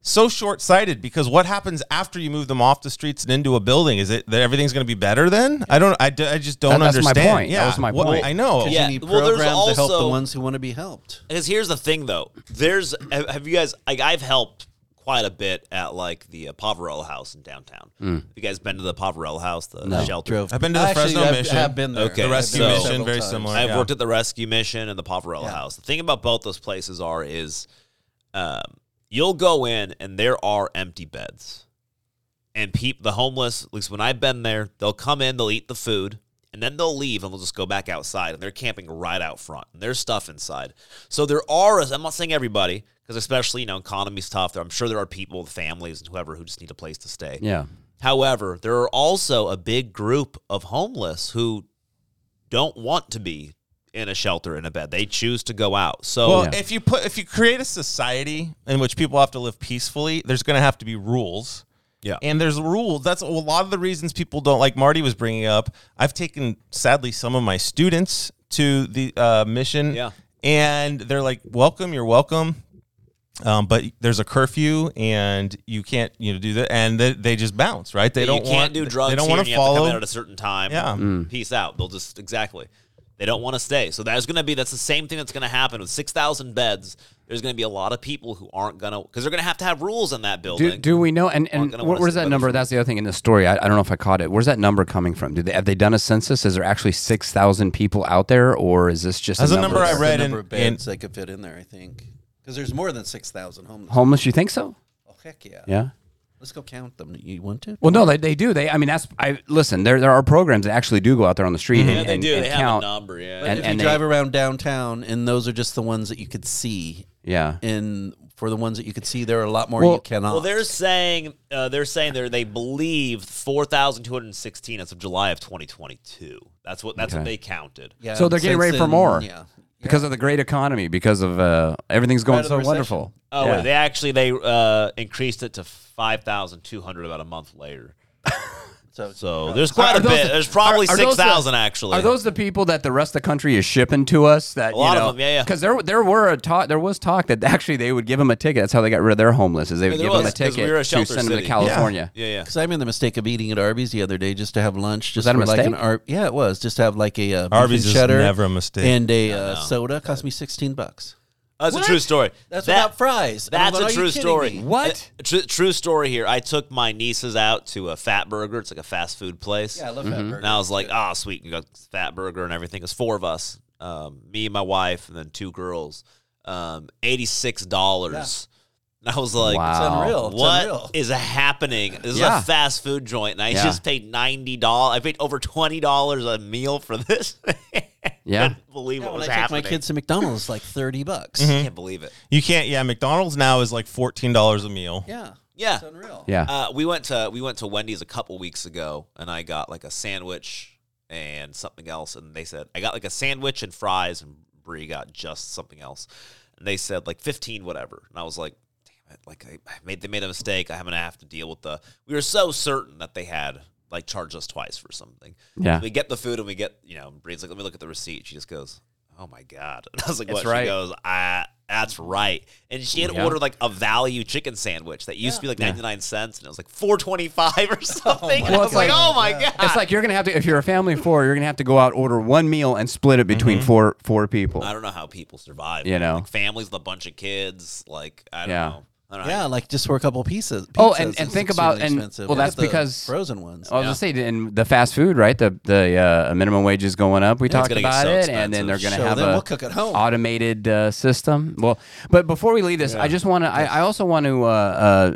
[SPEAKER 3] so short sighted because what happens after you move them off the streets and into a building is it that everything's going to be better then? I don't. I, d- I just don't
[SPEAKER 4] That- that's my
[SPEAKER 3] understand.
[SPEAKER 4] point. That
[SPEAKER 3] Yeah,
[SPEAKER 4] was my
[SPEAKER 3] Well,
[SPEAKER 4] point.
[SPEAKER 3] I know.
[SPEAKER 2] Yeah,
[SPEAKER 5] You need
[SPEAKER 2] well, there's
[SPEAKER 5] programs to help the
[SPEAKER 2] also-
[SPEAKER 5] ones who want to be helped.
[SPEAKER 2] Because here's the thing, though. There's have have you guys like I've helped quite a bit at like the uh, Pavarello House in downtown. You guys been to the Pavarello House, the shelter?
[SPEAKER 5] Drove.
[SPEAKER 3] I've been to the
[SPEAKER 5] Actually,
[SPEAKER 3] Fresno
[SPEAKER 5] I've,
[SPEAKER 3] mission.
[SPEAKER 5] I've been there.
[SPEAKER 2] Okay,
[SPEAKER 5] I've
[SPEAKER 2] the
[SPEAKER 5] been
[SPEAKER 2] rescue
[SPEAKER 5] there
[SPEAKER 2] mission,
[SPEAKER 5] several
[SPEAKER 3] very
[SPEAKER 5] times.
[SPEAKER 3] similar.
[SPEAKER 2] I've
[SPEAKER 3] yeah.
[SPEAKER 2] worked at the Rescue Mission and the Pavarello House. The thing about both those places are is um, you'll go in and there are empty beds. And peep the homeless, at least when I've been there, they'll come in, they'll eat the food, and then they'll leave and they'll just go back outside. And they're camping right out front. And there's stuff inside. So there are, I'm not saying everybody, because especially, you know, economy's tough. There, I'm sure there are people, families, and whoever who just need a place to stay.
[SPEAKER 4] yeah.
[SPEAKER 2] However, there are also a big group of homeless who don't want to be in a shelter in a bed. They choose to go out. So
[SPEAKER 3] Well, if you put if you create a society in which people have to live peacefully, there's going to have to be rules.
[SPEAKER 2] Yeah.
[SPEAKER 3] and there's rules. That's a lot of the reasons people don't like Marty was bringing up. I've taken sadly some of my students to the uh, mission.
[SPEAKER 2] Yeah.
[SPEAKER 3] and they're like, "Welcome, you're welcome." Um, but there's a curfew, and you can't, you know, do that. And they, they just bounce, right? They
[SPEAKER 2] you
[SPEAKER 3] don't
[SPEAKER 2] can't
[SPEAKER 3] want
[SPEAKER 2] do drugs.
[SPEAKER 3] They don't
[SPEAKER 2] here
[SPEAKER 3] want
[SPEAKER 2] and
[SPEAKER 3] to
[SPEAKER 2] you have
[SPEAKER 3] follow.
[SPEAKER 2] come out at a certain time.
[SPEAKER 3] Yeah.
[SPEAKER 4] Mm.
[SPEAKER 2] Peace out. They'll just exactly. They don't want to stay. So that's going to be that's the same thing that's going to happen with six thousand beds. There's going to be a lot of people who aren't going to because they're going to have to have rules in that building.
[SPEAKER 4] Do, do we know? And, and
[SPEAKER 2] gonna
[SPEAKER 4] where,
[SPEAKER 2] wanna
[SPEAKER 4] where's
[SPEAKER 2] sit by
[SPEAKER 4] that
[SPEAKER 2] the
[SPEAKER 4] number?
[SPEAKER 2] food.
[SPEAKER 4] That's the other thing in the story. I, I don't know if I caught it. Where's that number coming from? Did they, have they done a census? Is there actually six thousand people out there, or is this just
[SPEAKER 3] That's
[SPEAKER 4] a
[SPEAKER 3] a
[SPEAKER 4] number?
[SPEAKER 3] number I
[SPEAKER 5] That's the
[SPEAKER 3] read
[SPEAKER 5] number
[SPEAKER 3] in-
[SPEAKER 5] of beds that could fit in there. I think because there's more than six thousand homeless.
[SPEAKER 4] homeless? You think so?
[SPEAKER 5] Oh heck yeah.
[SPEAKER 4] Yeah.
[SPEAKER 5] Let's go count them. You want to?
[SPEAKER 4] Well, no, they, they do. They, I mean, that's I listen. There, there are programs that actually do go out there on the street and,
[SPEAKER 2] yeah, they
[SPEAKER 4] and-
[SPEAKER 2] do.
[SPEAKER 4] and
[SPEAKER 2] They have
[SPEAKER 4] count.
[SPEAKER 2] a number. Yeah.
[SPEAKER 4] and-
[SPEAKER 5] if
[SPEAKER 4] and
[SPEAKER 5] you
[SPEAKER 4] they-
[SPEAKER 5] drive around downtown, and those are just the ones that you could see.
[SPEAKER 4] yeah,
[SPEAKER 5] And for the ones that you could see, there are a lot more you
[SPEAKER 4] Well-
[SPEAKER 5] cannot.
[SPEAKER 2] Well, they're saying uh, they're saying they they believe four thousand two hundred sixteen as of July of twenty twenty two. That's what that's what
[SPEAKER 4] Okay.
[SPEAKER 2] they counted.
[SPEAKER 5] Yeah,
[SPEAKER 4] So they're getting
[SPEAKER 5] since
[SPEAKER 4] ready for
[SPEAKER 5] then,
[SPEAKER 4] more.
[SPEAKER 5] Yeah.
[SPEAKER 4] because of the great economy, because of uh, everything's going
[SPEAKER 5] Out of the
[SPEAKER 4] so
[SPEAKER 5] recession.
[SPEAKER 4] wonderful.
[SPEAKER 2] Oh,
[SPEAKER 4] yeah.
[SPEAKER 2] wait, they actually they uh, increased it to five thousand two hundred about a month later.
[SPEAKER 5] So,
[SPEAKER 2] So there's quite
[SPEAKER 4] Are
[SPEAKER 2] a
[SPEAKER 4] those
[SPEAKER 2] bit.
[SPEAKER 4] the-
[SPEAKER 2] there's probably
[SPEAKER 4] are- are those
[SPEAKER 2] six
[SPEAKER 4] the-
[SPEAKER 2] thousand actually.
[SPEAKER 4] Are those the people that the rest of the country is shipping to us? That
[SPEAKER 2] A lot
[SPEAKER 4] you
[SPEAKER 2] of
[SPEAKER 4] know,
[SPEAKER 2] them, yeah, yeah.
[SPEAKER 4] Because there, there were a talk, there was talk that actually they would give them a ticket. That's how they got rid of their homeless. Is they would
[SPEAKER 2] there
[SPEAKER 4] give them a
[SPEAKER 2] was, 'cause we
[SPEAKER 4] ticket
[SPEAKER 2] were a
[SPEAKER 4] to
[SPEAKER 2] shelter
[SPEAKER 4] send them to
[SPEAKER 2] city.
[SPEAKER 4] California.
[SPEAKER 2] yeah, yeah.
[SPEAKER 5] Because I made the mistake of eating at Arby's the other day just to have lunch. Just
[SPEAKER 4] that a
[SPEAKER 5] for like an
[SPEAKER 4] mistake?
[SPEAKER 5] Ar- Yeah, it was just to have like a uh, beef
[SPEAKER 3] Arby's
[SPEAKER 5] and
[SPEAKER 3] is
[SPEAKER 5] cheddar
[SPEAKER 3] never a mistake.
[SPEAKER 5] And a uh, soda cost me sixteen bucks.
[SPEAKER 2] That's a true story.
[SPEAKER 5] That's
[SPEAKER 2] That-
[SPEAKER 5] without fries. And
[SPEAKER 2] That's
[SPEAKER 5] I'm going,
[SPEAKER 2] a
[SPEAKER 5] "Are you
[SPEAKER 2] true
[SPEAKER 5] kidding
[SPEAKER 2] story.
[SPEAKER 5] me?"
[SPEAKER 4] What?
[SPEAKER 2] Uh, tru- true story here. I took my nieces out to a Fat Burger. It's like a fast food place.
[SPEAKER 5] Yeah, I love
[SPEAKER 4] Mm-hmm.
[SPEAKER 5] that burger.
[SPEAKER 2] And I was like, ah, sweet. You got fat burger and everything. It was four of us, um, me and my wife, and then two girls. Um, $86. And I was like,
[SPEAKER 4] Wow.
[SPEAKER 5] It's unreal. It's unreal.
[SPEAKER 2] what is happening? This is
[SPEAKER 4] Yeah.
[SPEAKER 2] a fast food joint, and I
[SPEAKER 4] Yeah.
[SPEAKER 2] just paid ninety dollars. I paid over twenty dollars a meal for this.
[SPEAKER 4] Yeah.
[SPEAKER 2] Couldn't believe
[SPEAKER 5] Yeah,
[SPEAKER 2] what
[SPEAKER 5] when
[SPEAKER 2] was
[SPEAKER 5] I took my
[SPEAKER 2] happening.
[SPEAKER 5] kids to McDonald's, like thirty bucks.
[SPEAKER 4] Mm-hmm.
[SPEAKER 2] I can't believe it.
[SPEAKER 3] you can't. Yeah, McDonald's now is like fourteen dollars a meal.
[SPEAKER 5] Yeah,
[SPEAKER 2] Yeah,
[SPEAKER 5] it's unreal.
[SPEAKER 4] Yeah.
[SPEAKER 2] Uh, we went to we went to Wendy's a couple weeks ago, and I got like a sandwich and something else, and they said I got like a sandwich and fries, and Brie got just something else, and they said like fifteen whatever, and I was like, damn it, like I, I made they made a mistake. I'm gonna have to deal with the. We were so certain that they had like charged us twice for something.
[SPEAKER 4] Yeah.
[SPEAKER 2] we get the food and we get you know. Bree's like, let me look at the receipt. She just goes, oh my god. And I was like,
[SPEAKER 4] That's
[SPEAKER 2] what?
[SPEAKER 4] right.
[SPEAKER 2] She goes, ah, that's right. And she had
[SPEAKER 4] Yeah.
[SPEAKER 2] ordered like a value chicken sandwich that used to be like ninety nine cents, and it was like four twenty five or something. and I
[SPEAKER 4] Well,
[SPEAKER 2] was
[SPEAKER 4] it's
[SPEAKER 2] like,
[SPEAKER 4] like-
[SPEAKER 2] oh my god.
[SPEAKER 4] Oh It's like you're gonna have to if you're a family of four, you're gonna have to go out order one meal and split it between four four people.
[SPEAKER 2] Mm-hmm. I don't know how people survive.
[SPEAKER 4] You
[SPEAKER 2] man.
[SPEAKER 4] know?
[SPEAKER 2] like families with a bunch of kids. Like I don't
[SPEAKER 4] Yeah.
[SPEAKER 2] know. I don't know.
[SPEAKER 5] Yeah, like just for a couple pieces.
[SPEAKER 4] Oh, and-
[SPEAKER 5] pizzas
[SPEAKER 4] and
[SPEAKER 5] is
[SPEAKER 4] think about-
[SPEAKER 5] extremely
[SPEAKER 4] and-
[SPEAKER 5] expensive.
[SPEAKER 4] well,
[SPEAKER 5] Look at
[SPEAKER 4] that's
[SPEAKER 5] the
[SPEAKER 4] because- Oh,
[SPEAKER 5] frozen ones.
[SPEAKER 4] I was just saying, in the fast food, right? The the uh, minimum wage is going up. We talked
[SPEAKER 2] gonna get
[SPEAKER 4] about
[SPEAKER 2] so
[SPEAKER 4] it, and then they're
[SPEAKER 2] expensive.
[SPEAKER 4] going to
[SPEAKER 5] So
[SPEAKER 4] have
[SPEAKER 5] then
[SPEAKER 4] a
[SPEAKER 5] we'll cook at home.
[SPEAKER 4] automated uh, system. Well, but before we leave this, I just want to. I, I also want to uh,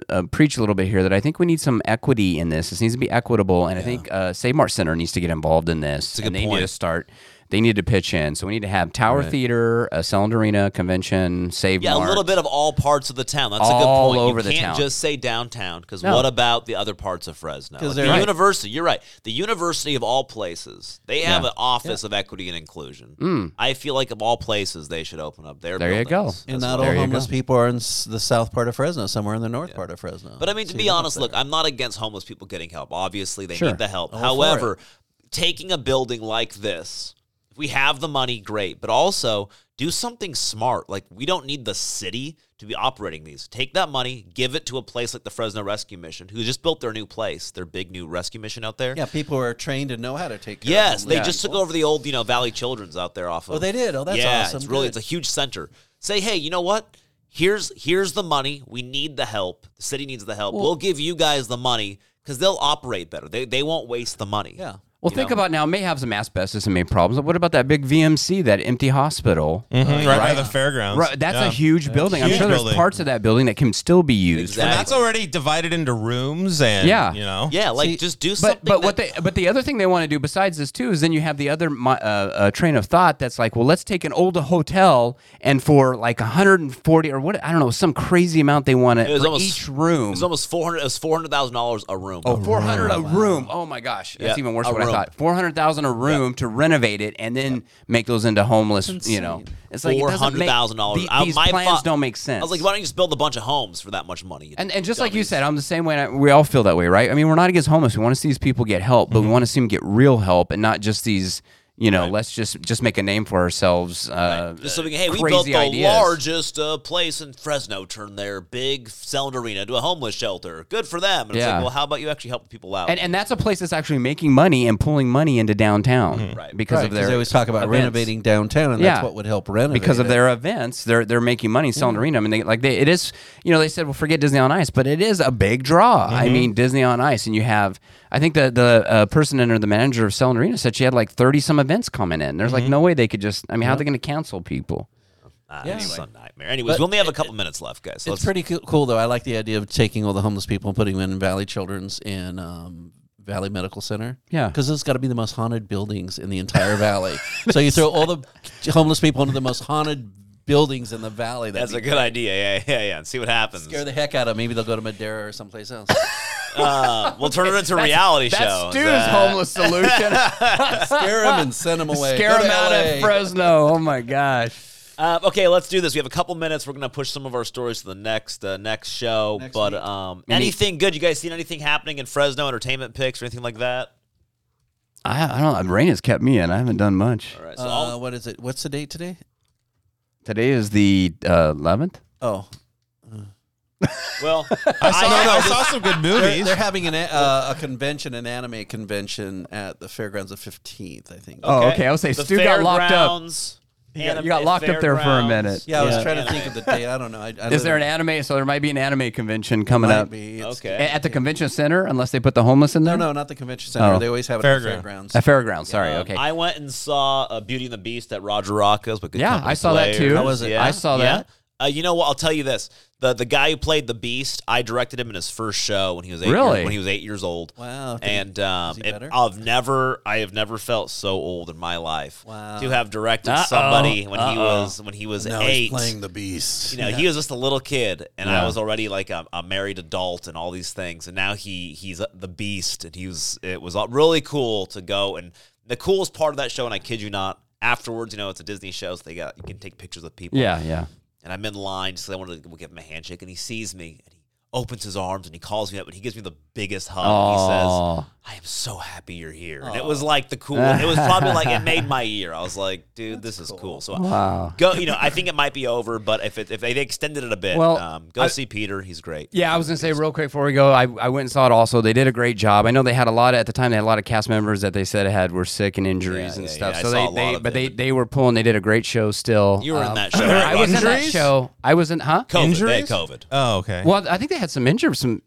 [SPEAKER 4] uh, uh, preach a little bit here that I think we need some equity in this. This needs to be equitable, and I think uh, Save Mart Center needs to get involved in this.
[SPEAKER 2] a
[SPEAKER 4] and
[SPEAKER 2] good
[SPEAKER 4] they
[SPEAKER 2] point.
[SPEAKER 4] need to start. They need to pitch in. So we need to have Tower Theater, a Cylinder Arena convention, Save
[SPEAKER 2] Yeah,
[SPEAKER 4] Mart.
[SPEAKER 2] a little bit of all parts of the town. That's
[SPEAKER 4] All
[SPEAKER 2] a good point.
[SPEAKER 4] over
[SPEAKER 2] you
[SPEAKER 4] the
[SPEAKER 2] can't
[SPEAKER 4] town.
[SPEAKER 2] just say downtown because
[SPEAKER 4] No.
[SPEAKER 2] what about the other parts of Fresno?
[SPEAKER 5] 'Cause
[SPEAKER 2] Like
[SPEAKER 5] they're
[SPEAKER 2] the
[SPEAKER 5] right.
[SPEAKER 2] university, you're right. The university of all places, they have an office of equity and inclusion. I feel like of all places, they should open up their.
[SPEAKER 4] Mm. There you go.
[SPEAKER 2] buildings
[SPEAKER 5] and
[SPEAKER 2] as
[SPEAKER 5] not
[SPEAKER 2] well.
[SPEAKER 5] all
[SPEAKER 4] There you
[SPEAKER 5] homeless
[SPEAKER 4] go.
[SPEAKER 5] people are in s- the south part of Fresno, somewhere in the north part of Fresno.
[SPEAKER 2] But I mean, to be honest, look, I'm not against homeless people getting help. Obviously, they
[SPEAKER 4] Sure.
[SPEAKER 2] need the help.
[SPEAKER 5] All for
[SPEAKER 2] However, taking a building like this, if we have the money, great. But also do something smart. Like we don't need the city to be operating these. Take that money, give it to a place like the Fresno Rescue Mission, who just built their new place, their big new rescue mission out there.
[SPEAKER 5] yeah, people who are trained to know how to take care
[SPEAKER 2] Yes,
[SPEAKER 5] of
[SPEAKER 2] they
[SPEAKER 5] homeless
[SPEAKER 2] just took
[SPEAKER 5] people.
[SPEAKER 2] over the old, you know, Valley Children's out there off of.
[SPEAKER 5] Oh, they did? Oh, that's
[SPEAKER 2] yeah,
[SPEAKER 5] awesome.
[SPEAKER 2] It's really,
[SPEAKER 5] Good.
[SPEAKER 2] it's a huge center. Say, hey, you know what? Here's here's the money. We need the help. The city needs the help. we'll give you guys the money because they'll operate better. They they won't waste the money.
[SPEAKER 5] Yeah.
[SPEAKER 4] Well,
[SPEAKER 2] You
[SPEAKER 4] think
[SPEAKER 2] know?
[SPEAKER 4] about now. May have some asbestos and may problems. But what about that big VMC, that empty hospital?
[SPEAKER 2] Mm-hmm.
[SPEAKER 4] uh,
[SPEAKER 3] right, by the fairgrounds.
[SPEAKER 4] Right, that's
[SPEAKER 3] Yeah.
[SPEAKER 4] a huge building. I'm
[SPEAKER 3] Huge
[SPEAKER 4] sure there's
[SPEAKER 3] building.
[SPEAKER 4] parts of that building that can still be used.
[SPEAKER 2] Exactly.
[SPEAKER 3] And that's already divided into rooms, and
[SPEAKER 4] Yeah.
[SPEAKER 3] you know,
[SPEAKER 2] Yeah, like
[SPEAKER 5] See,
[SPEAKER 2] just do something.
[SPEAKER 4] But but
[SPEAKER 2] that-
[SPEAKER 4] what they but the other thing they want to do besides this too is then you have the other mi- uh, uh, train of thought that's like well let's take an old hotel and for like 140 or what I don't know some crazy amount they want
[SPEAKER 2] it was
[SPEAKER 4] to for
[SPEAKER 2] almost
[SPEAKER 4] each room
[SPEAKER 2] It was almost four hundred. It was four hundred thousand dollars a room.
[SPEAKER 4] Oh, 400 a room. Oh my gosh. That's
[SPEAKER 2] Yeah,
[SPEAKER 4] even worse
[SPEAKER 2] a
[SPEAKER 4] than what
[SPEAKER 2] room.
[SPEAKER 4] I thought. 400,000 a room to renovate it and then make those into homeless, you know. It's like it
[SPEAKER 2] Four
[SPEAKER 4] doesn't
[SPEAKER 2] hundred
[SPEAKER 4] make-
[SPEAKER 2] thousand dollars.
[SPEAKER 4] the- These plans don't make sense.
[SPEAKER 2] I was like, why don't you just build a bunch of homes for that much money?
[SPEAKER 4] And, and just like you
[SPEAKER 2] dummies?
[SPEAKER 4] said, I'm the same way. And I, we all feel that way, right? I mean, we're not against homeless. We want to see these people get help, but
[SPEAKER 2] Mm-hmm.
[SPEAKER 4] we want to see them get real help and not just these. You know, let's just just make a name for ourselves. Uh,
[SPEAKER 2] Just something. Hey, we
[SPEAKER 4] crazy
[SPEAKER 2] built the
[SPEAKER 4] ideas.
[SPEAKER 2] largest uh, place in Fresno. Turned their big cylinder arena to a homeless shelter. Good for them. And it's
[SPEAKER 4] Yeah.
[SPEAKER 2] like, well, how about you actually help the people out?
[SPEAKER 4] and and that's a place that's actually making money and pulling money into downtown,
[SPEAKER 2] Mm-hmm. Right.
[SPEAKER 4] Because
[SPEAKER 5] Right,
[SPEAKER 4] of their
[SPEAKER 5] they always talk about
[SPEAKER 4] events.
[SPEAKER 5] renovating downtown, and
[SPEAKER 4] Yeah.
[SPEAKER 5] that's what would help renovate.
[SPEAKER 4] because of
[SPEAKER 5] it.
[SPEAKER 4] their events. They're they're making money selling arena. I mean, they, like they it is. You know, they said, well, forget Disney on Ice, but it is a big draw. I mean, Disney on Ice, and you have. I think the the uh, person under the manager of selling arena said she had like thirty some events coming in. There's like no way they could just. I mean, how are they going to cancel people?
[SPEAKER 2] Ah, it's a nightmare. Anyways, we only have a couple minutes left, guys. So
[SPEAKER 5] it's
[SPEAKER 2] let's-
[SPEAKER 5] pretty coo- cool though. I like the idea of taking all the homeless people and putting them in Valley Children's and um, Valley Medical Center.
[SPEAKER 4] Yeah.
[SPEAKER 5] because those got to be the most haunted buildings in the entire valley. so you throw all the homeless people into the most haunted buildings in the valley. That'd
[SPEAKER 2] that's a
[SPEAKER 5] be-
[SPEAKER 2] good idea. Yeah, yeah, yeah. And see what happens.
[SPEAKER 5] scare the heck out of. 'em. Maybe they'll go to Madeira or someplace else.
[SPEAKER 2] Uh, we'll turn it into a reality show.
[SPEAKER 4] That's Stu's
[SPEAKER 2] That-
[SPEAKER 4] homeless solution.
[SPEAKER 5] scare them and send them away.
[SPEAKER 4] Scare
[SPEAKER 5] Go to
[SPEAKER 4] him out
[SPEAKER 5] LA.
[SPEAKER 4] of Fresno. Oh my gosh.
[SPEAKER 2] Uh, okay, let's do this. We have a couple minutes. We're gonna push some of our stories to the next uh, next show. but um, anything good? You guys seen anything happening in Fresno entertainment picks or anything like that?
[SPEAKER 4] I, I don't. Rain has kept me in. I haven't done much.
[SPEAKER 2] All right. So
[SPEAKER 5] Uh,
[SPEAKER 2] I'll
[SPEAKER 5] what is it? What's the date today?
[SPEAKER 4] Today is the uh, 11th.
[SPEAKER 5] Oh,
[SPEAKER 2] well,
[SPEAKER 3] I saw, no, no, I saw some good
[SPEAKER 5] they're,
[SPEAKER 3] movies.
[SPEAKER 5] they're having an, a- uh, a convention, an anime convention at the fairgrounds the fifteenth, I think.
[SPEAKER 4] Oh, okay. I was say
[SPEAKER 2] The
[SPEAKER 4] Stu got locked up.
[SPEAKER 2] fairgrounds,
[SPEAKER 4] got-
[SPEAKER 2] anim-
[SPEAKER 4] you got locked up there for a
[SPEAKER 2] fairgrounds.
[SPEAKER 4] minute.
[SPEAKER 5] Yeah, I was
[SPEAKER 2] Yeah.
[SPEAKER 5] trying to think of the day. I don't know. I, I
[SPEAKER 4] Is there an
[SPEAKER 5] literally-
[SPEAKER 4] anime? So there might be an anime convention coming
[SPEAKER 5] might
[SPEAKER 4] up.
[SPEAKER 5] be. It's-
[SPEAKER 2] Okay.
[SPEAKER 4] A- At the convention center, unless they put the homeless in
[SPEAKER 5] No,
[SPEAKER 4] there?
[SPEAKER 5] no, not the convention center.
[SPEAKER 4] Oh.
[SPEAKER 5] They always have it at the
[SPEAKER 3] Fairground.
[SPEAKER 5] fairgrounds.
[SPEAKER 4] At fairgrounds, sorry.
[SPEAKER 2] Um,
[SPEAKER 4] okay.
[SPEAKER 2] I went and saw uh, Beauty and the Beast at Roger Rocco's. But good
[SPEAKER 4] Yeah,
[SPEAKER 2] Company
[SPEAKER 4] I saw that, too.
[SPEAKER 2] Players.
[SPEAKER 4] How was it? I saw that.
[SPEAKER 2] Uh, you know what? I'll tell you this: the the guy who played the Beast, I directed him in his first show when he was eight
[SPEAKER 4] Really?
[SPEAKER 2] years, when he was eight years old.
[SPEAKER 5] Wow, did-
[SPEAKER 2] And um,
[SPEAKER 5] he
[SPEAKER 2] it-
[SPEAKER 5] better?
[SPEAKER 2] I've never I have never felt so old in my life.
[SPEAKER 5] Wow.
[SPEAKER 2] To have directed
[SPEAKER 4] Uh-oh.
[SPEAKER 2] somebody when he
[SPEAKER 4] Uh-oh.
[SPEAKER 2] was when he was
[SPEAKER 5] Now he's
[SPEAKER 2] eight.
[SPEAKER 5] playing the beast.
[SPEAKER 2] you know, he was just a little kid, and I
[SPEAKER 4] Yeah.
[SPEAKER 2] was already like a, a married adult and all these things. And now he he's a, the beast, and he was it was all- really cool to go. And the coolest part of that show, and I kid you not, afterwards, you know, it's a Disney show, so they got you can take pictures with people.
[SPEAKER 4] yeah, yeah.
[SPEAKER 2] And I'm in line, so I wanted to give him a handshake, and he sees me, and he opens his arms and he calls me up and he gives me the biggest hug.
[SPEAKER 4] Aw.
[SPEAKER 2] Oh, He says, I am so happy you're here. And it was like the cool, it was probably like, it made my year. I was like, dude, this is cool. So
[SPEAKER 4] Wow.
[SPEAKER 2] go, you know, I think it might be over, but if it, if they extended it a bit,
[SPEAKER 4] Well,
[SPEAKER 2] um, go see Peter. He's great.
[SPEAKER 4] Yeah, I was gonna say real quick before we go, I, I went and saw it also. They did a great job. I know they had a lot of, at the time they had a lot of cast members that they said had were sick and injuries
[SPEAKER 2] Yeah,
[SPEAKER 4] and
[SPEAKER 2] yeah,
[SPEAKER 4] stuff.
[SPEAKER 2] yeah, I saw
[SPEAKER 4] so
[SPEAKER 2] a
[SPEAKER 4] they,
[SPEAKER 2] lot
[SPEAKER 4] they
[SPEAKER 2] of
[SPEAKER 4] but
[SPEAKER 2] it.
[SPEAKER 4] they they were pulling. They did a great show still.
[SPEAKER 2] You were in
[SPEAKER 4] Um,
[SPEAKER 2] that show.
[SPEAKER 4] I was in that
[SPEAKER 5] Injuries?
[SPEAKER 4] show. I was in huh?
[SPEAKER 2] COVID. They had
[SPEAKER 3] Injuries?
[SPEAKER 2] COVID.
[SPEAKER 3] Oh, okay.
[SPEAKER 4] Well, I think they had some injuries. Some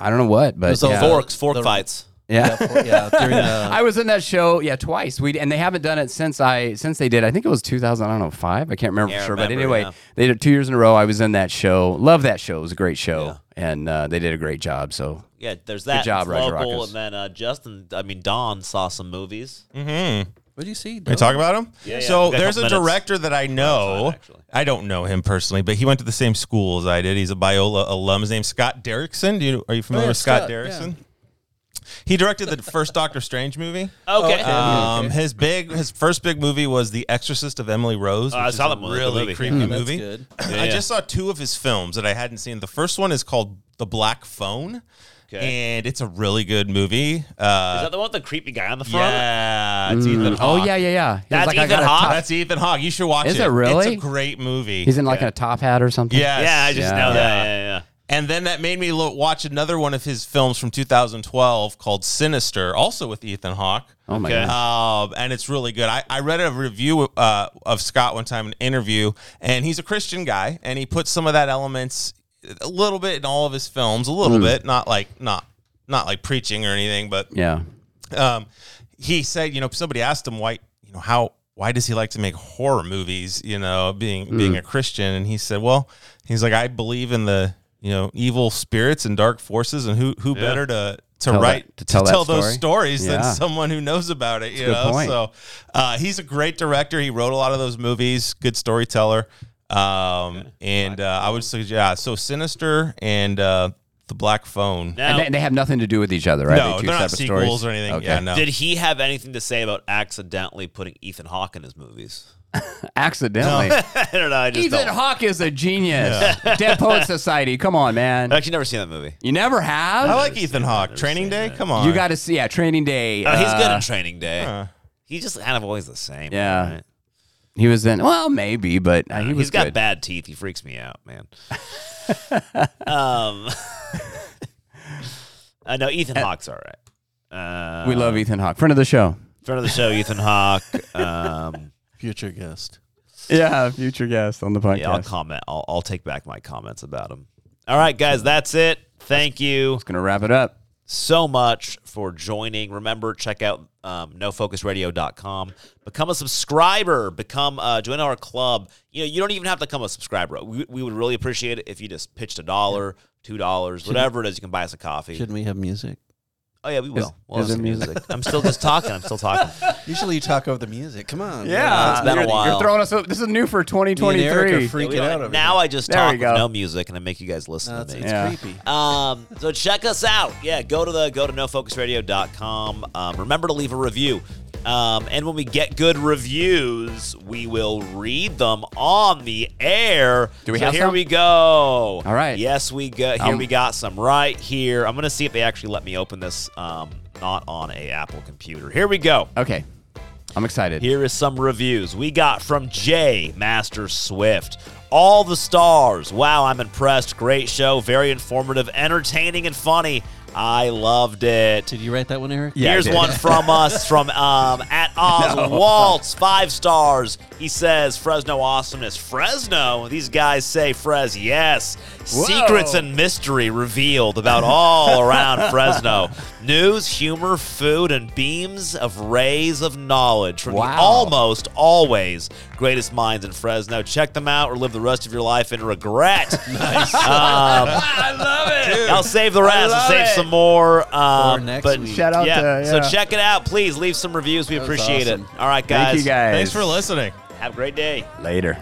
[SPEAKER 4] I don't know what, but
[SPEAKER 5] all
[SPEAKER 4] yeah.
[SPEAKER 5] four-
[SPEAKER 2] Forks, fork
[SPEAKER 5] The-
[SPEAKER 2] fights.
[SPEAKER 4] yeah.
[SPEAKER 5] yeah, during the
[SPEAKER 4] I was in that show, yeah, twice. We and they haven't done it since I since they did. I think it was 2000. I don't know five. I can't remember
[SPEAKER 2] Yeah, I
[SPEAKER 4] for sure. but
[SPEAKER 2] remember,
[SPEAKER 4] anyway,
[SPEAKER 2] yeah.
[SPEAKER 4] they did two years in a row. I was in that show. Love that show. It was a great show, and uh, they did a great job. So
[SPEAKER 2] Yeah, there's that.
[SPEAKER 4] job,
[SPEAKER 2] it's
[SPEAKER 4] Roger
[SPEAKER 2] local,
[SPEAKER 4] Ruckus.
[SPEAKER 2] and then uh, Justin. I mean, Don saw some movies.
[SPEAKER 5] what do you see?
[SPEAKER 3] Can we talk about him?
[SPEAKER 2] Yeah, yeah.
[SPEAKER 3] So
[SPEAKER 2] We've got a
[SPEAKER 3] there's a
[SPEAKER 2] couple minutes.
[SPEAKER 3] director that I know.
[SPEAKER 2] time, actually.
[SPEAKER 3] I don't know him personally, but he went to the same school as I did. He's a Biola alum. His name's Scott Derrickson. Do you, are you familiar
[SPEAKER 2] Oh,
[SPEAKER 5] yeah,
[SPEAKER 3] with Scott,
[SPEAKER 5] Scott, yeah.
[SPEAKER 3] Derrickson? He directed the first Doctor Strange movie.
[SPEAKER 2] Oh, Okay, Uh,
[SPEAKER 3] Um, his big, his first big movie was The Exorcist of Emily Rose.
[SPEAKER 2] Oh, I
[SPEAKER 3] which is
[SPEAKER 2] saw
[SPEAKER 3] a
[SPEAKER 2] that movie, the
[SPEAKER 3] Really
[SPEAKER 2] movie.
[SPEAKER 3] creepy
[SPEAKER 5] Yeah, Oh, that's
[SPEAKER 3] movie.
[SPEAKER 5] good.
[SPEAKER 2] Yeah,
[SPEAKER 3] I
[SPEAKER 2] yeah.
[SPEAKER 3] just saw two of his films that I hadn't seen. The first one is called The Black Phone,
[SPEAKER 2] Okay.
[SPEAKER 3] and it's a really good movie. Uh,
[SPEAKER 2] is that the one with the creepy guy on the front?
[SPEAKER 3] yeah, it's Ethan
[SPEAKER 4] oh
[SPEAKER 3] Hawke.
[SPEAKER 4] yeah, yeah, yeah. He was
[SPEAKER 2] That's
[SPEAKER 4] like, I
[SPEAKER 2] Ethan
[SPEAKER 4] got a
[SPEAKER 2] Hawke?
[SPEAKER 4] top-
[SPEAKER 3] That's Ethan Hawke. You should watch
[SPEAKER 4] Is
[SPEAKER 3] it.
[SPEAKER 4] it really?
[SPEAKER 3] It's a great movie.
[SPEAKER 4] He's in like in a top hat or something.
[SPEAKER 3] Yes.
[SPEAKER 2] Yeah, I just
[SPEAKER 4] Yeah.
[SPEAKER 2] know that. Yeah, yeah,
[SPEAKER 3] And then that made me lo- watch another one of his films from 2012 called Sinister, also with Ethan Hawke.
[SPEAKER 4] Oh my
[SPEAKER 2] Okay.
[SPEAKER 4] god.
[SPEAKER 3] Um, and it's really good. I, I read a review uh, of Scott one time, an interview, and he's a Christian guy, and he puts some of that elements a little bit in all of his films, a little bit, not like not not like preaching or anything, but
[SPEAKER 4] Yeah.
[SPEAKER 3] um, he said, you know, somebody asked him why, you know, how why does he like to make horror movies? You know, being
[SPEAKER 4] Hmm.
[SPEAKER 3] being a Christian, and he said, well, he's like, I believe in the you know evil spirits and dark forces, and who who better to to
[SPEAKER 4] Tell
[SPEAKER 3] write
[SPEAKER 4] that- to tell that
[SPEAKER 3] those
[SPEAKER 4] story.
[SPEAKER 3] stories than
[SPEAKER 4] Yeah.
[SPEAKER 3] someone who knows about it. you
[SPEAKER 4] good
[SPEAKER 3] know,
[SPEAKER 4] point.
[SPEAKER 3] so uh, he's a great director. He wrote a lot of those movies. Good storyteller. Um, and uh, I would say, yeah, so Sinister and uh, the Black Phone.
[SPEAKER 4] And
[SPEAKER 2] Now,
[SPEAKER 4] they, they have nothing to do with each other, right?
[SPEAKER 3] No,
[SPEAKER 4] they two
[SPEAKER 3] they're not
[SPEAKER 4] separate
[SPEAKER 3] sequels
[SPEAKER 4] stories?
[SPEAKER 3] or anything.
[SPEAKER 4] Okay.
[SPEAKER 3] Yeah, no.
[SPEAKER 2] did he have anything to say about accidentally putting Ethan Hawke in his movies?
[SPEAKER 4] Accidentally.
[SPEAKER 2] I don't know. I just
[SPEAKER 4] Ethan
[SPEAKER 2] don't.
[SPEAKER 4] Hawke is a genius. Dead Poet Society. Come on, man.
[SPEAKER 2] I've actually never seen that movie.
[SPEAKER 4] You never have.
[SPEAKER 3] I like Ethan Hawke. Training Day, come on.
[SPEAKER 4] you got to see. Yeah, Training Day.
[SPEAKER 2] Oh, he's good
[SPEAKER 4] uh,
[SPEAKER 2] in Training Day. He's just kind of always the same.
[SPEAKER 4] Yeah. He was in. Well, maybe, but uh, he was
[SPEAKER 2] He's got
[SPEAKER 4] good.
[SPEAKER 2] bad teeth. He freaks me out, man. um, I know
[SPEAKER 4] Uh,
[SPEAKER 2] Ethan Hawke's all right. Uh,
[SPEAKER 4] We love Ethan Hawke, friend of the show.
[SPEAKER 2] friend of the show, Ethan Hawke. Um,
[SPEAKER 5] Future guest.
[SPEAKER 4] Yeah, future guest on the podcast.
[SPEAKER 2] yeah, I'll comment. I'll, I'll take back my comments about him. All right, guys, that's it. Thank you
[SPEAKER 4] Gonna wrap it up.
[SPEAKER 2] so much for joining. Remember, check out um, nofocusradio.com. Become a subscriber. Become uh, join our club. You know, you don't even have to become a subscriber. We, we would really appreciate it if you just pitched a dollar, two dollars, whatever it is. You can buy us a coffee.
[SPEAKER 5] Shouldn't we have music?
[SPEAKER 2] Oh yeah, we will. We'll
[SPEAKER 4] is
[SPEAKER 2] have
[SPEAKER 4] there
[SPEAKER 2] some I'm still just talking. I'm still talking.
[SPEAKER 5] Usually you talk over the music. Come on.
[SPEAKER 2] it's been a
[SPEAKER 4] you're,
[SPEAKER 2] while.
[SPEAKER 4] You're throwing us. Up. This is new for
[SPEAKER 5] Me and Eric are
[SPEAKER 4] 2023.
[SPEAKER 5] freaking
[SPEAKER 2] We are-
[SPEAKER 5] out over
[SPEAKER 2] now I just
[SPEAKER 4] There
[SPEAKER 2] talk
[SPEAKER 4] we
[SPEAKER 2] with
[SPEAKER 4] go.
[SPEAKER 2] no music and I make you guys listen
[SPEAKER 5] here. No,
[SPEAKER 2] to me.
[SPEAKER 5] it's, it's
[SPEAKER 4] Yeah.
[SPEAKER 5] creepy.
[SPEAKER 2] Um, so check us out. Yeah, go to the go to nofocusradio.com. Um, remember to leave a review. Um, and when we get good reviews, we will read them on the air.
[SPEAKER 4] Do we
[SPEAKER 2] so
[SPEAKER 4] have
[SPEAKER 2] here
[SPEAKER 4] some?
[SPEAKER 2] we go.
[SPEAKER 4] All right.
[SPEAKER 2] Yes, we go. Here
[SPEAKER 4] Um,
[SPEAKER 2] we got some right here. I'm gonna see if they actually let me open this. Um, not on a Apple computer. Here we go.
[SPEAKER 4] Okay, I'm excited.
[SPEAKER 2] Here is some reviews we got from Jay Master Swift. All the stars. Wow, I'm impressed. Great show. Very informative, entertaining, and funny. I loved it.
[SPEAKER 5] Did you write that one, Eric?
[SPEAKER 4] Yeah, I
[SPEAKER 2] Here's
[SPEAKER 4] did.
[SPEAKER 2] one from us from um, at Oz Waltz, five stars. He says Fresno awesomeness. Fresno, these guys say Fres yes. Secrets and mystery revealed about all around Fresno. News, humor, food, and beams of rays of knowledge from the
[SPEAKER 4] Wow.
[SPEAKER 2] almost always greatest minds in Fresno. Check them out or live the rest of your life in regret. nice. I love it. Um, I'll save the rest. I'll
[SPEAKER 4] love
[SPEAKER 2] save
[SPEAKER 4] it.
[SPEAKER 2] some more. Um,
[SPEAKER 5] next
[SPEAKER 2] but
[SPEAKER 5] week.
[SPEAKER 4] Shout out
[SPEAKER 2] yeah.
[SPEAKER 4] to-
[SPEAKER 2] So
[SPEAKER 4] yeah.
[SPEAKER 2] check it out. Please leave some reviews. We
[SPEAKER 5] was
[SPEAKER 2] appreciate
[SPEAKER 5] awesome.
[SPEAKER 2] it. All right, guys.
[SPEAKER 4] Thank you guys.
[SPEAKER 3] Thanks for listening.
[SPEAKER 2] Have a great day.
[SPEAKER 4] Later.